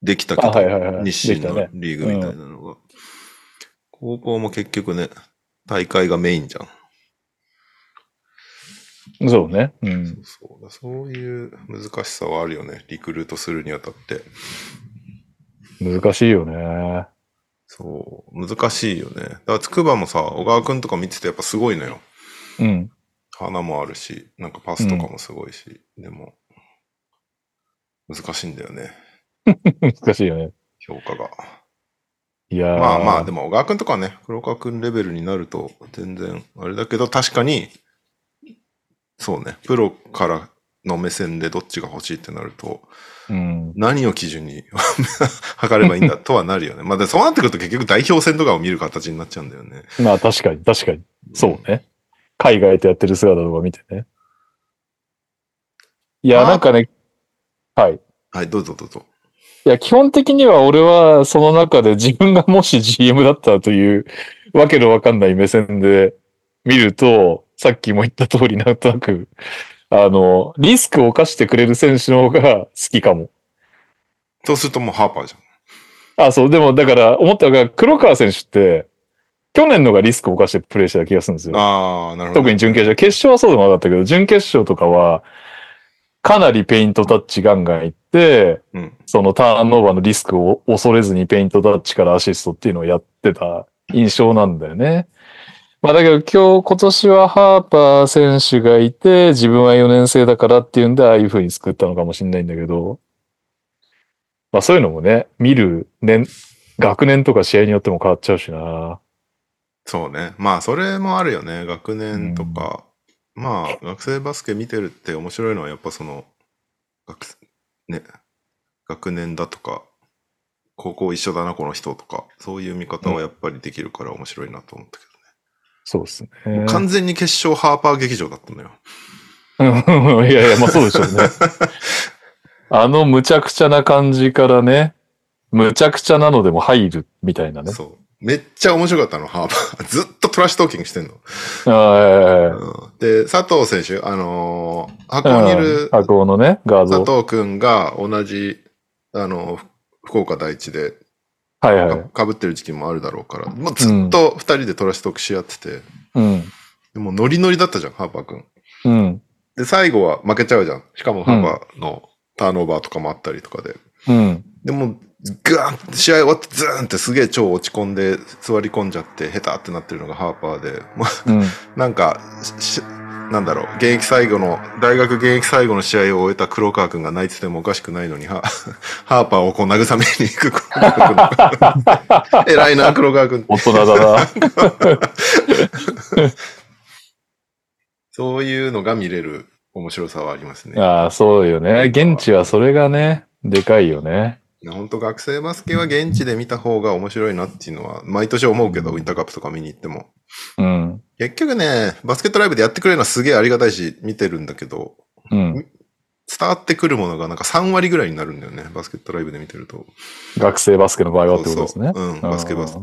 できたけあ、ど、はいはいはい。で日き清たのね。リーグみたいなのが。高校も結局ね、大会がメインじゃん。そうね。うん。そうだそういう難しさはあるよね。リクルートするにあたって。難しいよね。そう、難しいよね。だから、つくばもさ、小川くんとか見ててやっぱすごいのよ。うん。花もあるし、なんかパスとかもすごいし、でも、難しいんだよね、難しいよね。評価が。いやーまあまあ、でも小川くんとかね、黒川くんレベルになると、全然、あれだけど、確かに、そうね、プロからの目線でどっちが欲しいってなると、うん。何を基準に 測ればいいんだとはなるよね。まあ、でそうなってくると結局代表戦とかを見る形になっちゃうんだよね。まあ確かに、確かに。 そうね。海外とやってる姿とか見てね。いや、まあなんかね、はい。はい、どうぞどうぞ。いや、基本的には俺はその中で自分がもし GM だったらというわけのわかんない目線で見ると、さっきも言った通りなんとなく、あの、リスクを犯してくれる選手の方が好きかも。そうするともうハーパーじゃん。あ、そう、でもだから思ったのが黒川選手って、去年のがリスクを犯してプレーしてた気がするんですよ。ああ、なるほど。特に準決勝。決勝はそうでもなかったけど、準決勝とかは、かなりペイントタッチガンガンいって、うんそのターンオーバーのリスクを恐れずにペイントタッチからアシストっていうのをやってた印象なんだよね。まあだけど今日、今年はハーパー選手がいて、自分は4年生だからっていうんで、ああいう風に作ったのかもしれないんだけど、まあそういうのもね、見る年、学年とか試合によっても変わっちゃうしな。そうね。まあ、それもあるよね。学年とか。まあ、学生バスケ見てるって面白いのは、やっぱその、学生、ね、学年だとか、高校一緒だな、この人とか、そういう見方はやっぱりできるから面白いなと思ったけそうですね。ど。完全に決勝ハーパー劇場だったのよ。うん いやいや、まあそうでしょうね。あの無茶苦茶な感じからね、無茶苦茶なのでも入るみたいなね。そう。めっちゃ面白かったの、ハーパー。ずっとトラッシュトーキングしてんの。ああうんで、佐藤選手、あのーあ箱にいるあのね、画像佐。藤くんが同じ、あの、ふ福岡第一ではいかはい。かぶってる時期もあるだろうから、もうずっと二人でトラッシュトークし合ってて、うん。でもノリノリだったじゃん、ハーパー君。うん。で、最後は負けちゃうじゃん。しかもハーパーのターンオーバーとかもあったりとかで。うん。でも、ガーン試合終わってズーンってすげえ超落ち込んで座り込んじゃって下手ってなってるのがハーパーで、もうん。うなんか、ししなんだろう、現役最後の、大学現役最後の試合を終えた黒川くんが泣いててもおかしくないのに、はハー パーをこう慰めに行く黒川くん。 偉いな、黒川くん。大人だな。そういうのが見れる面白さはありますね。 ああ、そうよね。現地はそれがね、でかいよね。本当学生バスケは現地で見た方が面白いなっていうのは、毎年思うけど、ウィンターカップとか見に行っても。うん。結局ね、バスケットライブでやってくれるのはすげえありがたいし、見てるんだけど、うん。伝わってくるものがなんか3割ぐらいになるんだよね、バスケットライブで見てると。学生バスケの場合はってことですそね。うそううん、バスケバスあ。ー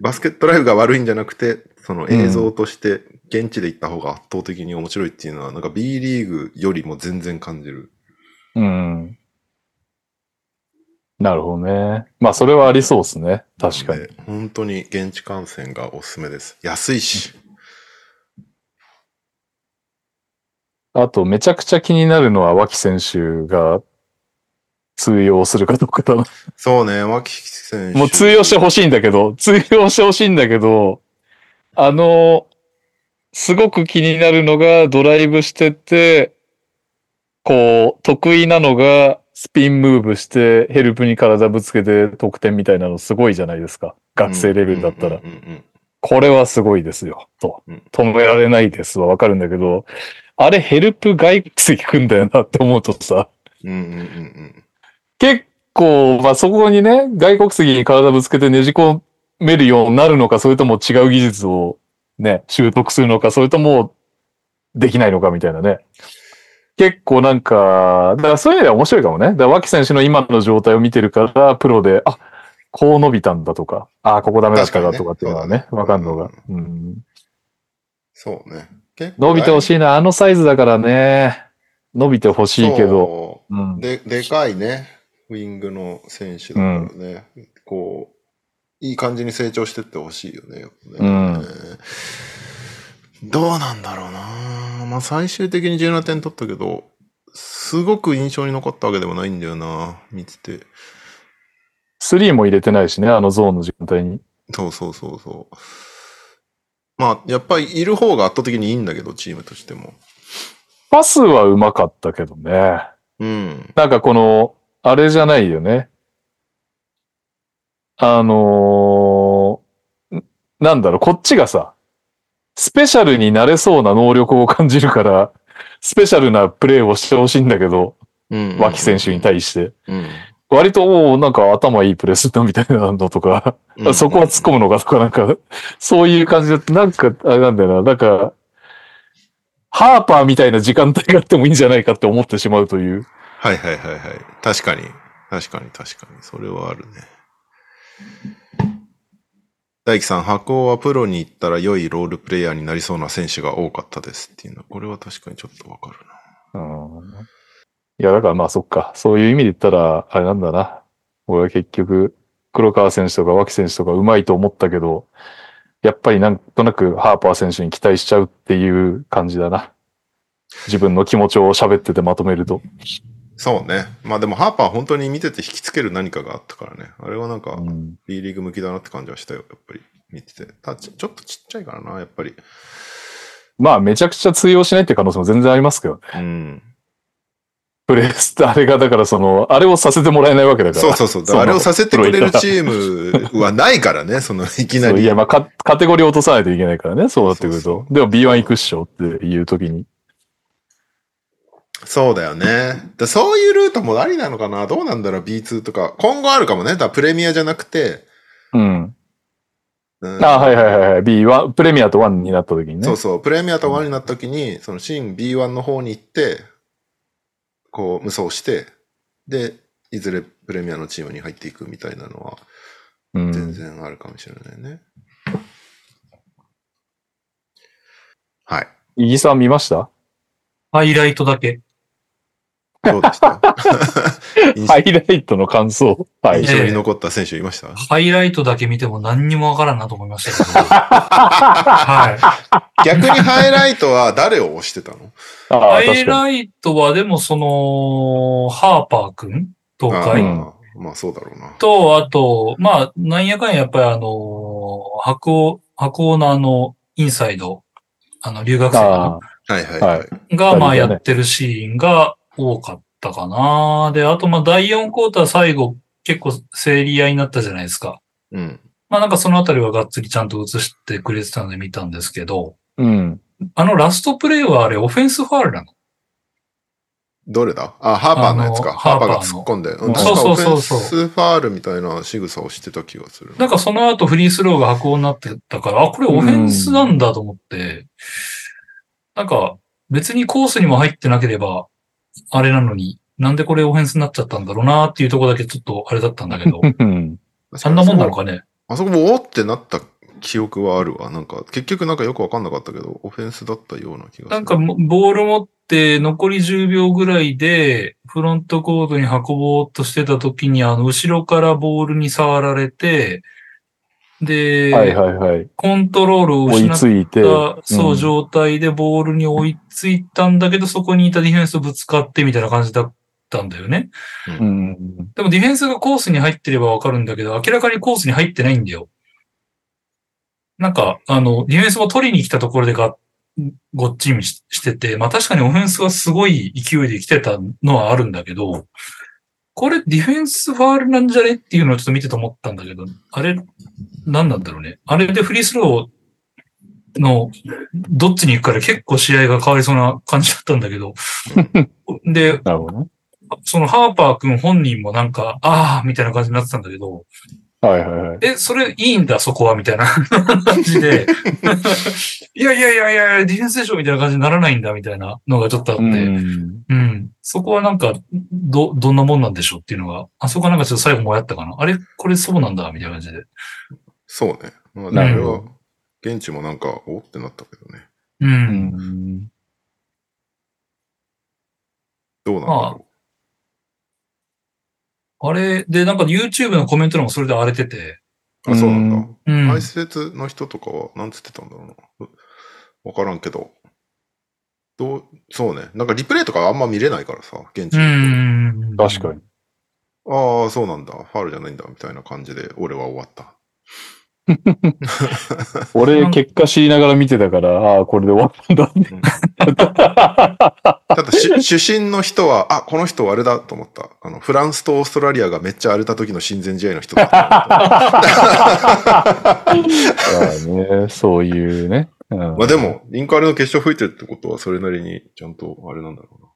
バスケットライブが悪いんじゃなくて、その映像として現地で行った方が圧倒的に面白いっていうのは、なんか B リーグよりも全然感じる。うん。なるほどね。まあ、それはありそうですね。確かに。で。本当に現地観戦がおすすめです。安いし。あと、めちゃくちゃ気になるのは脇選手が通用するかどうかだな。そうね、脇選手。もう通用してほしいんだけ ど、通用してほしいんだけど、あの、すごく気になるのがドライブしてて、こう、得意なのがスピンムーブしてヘルプに体ぶつけて得点みたいなのすごいじゃないですか。学生レベルだったらうん。うんうんうんこれはすごいですよ、とうん。止められないですはわかるんだけど、あれヘルプ外国籍くんだよなって思うとさ、うんうんうんうん。結構、まあ、そこにね、外国籍に体ぶつけてねじ込めるようになるのか、それとも違う技術をね、習得するのか、それともできないのかみたいなね。結構なんか、だからそういう意味では面白いかもね。だから脇選手の今の状態を見てるから、プロで、あ、こう伸びたんだとか、あ、ここダメだったかとかっていうのはね確、かにねわかるのが。うんそうね。結構伸びてほしいな、あのサイズだからね。伸びてほしいけど。そううん。で、でかいね、ウィングの選手だからね、こう、いい感じに成長してってほしいよね。やっぱねどうなんだろうなまあ最終的に17点取ったけど、すごく印象に残ったわけでもないんだよな見てて。スリーも入れてないしね、あのゾーンの時間帯に。そうそうそうそう。まあ、やっぱりいる方が圧倒的にいいんだけど、チームとしても。パスはうまかったけどね。うん。なんかこの、あれじゃないよね。あのーんなんだろう、こっちがさ、スペシャルになれそうな能力を感じるから、スペシャルなプレーをしてほしいんだけど、うん脇選手に対して。うん割と、おーなんか頭いいプレーするなみたいなのとか。うんそこは突っ込むのかとか、なんか、 そういう感じだって、なんか、あれなんだよな、なんか、ハーパーみたいな時間帯があってもいいんじゃないかって思ってしまうという。はいはいはいはい。確かに。確かに確かに。それはあるね。大輝さん、箱はプロに行ったら良いロールプレイヤーになりそうな選手が多かったですっていうのは、これは確かにちょっとわかるな。うん。いや、だからまあそっか。そういう意味で言ったら、あれなんだな。俺は結局、黒川選手とか脇選手とかうまいと思ったけど、やっぱりなんとなくハーパー選手に期待しちゃうっていう感じだな。自分の気持ちを喋っててまとめると。そうね。まあでもハーパーは本当に見てて引きつける何かがあったからね。あれはなんかう、ん B リーグ向きだなって感じはしたよ。やっぱり見てて。ただちちょっとちっちゃいからな、やっぱり。まあめちゃくちゃ通用しないっていう可能性も全然ありますけどねうん。プレスってあれが、だからその、あれをさせてもらえないわけだから。そうそうそう。だからあれをさせてくれるチームはないからね、その、いきなそうり。いや、まあカ、カテゴリー落とさないといけないからね、そうなってくると。そうでも B1 行くっしょっていう時に。そうだよね。だそういうルートもありなのかなどうなんだろう ?B2 とか。今後あるかもね。だからプレミアじゃなくて。うん。うんあはいはいはいはい。B1、プレミアと1になった時にね。そうそう。プレミアと1になった時に、そのシーン B1 の方に行って、こう、無双して、で、いずれプレミアのチームに入っていくみたいなのは、う全ん。然あるかもしれないね。はい。イギさん見ましたハイライトだけ。どうでした 印ハ象イライトの感想。はい印。象に残った選手いました、ハイライトだけ見ても何にもわからんなと思いまし たけど。は逆にハイライトは誰を推してたのあい。あー、確かハイに。ライトはでもその、ハーパーくん東あ海ーまあそうだろうな。と、あと、まあ、なんやかんややっぱりあの、白鸚白鸚のあの、インサイド、あの、留学生かなあはいはいはい。はが、まあ二人やがねってるシーンが多かったかな。で、あとまあ第4クォーター最後結構競り合いになったじゃないですか。うん。まあなんかそのあたりはがっつりちゃんと映してくれてたので見たんですけど、ーうん。あのラストプレイはあれオフェンスファールなのどれだあ、ハーパーのやつあか。のハーパーがハーパー突のっ込んで。ううんん確かそうオフそェうンそうそうスファールみたいな仕草をしてた気がする。なんかその後フリースローが白鵬になってたから、あ、これオフェンスなんだと思って、なんか別にコースにも入ってなければ、あれなのに、なんでこれオフェンスになっちゃったんだろうなっていうところだけちょっとあれだったんだ けど、うんそんなもんなのかね。あそこもおーってなった記憶はあるわ。なんか、結局なんかよくわかんなかったけど、オフェンスだったような気がする。なんかも、ボール持って、残り10秒ぐらいで、フロントコートに運ぼうとしてた時に、あの、後ろからボールに触られて、で、はいはいはい。コントロールを追失いっついて。た、そう、うん状態でボールに追いついたんだけど、そこにいたディフェンスとぶつかってみたいな感じだったんだよね。うん。でもディフェンスがコースに入ってればわかるんだけど、明らかにコースに入ってないんだよ。なんか、あの、ディフェンスも取りに来たところでが、ごっちみししてて、まあ確かにオフェンスはすごい勢いで来てたのはあるんだけど、これディフェンスファールなんじゃねっていうのをちょっと見てて思ったんだけど、あれ、何なんだろうね。あれでフリースローの、どっちに行くかで結構試合が変わりそうな感じだったんだけど、で、なるほどね。そのハーパー君本人もなんか、ああ、みたいな感じになってたんだけど、はいはいはい。え、それいいんだ、そこは、みたいな 感じで、いやいやいやいや、ディフェンスでしょ、みたいな感じにならないんだ、みたいなのがちょっとあって、うん、ん。そこはなんか、ど、どんなもんなんでしょうっていうのが、あそこはなんかちょっと最後もやったかな。あれこれそうなんだ、みたいな感じで。そうね。まあ、そなれるほはど、現地もなんか、おーってなったけどね。う。うんん。どうなんだろあれ、で、なんか YouTube のコメント欄もそれで荒れてて、う。ああ、そうなんだ。うん。解説の人とかは、なんつってたんだろうな。うわからんけど。どう、そうね。なんかリプレイとかあんま見れないからさ、現地うの人ん。確かに。ああ、そうなんだ。ファールじゃないんだ、みたいな感じで、俺は終わった。俺、結果知りながら見てに。だから、ああ、これで終わったんだうんただし、主審の人は、あ、この人あれだと思った。あの、フランスとオーストラリアがめっちゃ荒れた時の親善試合の人だと思った。まあね、そういうね。うんまあでも、インカレの決勝吹いてるってことは、それなりにちゃんとあれなんだろうな。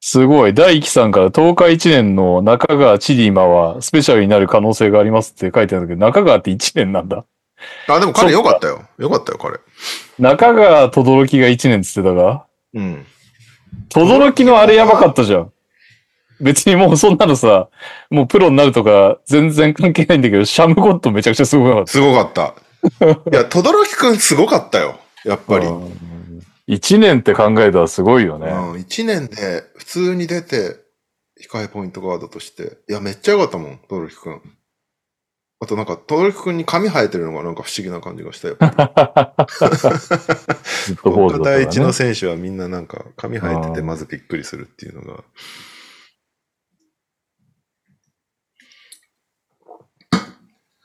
すごい。大輝さんから東海1年の中川チリーマはスペシャルになる可能性がありますって書いてあるんだけど、中川って1年なんだ。あ、でも彼良かったよ。良かったよ、彼。中川轟が1年っつってたが、うん。轟のあれやばかったじゃん。別にもうそんなのさ、もうプロになるとか全然関係ないんだけど、シャムゴッドめちゃくちゃすごかっ。すごかった。いや、轟くんすごかったよ。やったぱり。うん。うん1年って考えたらすごいよね。 1年で普通に出て、控えポイントガードとして。いや、めっちゃ良かったもん、轟くん。あとなんか、轟くんに髪生えてるのがなんか不思議な感じがした よ。ずっとフォーズだ第っ一たからのね。選手はみんななんか髪生えててあーまずびっくりするっていうのが。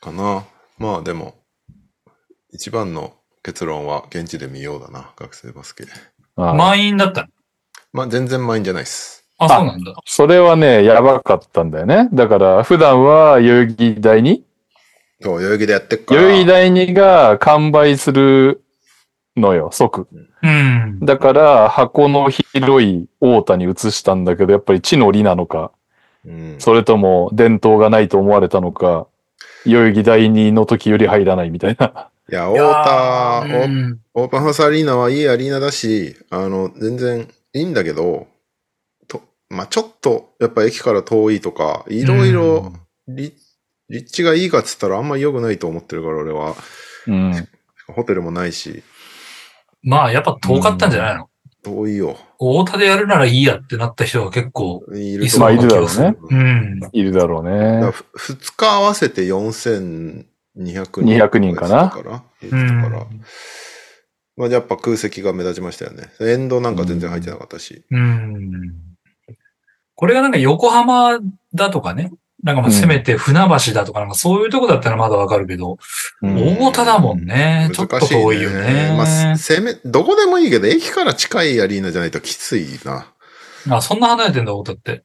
かな。まあでも、一番の結論は現地で見ようだな、学生バスケ。ああ満員だった。まあ全然満員じゃないっす。あ、そうなんだ。それはね、やばかったんだよね。だから、普段は代々木第二そう、代々木でやってっか代ら。々木第二が完売するのよ、即。うん。だから、箱の広い大田に移したんだけど、やっぱり地の利なのか、うん、それとも伝統がないと思われたのか、代々木第二の時より入らないみたいな。いや、太田、いやーうんオープンハウスアリーナはいいアリーナだし、あの、全然いいんだけど、と、まあ、ちょっと、やっぱ駅から遠いとか、いろいろ、立立地がいいかっつったらあんまり良くないと思ってるから、俺は。うん。ホテルもないし。まあ、やっぱ遠かったんじゃないの、遠いよ。大田でやるならいいやってなった人が結構、いいるそとうま思あ、ういなる気だがろすうね。うん。いるだろうだからね。ふ2日合わせて4200人200人かな平日うだから、ん。まあ、やっぱ空席が目立ちましたよね。沿道なんか全然入ってなかったし。うん。これがなんか横浜だとかね、なんかまあせめて船橋だとか、なんかそういうとこだったらまだわかるけど、うん大田だもんね。ちょっと難しい遠いよね。まあ、せせめ、どこでもいいけど、駅から近いアリーナじゃないときついな。あ、そんな離れてんだ、大田って。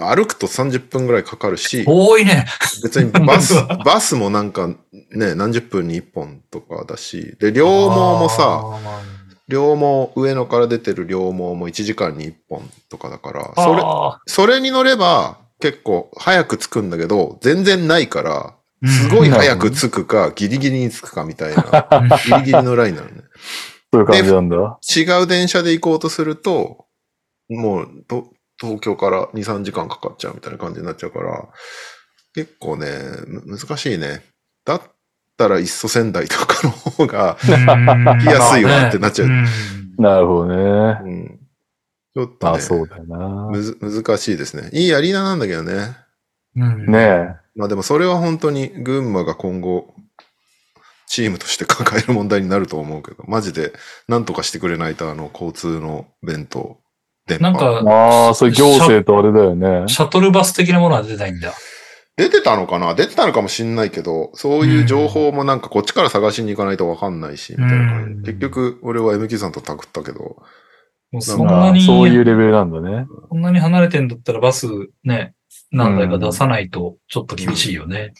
歩くと30分ぐらいかかるし、多いね。別にバス、 バスもなんかね、何十分に1本とかだし、で、両毛もさ、あ両毛、上野から出てる両毛も1時間に1本とかだから、ー、それ、あそれに乗れば結構早く着くんだけど、全然ないから、ーすごい早く着くか、ギリギリに着くかみたい な、うんギリギリのラインなのね。そういう感じなんだ。違う電車で行こうとすると、もうと東京から2、3時間かかっちゃうみたいな感じになっちゃうから、結構ね、む難しいね。だったらいっそ仙台とかの方が、行きやすいわってなっちゃうなるほどね。うん、ちょっとまね、あ、そうだよな。むず難しいですね。いいアリーナなんだけどね。うん。ねえ。まあでもそれは本当に群馬が今後、チームとして抱える問題になると思うけど、マジで何とかしてくれないと、あの、交通の弁当、電波。なんか、ああ、それ行政とあれだよね。シャトルバス的なものは出てないんだ。出てたのかな出てたのかもしんないけど、そういう情報もなんかこっちから探しに行かないとわかんないし、みたいな感じうん結局、俺は MQ さんとタグったけど、もうそんあなあに、そういうレベルなんだね。こんなに離れてんだったらバスね、何台か出さないとちょっと厳しいよね。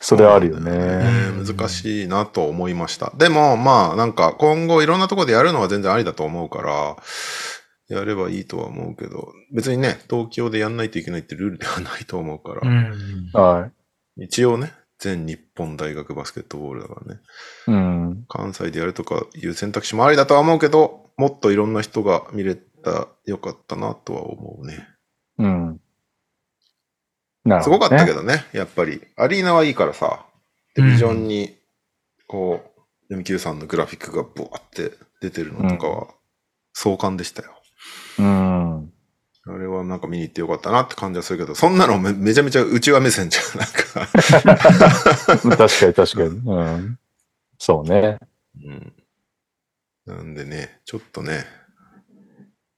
それあるよえね。ー難しいなと思いました。でも、まあ、なんか今後いろんなところでやるのは全然ありだと思うから、やればいいとは思うけど、別にね、東京でやんないといけないってルールではないと思うから、うん。は一応ね、全日本大学バスケットボールだからね、い。うん。関西でやるとかいう選択肢もありだとは思うけど、もっといろんな人が見れた、よかったなとは思うね。うん。なるすほど、ごね。かったけどね、やっぱり。アリーナはいいからさ、でビジョンに、こう、MQ さんのグラフィックがブワーって出てるのとかは、壮観でしたよ。うん。あれはなんか見に行ってよかったなって感じはするけど、そんなのめめちゃめちゃうちわ目線じゃん、なんか。確かに確かに。うん。そうね。うん。なんでね、ちょっとね、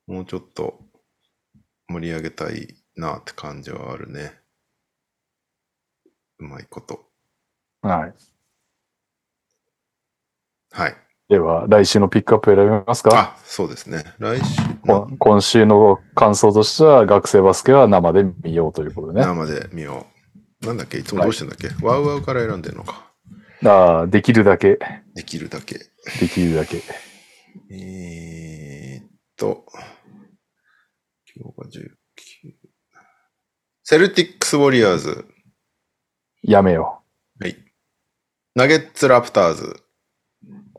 もうちょっと盛り上げたいなって感じはあるね。うまいこと。はい。はい。では、来週のピックアップ選びますかあ、そうですね。来週こん今週の感想としては、学生バスケは生で見ようということでね。生で見よう。なんだっけいつもどうしてんだっけ、ワウワウから選んでるのか。ああ、できるだけ、できるだけ。できるだけ。えー、っと、今日が19。セルティックス・ウォリアーズ。やめよはい。ナゲッツ・ラプターズ。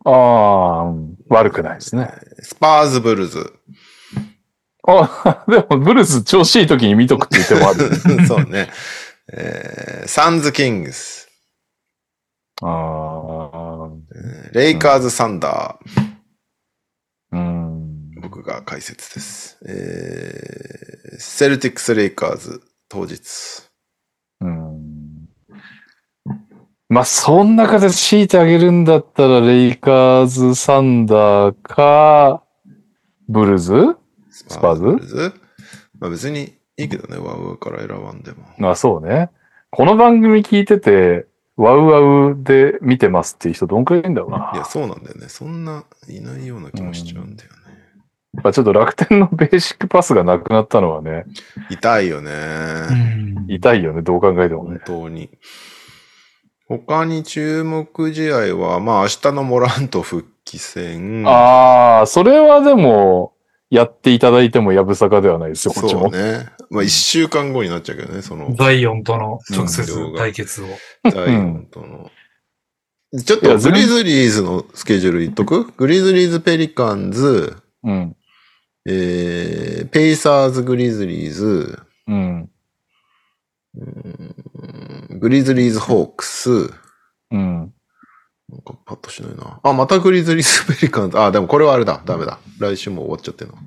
う。ああ、うん悪くないですね。スパーズ・ブル ズ。あでも、ブルース調子いい時に見とくって言っても ある。そうね。えーサンズ・キングス。あえーレイカーズ・サンダー。あ、うん。僕が解説です。えーセルティックス・レイカーズ。当日。うん。まあ、そんな形強いてあげるんだったら、レイカーズ、サンダーか、ブルーズスパーズブルズまあ別にいいけどね、ワウワウから選ばんでも。まあ、そうね。この番組聞いてて、ワウワウで見てますっていう人どんくらいいるんだろうな。いや、そうなんだよね。そんないないような気もしちゃうんだよね。まあ、ちょっと楽天のベーシックパスがなくなったのはね、痛いよね。うん痛いよね、どう考えても本ね。当に。他に注目試合は、まあ明日のモラント復帰戦。ああ、それはでも、やっていただいてもやぶさかではないですよ、こっちそうも。ね。まあ1週間後になっちゃうけどね、そのザイオンとの直接対決を。ダイオンとの。ちょっとグリズリーズのスケジュール言っとくグリズリーズ・ペリカンズ、うん。えー、ペイサーズ・グリズリーズ、うん。うーんグリズリーズ・ホークス、うん。なんかパッとしないな。あ、またグリズリーズ・ペリカンズ。あ、でもこれはあれだ。ダメだ。来週も終わっちゃってるの。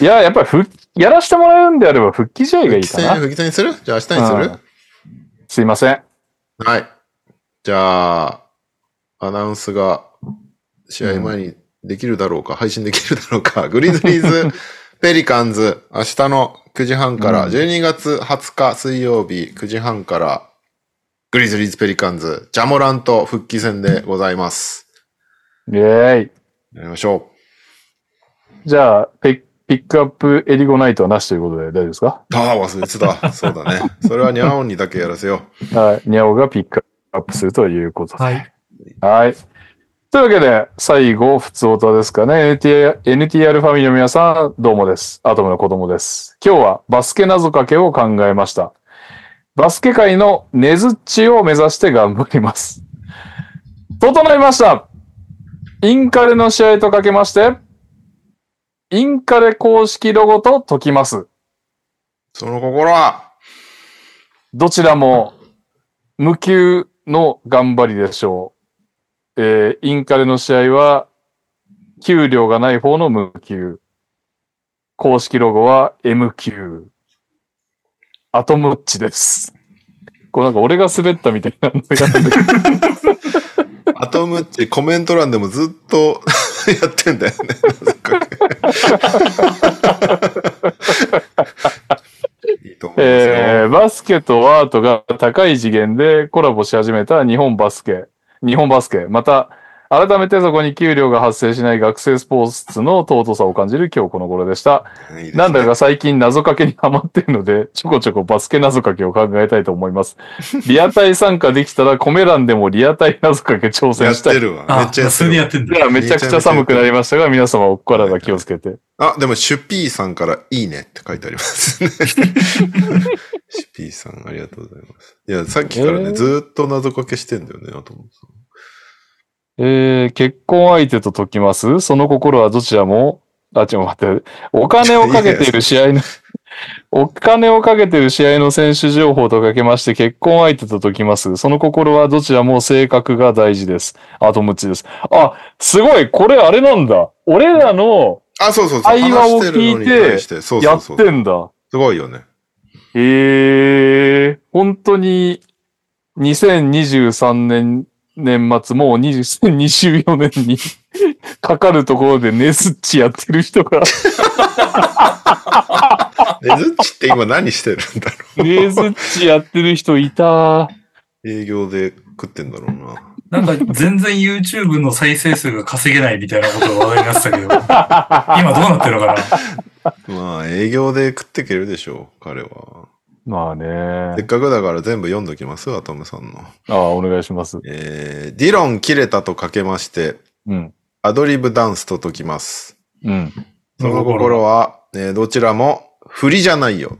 いや、やっぱり復やらしてもらうんであれば復帰試合が復いい帰か戦、な。復帰戦にするじゃあ明日にする、すいません。はい。じゃあ、アナウンスが試合前にできるだろ うか、配信できるだろうか、グリズリーズ、ペリカンズ、明日の9時半から、うん12月20日水曜日9時半から、グリズリーズ、ペリカンズ、ジャモランと復帰戦でございます。イェーイ。やりましょじゃあ、ピピックアップエリゴナイトはなしということで大丈夫ですかう。ああ、忘れてた。そうだね。それはニャオンにだけやらせよはい。ニャオがピックアップするということで。はい。はい。というわけで、最後、普通音ですかね。NTR, NTR ファミリーの皆さん、どうもです。アトムの子供です。今日はバスケ謎かけを考えました。バスケ界の根づっちを目指して頑張ります。整いましたインカレの試合とかけまして、インカレ公式ロゴと解きます。う。その心は、どちらも無給の頑張りでしょう。えーインカレの試合は、給料がない方の無給。公式ロゴは M 級。アトムッチです。こうなんか俺が滑ったみたいなのやってるアトムッチコメント欄でもずっと やってんだよね。なぜかねいいと思いますよ。えーバスケとアートが高い次元でコラボし始めた日本バスケ。日本バスケ。また、改めてそこに給料が発生しない学生スポーツの尊さを感じる今日この頃でした。いいですねなんだか最近謎かけにハマってるので、ちょこちょこバスケ謎かけを考えたいと思います。リアタイ参加できたら、コメ欄でもリアタイ謎かけ挑や戦っしたてい。るわ。めっあ、ちゃやってそるれでやわ。ってんいだ。や、めちゃくちゃ寒くなりましたが、皆様お体気をつけて。あ、でも、シュピーさんからいいねって書いてありますね。シュピーさん、ありがとうございます。いや、さっきからね、えーずーっと謎かけしてんだよね、アトムさん。えー、結婚相手と解きますその心はどちらも、あ、ちょ、待って、お金をかけている試合の、お金をかけている試合の選手情報とかけまして、結婚相手と解きますその心はどちらも性格が大事です。あとムッチです。あ、すごいこれあれなんだ俺らのあ、そうそうそう。会話を話してるの聞にいて対して、そうそやうっそう。てんだ。すごいよね。へえー、本当に、2023年、年末、もう20 2024年に かかるところでネスッチやってる人 が、ねずっちって今何してるんだろネスッチやってる人いた。う。営業で食ってんだろうな。なんか全然 YouTube の再生数が稼げないみたいなことが話題になってた けど、今どうなってるのかなまあ、営業で食っていけるでしょう、彼は。まあねせっ。かくだから全部読んどきます、アトムさんの。ああ、お願いします。えー、ディロン切れたとかけまして、うん。アドリブダンスと解きます。うん。その心は、えーどちらも振りじゃないよ。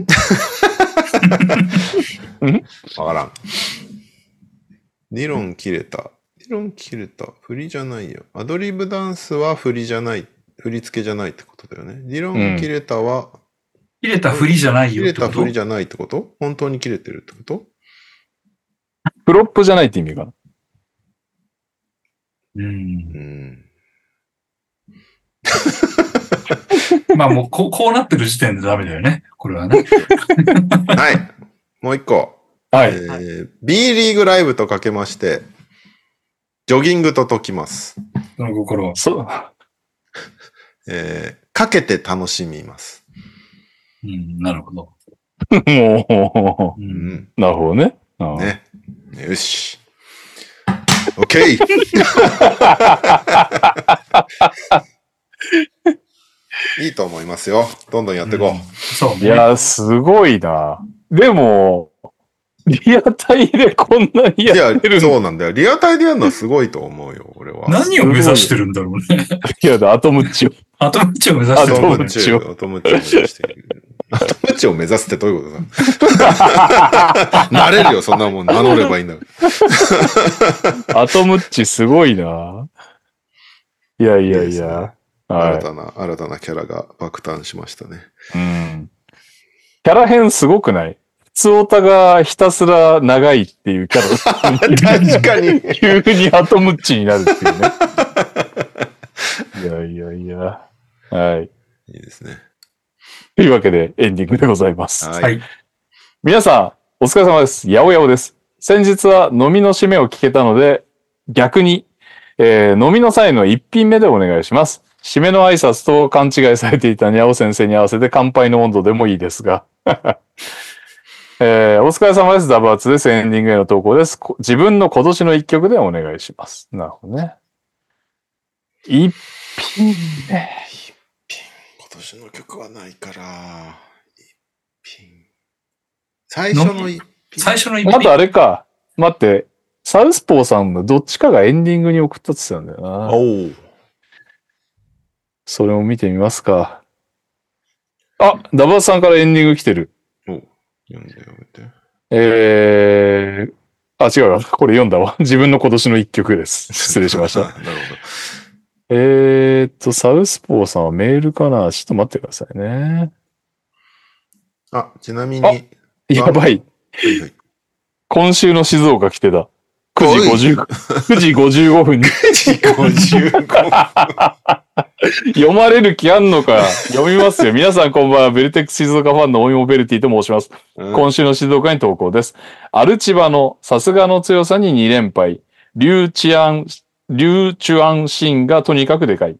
んわからん。理論切れた。理論切れた。振りじゃないよ。アドリブダンスは振りじゃない。振り付けじゃないってことだよね。理論切れたは、切れたふりじゃない切よっれてたこ振とりじゃないってこと本当に切れてるってことフロップじゃないって意味かな。うんうん。まあもうこう、こうなってる時点でダメだよね。これはね。はい。もう一個。はえい。ー、B リーグライブとかけまして、ジョギングと解きます。その心は。そう。えー、かけて楽しみます。うん、なるほど。 もううんん。う、なるほどね。ああね。よし。OK! いいと思いますよ。どんどんやっていこう。そうね。いやー、すごいな。でも、リアタイでこんなにいややってる、んだ。そうなんだよ。リアタイでやるのはすごいと思うよ、俺は。何を目指してるんだろうね。いやだ、アトムッチを。アトムッチを目指アしてトるんだムねッチを、アトムッチを目指している。アトムッチを目指すってどういうこと だなれるよ、そんなもん。名乗ればいいんだから。アトムッチすごいな。いやいやいいでいすねや。新はたな、新たなキャラが爆誕しましたね。い。うん。キャラ編すごくないつおたがひたすら長いっていうキャラ。 確かに。急にハトムッチになるって いうね。いやいやいや。はい。いいですね。というわけでエンディングでございます。は。はいい。皆さん、お疲れ様です。やおやおです。先日は飲みの締めを聞けたので、逆に、えー飲みの際の一品目でお願いします。締めの挨拶と勘違いされていたにゃお先生に合わせて乾杯の温度でもいいですが。 えーお疲れ様です。ダブアツです。エンディングへの投稿です。こ自分の今年の一曲でお願いします。なるほどね。一品目。今年の曲はないから、一品。最初の一品。最初の一あと品。あれか。待って。サウスポーさんのどっちかがエンディングに送ったって言ってたんだよな。おうそれを見てみますか。あ、ダバスさんからエンディング来てる。おう読んで読めて。えー、あ、違うわ。これ読んだわ。 自分の今年の一曲 です。失礼しました。なるほど。えーっと、サウスポーさんはメールかなちょっと待ってくださいね。あ、ちなみあに、やばい。はい はい今週の静岡来てた。9時50、9時55分に 55読まれる気あんのか。読みますよ。皆さんこんばんは。ベルテックス静岡ファンのオイモベルティと申します。今週の静岡に投稿です。アルチバのさすがの強さに2連敗。リュウチアン、リュウチュアンシンがとにかくでかい。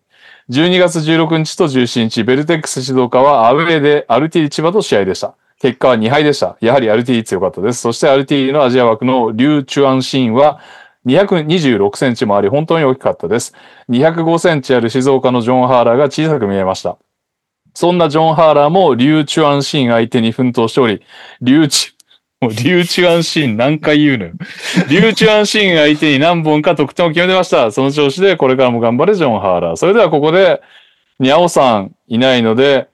12月16日と17日、ベルテックス静岡はアウェーでアルティ千葉と試合でした。結果は2敗でした。やはりアルティ強かったです。そしてアルティのアジア枠のリュウチュアンシンは226センチもあり、本当に大きかったです。205センチある静岡のジョン・ハーラーが小さく見えました。そんなジョン・ハーラーもリュウチュアンシン相手に奮闘しており、リュウチ、もうリュウチュアンシーン何回言うのよ。 リュウチュアンシーン相手に何本か得点を決めてました。その調子でこれからも頑張れ、ジョン・ハーラー。それではここで、ニャオさんいないので、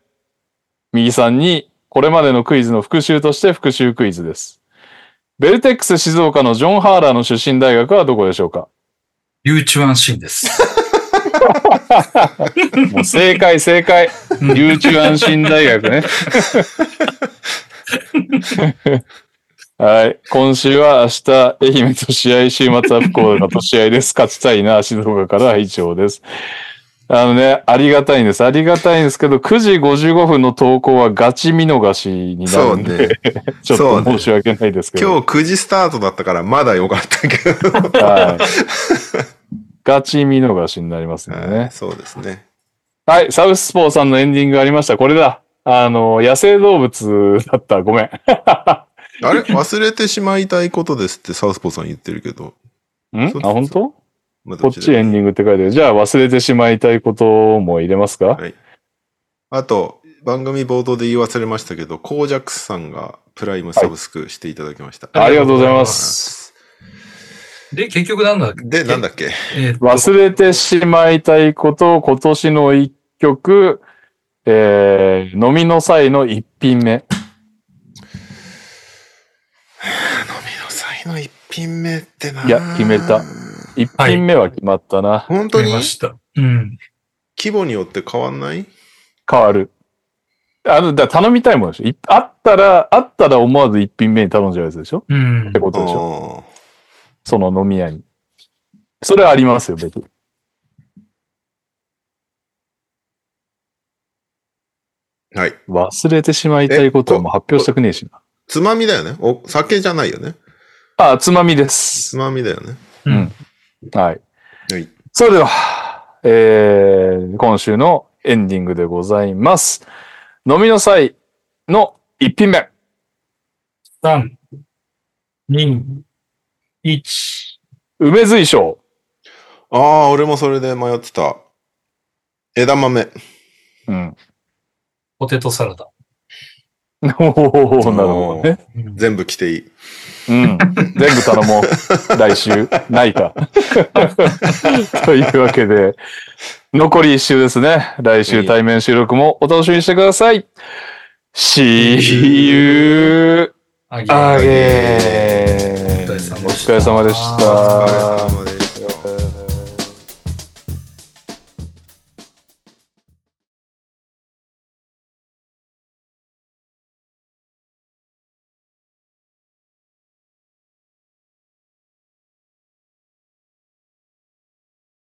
右さんにこれまでのクイズの復習として復習クイズです。ベルテックス静岡のジョン・ハーラーの出身大学はどこでしょうかユーチュアンシーン です。もう正解、正解。リュウチュアンシン大学ね。はい。今週は明日、愛媛と試合、週末は福岡と試合です。勝ちたいな、静岡からは以上です。あのね、ありがたいんです。ありがたいんですけど、9時55分の投稿はガチ見逃しになそうるんで、ね。ちょっと申し訳ないですけど。今日9時スタートだったからまだ良かったけど。はいガチ見逃しになりますんでねはい。そうですね。はい、サウスポーさんのエンディングありました。これだ。あの、野生動物だった。ごめん。あ れ忘れてしまいたいことですってサウスポーさん言ってるけど。んそうそうあ、本当まあこっちエンディングって書いてある。じゃあ忘れてしまいたいことも入れますか、はいあと、番組冒頭で言い忘れましたけど、コージャックスさんがプライムサブスクしていただきました。ありがとうありがとうございま。ございますすで、結局なんだで、なんだっけえーっと忘れてしまいたいこと、今年の一曲、えー、飲みの際の一品目。飲みの際の一品目ってないや決めた一品目は決まったな。本当買いにました。うん。規模によって変わんない変わる。あの、だから頼みたいものでしょい。あったら、あったら思わず一品目に頼んじゃうやつでしょうんって。ことでしょあーその飲み屋に。それはありますよ、別に。はい。忘れてしまいたいことはえもう発表したくねえしな。つまみだよね。お酒じゃないよね。あ、つまみでつす。まみだよね。うん。はい。はい。それでは、えー、今週のエンディングでございます。飲みの際の一品目。三、二、一。梅水晶。ああ、俺もそれで迷ってた。枝豆。うん。 ポテトサラダ。おー、なるほどね。うん全部着ていい。うん。全部頼もう。来週。ないか。というわけで、残り一週ですね。来週対面収録もお楽しみにしてください。See you あげ again. お疲れ様でしお疲た。れ様です。